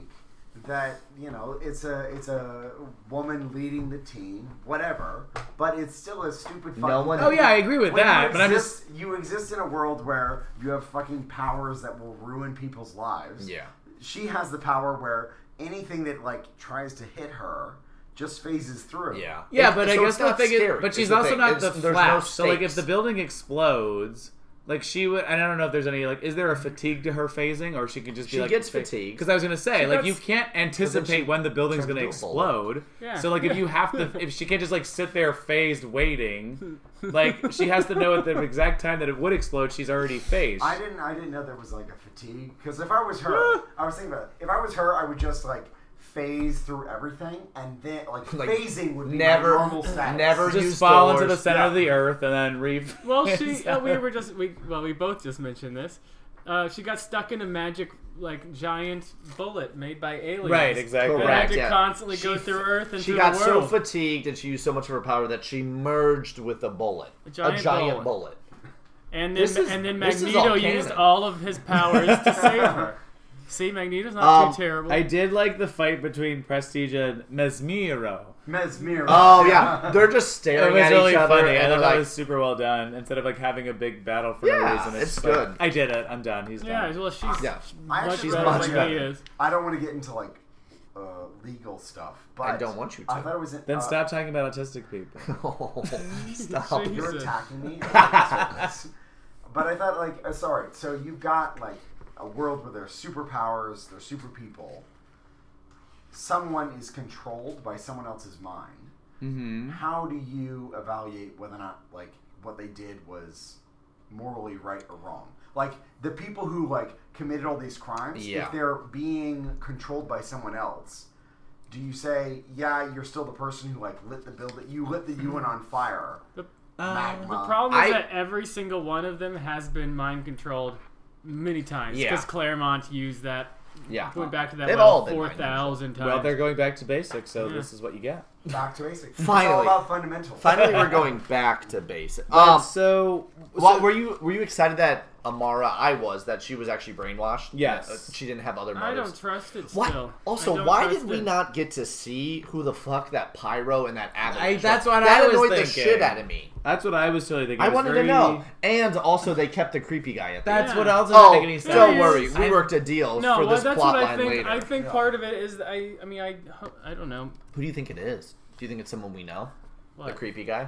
Speaker 4: that you know it's a it's a woman leading the team, whatever. But it's still a stupid fucking.
Speaker 2: one-
Speaker 1: oh yeah, I agree with
Speaker 4: When
Speaker 1: that,
Speaker 4: you
Speaker 1: but I'm just
Speaker 4: exist, you exist in a world where you have fucking powers that will ruin people's lives.
Speaker 2: Yeah.
Speaker 4: she has the power where anything that like tries to hit her just phases through.
Speaker 2: Yeah.
Speaker 1: Yeah,
Speaker 2: It-
Speaker 1: but I
Speaker 2: so
Speaker 1: guess
Speaker 2: it's
Speaker 1: the
Speaker 2: not
Speaker 1: thing is,
Speaker 2: scary,
Speaker 1: but
Speaker 2: is
Speaker 1: she's
Speaker 2: the
Speaker 1: also
Speaker 2: thing.
Speaker 1: not
Speaker 2: It's-
Speaker 1: the
Speaker 2: there's no
Speaker 1: Flash. so like, if
Speaker 2: stakes.
Speaker 1: the building explodes, Like she would, and I don't know if there's any like, is there a fatigue to her phasing, or she can just be
Speaker 2: She
Speaker 1: like
Speaker 2: gets fatigued.
Speaker 1: Because I was gonna say, like, you
Speaker 3: gets-
Speaker 1: can't
Speaker 2: she
Speaker 1: anticipate when the building's
Speaker 2: turns
Speaker 1: gonna
Speaker 2: into a bullet.
Speaker 1: explode.
Speaker 3: Yeah.
Speaker 1: So like, if you have to, if she can't just like sit there phased waiting, like she has to know at the exact time that it would explode, she's already phased.
Speaker 4: I didn't. I didn't know there was like a fatigue. Because if I was
Speaker 2: Ah.
Speaker 4: her, I was thinking about it. If I was her, I would just like phase through everything, and then like,
Speaker 2: Like,
Speaker 4: phasing would be
Speaker 2: never-
Speaker 4: my normal status.
Speaker 2: never-
Speaker 1: just
Speaker 2: used
Speaker 1: fall into the
Speaker 2: doors.
Speaker 1: center of
Speaker 4: Yeah.
Speaker 1: the earth and then re.
Speaker 3: Well, she uh, we were just we well we both just mentioned this. Uh, she got stuck in a magic like giant bullet made by aliens.
Speaker 1: right exactly.
Speaker 3: That
Speaker 2: Correct.
Speaker 3: had to
Speaker 2: yeah.
Speaker 3: constantly
Speaker 2: She
Speaker 3: go
Speaker 2: f-
Speaker 3: through Earth and
Speaker 2: She
Speaker 3: through
Speaker 2: got
Speaker 3: the
Speaker 2: so
Speaker 3: world.
Speaker 2: fatigued and she used so much of her power that she merged with a bullet. A
Speaker 3: giant
Speaker 2: giant
Speaker 3: bullet.
Speaker 2: bullet.
Speaker 3: and then
Speaker 2: This is-
Speaker 3: and then
Speaker 2: this is
Speaker 3: Magneto
Speaker 2: all
Speaker 3: used
Speaker 2: canon.
Speaker 3: all of his powers to save her. See, Magneto's not
Speaker 2: Um,
Speaker 3: too terrible.
Speaker 1: I did like the fight between Prestige and Mesmero.
Speaker 4: Mesmero.
Speaker 2: Oh yeah, they're just staring
Speaker 1: It was
Speaker 2: at
Speaker 1: really
Speaker 2: each other
Speaker 1: funny. I
Speaker 2: and they're
Speaker 1: thought
Speaker 2: like,
Speaker 1: it was super well done. Instead of like having a big battle for no
Speaker 2: Yeah,
Speaker 1: reason, it's,
Speaker 2: it's
Speaker 1: just like,
Speaker 2: good.
Speaker 1: I did it. I'm done. He's
Speaker 3: yeah,
Speaker 1: done.
Speaker 3: well, she's
Speaker 2: Yeah.
Speaker 4: I
Speaker 3: much
Speaker 4: actually
Speaker 3: better
Speaker 2: much
Speaker 3: than
Speaker 2: better.
Speaker 3: he is.
Speaker 4: I don't want to get into like uh, legal stuff, but
Speaker 2: I don't want you to.
Speaker 4: I thought it was. In,
Speaker 1: Then
Speaker 4: uh,
Speaker 1: stop talking about autistic people.
Speaker 2: oh, stop.
Speaker 3: She-
Speaker 4: You're
Speaker 3: Jesus.
Speaker 4: attacking me. but I thought, like, uh, sorry. So you've got like a world where there's superpowers, there's super people. Someone is controlled by someone else's mind.
Speaker 1: Mm-hmm.
Speaker 4: How do you evaluate whether or not like what they did was morally right or wrong? Like the people who like committed all these crimes,
Speaker 2: Yeah.
Speaker 4: if they're being controlled by someone else, do you say, yeah, you're still the person who like lit the building, you lit the UN on fire?
Speaker 3: The,
Speaker 1: Uh,
Speaker 4: Magma.
Speaker 1: Um,
Speaker 3: the problem is
Speaker 2: I-
Speaker 3: that every single one of them has been mind controlled many times
Speaker 2: Yeah.
Speaker 3: because Claremont used that
Speaker 2: Yeah.
Speaker 3: went back to that
Speaker 2: They've all
Speaker 3: well
Speaker 2: been
Speaker 3: four
Speaker 2: mind controlled.
Speaker 3: thousand times.
Speaker 1: Well, they're going back to basics, so this is what you get.
Speaker 4: Back to basics. It's all
Speaker 2: Finally.
Speaker 4: about fundamentals.
Speaker 2: Finally, we're going back to basic.
Speaker 1: Um,
Speaker 2: Um,
Speaker 1: so,
Speaker 2: well,
Speaker 1: so-
Speaker 2: were you were you excited that Amara? I was that she was actually brainwashed.
Speaker 1: Yes.
Speaker 2: That, uh, she didn't have other
Speaker 3: I
Speaker 2: motives.
Speaker 3: don't trust it
Speaker 2: Why-
Speaker 3: still. I
Speaker 2: Also,
Speaker 3: don't
Speaker 2: why
Speaker 3: trust
Speaker 2: did we
Speaker 3: it.
Speaker 2: not get to see who the fuck that pyro and that
Speaker 1: I-
Speaker 2: avalanche?
Speaker 1: that's
Speaker 2: was?
Speaker 1: what
Speaker 2: that
Speaker 1: I was
Speaker 2: annoyed the
Speaker 1: thinking.
Speaker 2: shit out of me.
Speaker 1: that's what I was totally thinking.
Speaker 2: I
Speaker 1: It was
Speaker 2: wanted
Speaker 1: very-
Speaker 2: to know. And also, they kept the creepy guy at the end.
Speaker 1: That's
Speaker 3: Yeah.
Speaker 1: what else doesn't make any
Speaker 2: Oh,
Speaker 1: sense.
Speaker 2: don't worry, we
Speaker 1: I-
Speaker 2: worked a deal
Speaker 3: No,
Speaker 2: for
Speaker 3: well,
Speaker 2: this
Speaker 3: that's
Speaker 2: plot
Speaker 3: what I
Speaker 2: line
Speaker 3: think.
Speaker 2: later.
Speaker 3: I think part of it is that I. I mean, I. I don't know.
Speaker 2: Who do you think it is? Do you think it's someone we know?
Speaker 3: What?
Speaker 2: The creepy guy,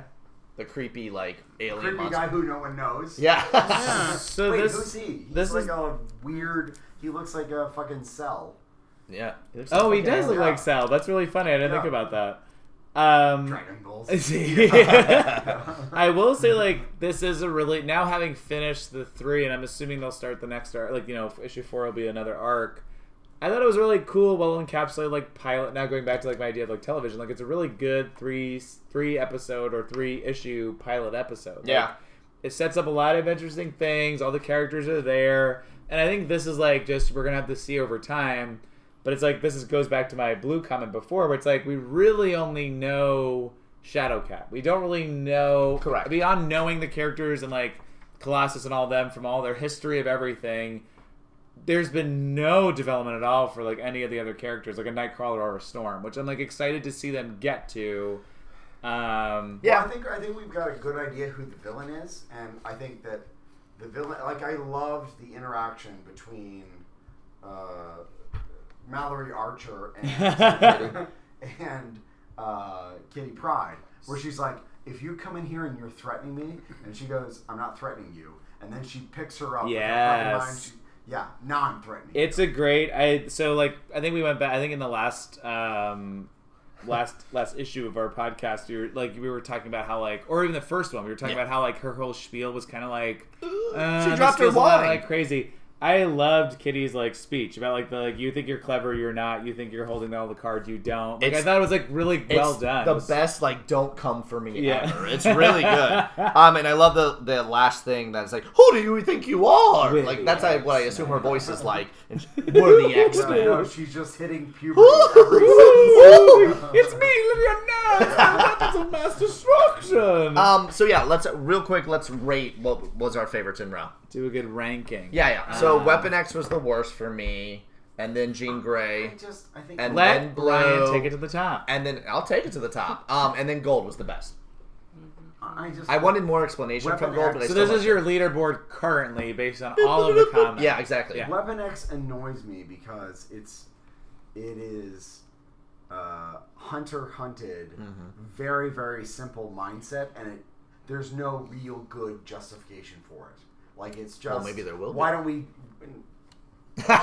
Speaker 2: the creepy like alien
Speaker 4: Creepy
Speaker 2: monster.
Speaker 4: guy who no one knows.
Speaker 2: Yeah.
Speaker 3: Yeah.
Speaker 1: So
Speaker 4: Wait,
Speaker 1: this,
Speaker 4: who's he? He's
Speaker 1: this
Speaker 4: like
Speaker 1: is-
Speaker 4: a weird. He looks like a fucking cell.
Speaker 2: yeah. He looks like
Speaker 1: Oh, he
Speaker 2: fucking
Speaker 1: does
Speaker 2: alien.
Speaker 1: look
Speaker 4: Yeah.
Speaker 1: like Sal. That's really funny. I didn't think
Speaker 4: Yeah.
Speaker 1: about that. Um,
Speaker 4: Dragon Balls.
Speaker 1: I will say, like, this is a really now having finished the three, and I'm assuming they'll start the next arc. Like, you know, issue four will be another arc. I thought it was really cool, well encapsulated, like pilot. Now going back to like my idea of like television, like it's a really good three three episode or three issue pilot episode. Like,
Speaker 2: Yeah.
Speaker 1: it sets up a lot of interesting things. All the characters are there, and I think this is like just we're gonna have to see over time. But it's like this is goes back to my blue comment before, where it's like we really only know Shadowcat. We don't really know
Speaker 2: Correct.
Speaker 1: beyond knowing the characters and like Colossus and all them from all their history of everything. There's been no development at all for like any of the other characters, like a Nightcrawler or a Storm, which I'm like excited to see them get to. Um,
Speaker 4: Yeah,
Speaker 2: Yeah.
Speaker 4: I think I think we've got a good idea who the villain is, and I think that the villain, like I loved the interaction between uh, Mallory Archer and and uh, Kitty Pride, where she's like, "If you come in here and you're threatening me," and she goes, "I'm not threatening you," and then she picks her up. with her fucking
Speaker 1: Yes.
Speaker 4: mind, she- yeah, now I'm threatening. you."
Speaker 1: It's a great. I so like I think we went back. I think in the last um last last issue of our podcast, we were like we were talking about how like, or even the first one, we were talking
Speaker 2: Yeah.
Speaker 1: about how like her whole spiel was kind of like uh,
Speaker 2: she
Speaker 1: this
Speaker 2: dropped her
Speaker 1: feels a lot
Speaker 2: wine.
Speaker 1: like crazy. I loved Kitty's like speech about like the like you think you're clever, you're not. You think you're holding all the cards, you don't. Like I
Speaker 2: It's-
Speaker 1: thought it was like really well
Speaker 2: it's
Speaker 1: done. It
Speaker 2: The
Speaker 1: was-
Speaker 2: best, like, don't come for me
Speaker 1: Yeah.
Speaker 2: ever. It's really good. um, and I love the the last thing that's like, who do you think you are?
Speaker 1: With
Speaker 2: like,
Speaker 1: the
Speaker 2: that's like, what I assume her voice is like. And she, we're the X
Speaker 4: Yeah, I
Speaker 2: Men.
Speaker 4: know, she's just hitting puberty. every
Speaker 1: it's me, Lydia Nuts. Weapons of mass destruction.
Speaker 2: um, so yeah, let's real quick. Let's rate what was our favorites in round.
Speaker 1: Do a good ranking.
Speaker 2: Yeah, yeah. So
Speaker 1: Um,
Speaker 2: Weapon X was the worst for me, and then Jean Grey,
Speaker 4: I just, I think,
Speaker 2: And
Speaker 1: Let
Speaker 2: then
Speaker 1: Brian
Speaker 2: blow.
Speaker 1: take it to the top.
Speaker 2: and then I'll take it to the top. Um, and then Gold was the best.
Speaker 4: I just,
Speaker 2: I wanted more explanation from
Speaker 4: Weapon
Speaker 2: Gold,
Speaker 4: X.
Speaker 2: but I
Speaker 1: So
Speaker 2: still
Speaker 1: this is
Speaker 2: liked
Speaker 1: your leaderboard currently based on all of the
Speaker 2: it.
Speaker 1: comments.
Speaker 2: yeah, exactly.
Speaker 1: Yeah.
Speaker 4: Weapon X annoys me because it's it is uh, hunter hunted,
Speaker 2: Mm-hmm.
Speaker 4: very very simple mindset, and it there's no real good justification for it. Like it's just.
Speaker 2: Well, maybe there will
Speaker 4: Why
Speaker 2: be.
Speaker 4: don't we?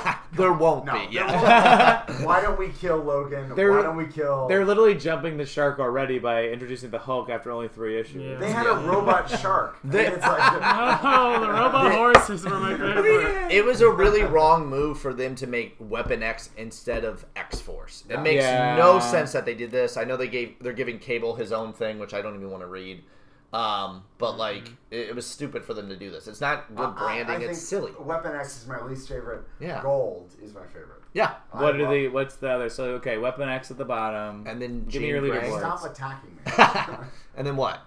Speaker 2: there won't
Speaker 4: No.
Speaker 2: be.
Speaker 4: there
Speaker 2: Yeah.
Speaker 4: won't be. why don't we kill Logan?
Speaker 1: They're-
Speaker 4: why don't we kill?
Speaker 1: They're literally jumping the shark already by introducing the Hulk after only three issues.
Speaker 4: They
Speaker 3: Yeah.
Speaker 4: had a robot shark.
Speaker 2: They-
Speaker 4: And it's like,
Speaker 3: Oh, the robot horses were my favorite.
Speaker 2: it was a really wrong move for them to make Weapon X instead of X Force. It makes
Speaker 1: Yeah.
Speaker 2: no sense that they did this. I know they gave they're giving Cable his own thing, which I don't even want to read. Um, but
Speaker 1: Mm-hmm.
Speaker 2: like, it, it was stupid for them to do this. It's not good branding.
Speaker 4: I- I
Speaker 2: it's
Speaker 4: think
Speaker 2: silly.
Speaker 4: Weapon X is my least favorite.
Speaker 2: Yeah.
Speaker 4: Gold is my favorite.
Speaker 2: Yeah.
Speaker 4: I
Speaker 1: What are
Speaker 4: love-
Speaker 1: the? What's the other? So okay, Weapon X at the bottom,
Speaker 2: And then
Speaker 1: give me
Speaker 2: Jean
Speaker 1: your
Speaker 2: Grey.
Speaker 1: leaderboard.
Speaker 4: Stop attacking me.
Speaker 2: and then what?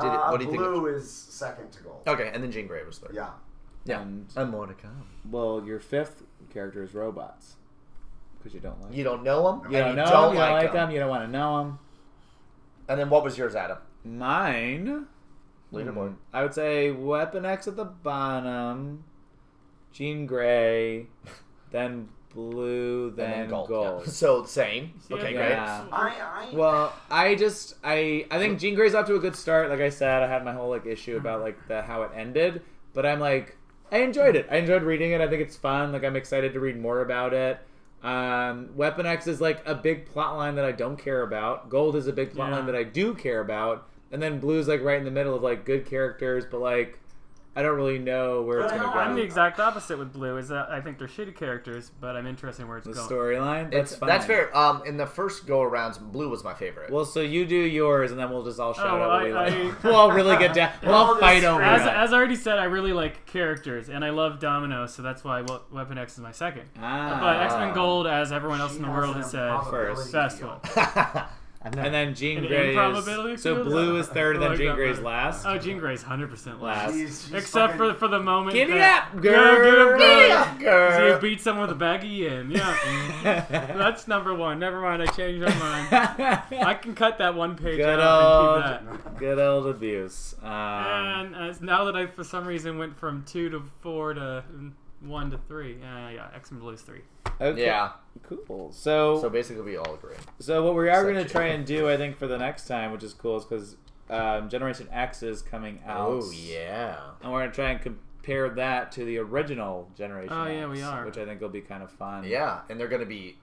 Speaker 2: Did it,
Speaker 4: Uh,
Speaker 2: what do you think?
Speaker 4: blue
Speaker 2: of-
Speaker 4: is second to gold.
Speaker 2: Okay, and then Jean Grey was third.
Speaker 4: Yeah.
Speaker 2: Yeah.
Speaker 1: And-
Speaker 2: and more to come.
Speaker 1: Well, your fifth character is robots because you don't like.
Speaker 2: You don't know them.
Speaker 1: You don't
Speaker 2: and
Speaker 1: know
Speaker 2: you don't
Speaker 1: 'em, you
Speaker 2: like,
Speaker 1: don't like
Speaker 2: 'em.
Speaker 1: them. You don't want to know them.
Speaker 2: And then what was yours, Adam?
Speaker 1: Mine. hmm,
Speaker 2: Leaderboard.
Speaker 1: I would say Weapon X at the bottom, Jean Grey, then Blue, then,
Speaker 2: and then gold.
Speaker 1: Gold.
Speaker 2: yeah. So same. Okay,
Speaker 1: Yeah.
Speaker 2: great.
Speaker 4: I, I,
Speaker 1: Well, I just I I think Jean Grey's off to a good start. Like I said, I had my whole like issue about like the how it ended, but I'm like I enjoyed it. I enjoyed reading it. I think it's fun. Like I'm excited to read more about it. Um, Weapon X is like a big plot line that I don't care about. Gold is a big plot
Speaker 3: Yeah.
Speaker 1: line that I do care about, and then Blue's like right in the middle of like good characters, but like I don't really know where it's
Speaker 4: But
Speaker 1: gonna
Speaker 4: how-
Speaker 3: I'm the
Speaker 1: go.
Speaker 3: exact opposite with blue. Is that I think they're shitty characters, but I'm interested in where it's
Speaker 1: The
Speaker 3: going.
Speaker 1: storyline that's
Speaker 2: It's,
Speaker 1: fine.
Speaker 2: that's fair. Um, in the first go arounds, blue was my favorite.
Speaker 1: Well, so you do yours, and then we'll just all shout
Speaker 3: Oh,
Speaker 1: out. what we
Speaker 3: I-
Speaker 1: like.
Speaker 3: I-
Speaker 1: we'll all really get down. We'll all
Speaker 4: All
Speaker 1: fight
Speaker 4: this
Speaker 1: over
Speaker 3: As,
Speaker 1: it.
Speaker 3: as I already said, I really like characters, and I love Domino, so that's why Wo- Weapon X is my second.
Speaker 1: Ah.
Speaker 3: But X Men Gold, as everyone else in the world has said,
Speaker 1: first.
Speaker 3: best one.
Speaker 2: I've never-
Speaker 1: And then Jean
Speaker 3: An
Speaker 1: Grey
Speaker 3: improbability
Speaker 1: is so
Speaker 3: field?
Speaker 1: blue is third, and
Speaker 3: I
Speaker 1: then
Speaker 3: like
Speaker 1: Jean
Speaker 3: that
Speaker 1: Grey's
Speaker 3: better.
Speaker 1: last.
Speaker 3: Oh, Jean Grey's 100% last.
Speaker 1: Last.
Speaker 3: Except for for the moment.
Speaker 1: Giddy
Speaker 3: that,
Speaker 1: up,
Speaker 3: Yeah,
Speaker 1: girl!
Speaker 3: giddy
Speaker 2: Giddy
Speaker 3: up,
Speaker 2: up,
Speaker 3: girl! So
Speaker 2: girl!
Speaker 3: you beat someone with a baggy in. Yeah. That's number one. Never mind, I changed my mind. I can cut that one page
Speaker 1: Good
Speaker 3: out and keep that.
Speaker 1: old, good old abuse. Um,
Speaker 3: And uh, now that I, for some reason, went from two to four to mm, one to three, uh, yeah, X Men Blues three.
Speaker 1: okay,
Speaker 2: yeah.
Speaker 1: cool.
Speaker 2: So
Speaker 1: So,
Speaker 2: basically, we all agree.
Speaker 1: so what we are
Speaker 2: Such
Speaker 1: going
Speaker 2: a-
Speaker 1: to try and do, I think, for the next time, which is cool, is because um, Generation X is coming out.
Speaker 2: Oh, yeah.
Speaker 1: and we're gonna try and compare that to the original generation.
Speaker 3: Oh, yeah,
Speaker 1: X,
Speaker 3: we are.
Speaker 1: Which I think will be kind of fun.
Speaker 2: Yeah, and they're gonna be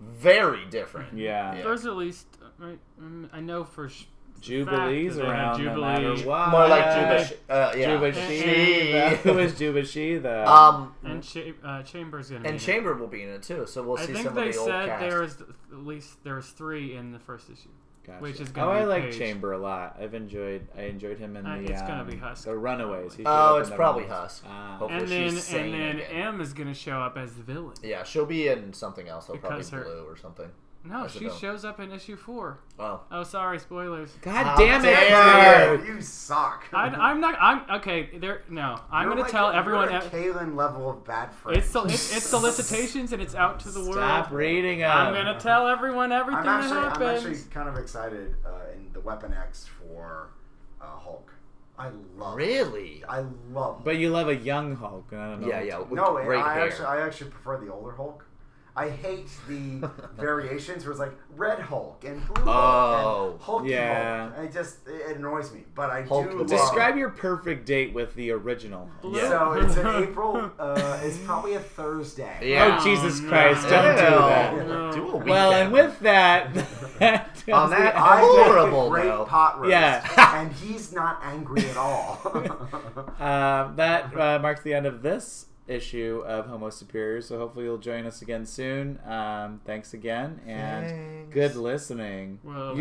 Speaker 2: very different.
Speaker 1: Yeah.
Speaker 2: Yeah.
Speaker 3: There's at least uh, right, mm, I know for sh-
Speaker 1: Jubilees
Speaker 3: Fact, they have
Speaker 1: around no matter
Speaker 3: Jubilee.
Speaker 1: what.
Speaker 2: More like
Speaker 3: Uh,
Speaker 2: Juba. Uh, yeah.
Speaker 1: Juba Sheba. Who is Juba Sheba?
Speaker 2: Um,
Speaker 3: and Cha- uh, Chambers gonna
Speaker 2: and
Speaker 3: be. in it.
Speaker 2: Chamber will be in it too, so we'll
Speaker 3: I
Speaker 2: see
Speaker 3: think
Speaker 2: some of
Speaker 3: they
Speaker 2: the old
Speaker 3: said
Speaker 2: cast.
Speaker 3: there was th- at least there was three in the first issue.
Speaker 1: Gotcha.
Speaker 3: which is
Speaker 1: oh,
Speaker 3: gonna
Speaker 1: I
Speaker 3: be
Speaker 1: like
Speaker 3: Paige.
Speaker 1: Chamber a lot. I've enjoyed I enjoyed him in
Speaker 3: Uh,
Speaker 1: the
Speaker 3: it's gonna
Speaker 1: um,
Speaker 3: be Husk,
Speaker 1: the Runaways. He showed up
Speaker 2: oh,
Speaker 1: in
Speaker 2: it's
Speaker 1: the
Speaker 2: probably
Speaker 1: Runaways.
Speaker 2: Husk.
Speaker 1: Ah.
Speaker 2: Hopefully
Speaker 3: and then
Speaker 2: Oh, she's sane
Speaker 3: and then
Speaker 2: again.
Speaker 3: M is gonna show up as the villain.
Speaker 2: Yeah, she'll be in something else. Though, probably
Speaker 3: Because her-
Speaker 2: blue or something.
Speaker 3: No,
Speaker 2: As a
Speaker 3: she
Speaker 2: villain.
Speaker 3: shows up in issue four.
Speaker 2: Oh,
Speaker 3: Oh, sorry, spoilers.
Speaker 1: God
Speaker 2: How
Speaker 1: damn
Speaker 2: dare
Speaker 1: it!
Speaker 2: you.
Speaker 4: You suck.
Speaker 3: I, I'm not. I'm okay. There. No, I'm
Speaker 4: You're
Speaker 3: gonna
Speaker 4: like
Speaker 3: tell
Speaker 4: a-
Speaker 3: everyone.
Speaker 4: You're a
Speaker 3: ev-
Speaker 4: Kalen level of bad friend.
Speaker 3: It's, sol- it's, it's solicitations and it's out to the world.
Speaker 1: Stop reading him.
Speaker 3: I'm gonna tell everyone everything
Speaker 4: I'm actually,
Speaker 3: that
Speaker 4: I'm
Speaker 3: happens.
Speaker 4: actually kind of excited uh, in the Weapon X for uh, Hulk. I love.
Speaker 2: really?
Speaker 4: I love.
Speaker 1: But you love a young Hulk. and I don't know
Speaker 2: Yeah,
Speaker 1: what-
Speaker 2: yeah. With
Speaker 4: no, and
Speaker 2: great
Speaker 4: I
Speaker 2: hair.
Speaker 4: actually, I actually prefer the older Hulk. I hate the variations where it's like Red Hulk and Blue Hulk
Speaker 2: Oh,
Speaker 4: and Hulky
Speaker 1: yeah.
Speaker 4: Hulk. It just it annoys me, but I
Speaker 2: Hulk
Speaker 4: do
Speaker 2: with
Speaker 4: love.
Speaker 2: the-
Speaker 1: Describe your perfect date with the original. Hulk.
Speaker 3: Yeah.
Speaker 4: So it's in April. Uh, it's probably a Thursday.
Speaker 2: Yeah.
Speaker 1: Oh Jesus
Speaker 3: no.
Speaker 1: Christ! Don't do
Speaker 2: Ew.
Speaker 1: that.
Speaker 3: No.
Speaker 2: Do a weekend.
Speaker 1: Well, and with that, that
Speaker 2: On that-
Speaker 1: does it.
Speaker 4: I
Speaker 2: Horrible,
Speaker 4: make a great
Speaker 2: though.
Speaker 4: pot roast,
Speaker 1: Yeah.
Speaker 4: and he's not angry at all.
Speaker 1: Um, that uh, marks the end of this issue of Homo Superior. So hopefully you'll join us again soon. Um, thanks again, and
Speaker 2: Thanks.
Speaker 1: good listening.
Speaker 3: Well,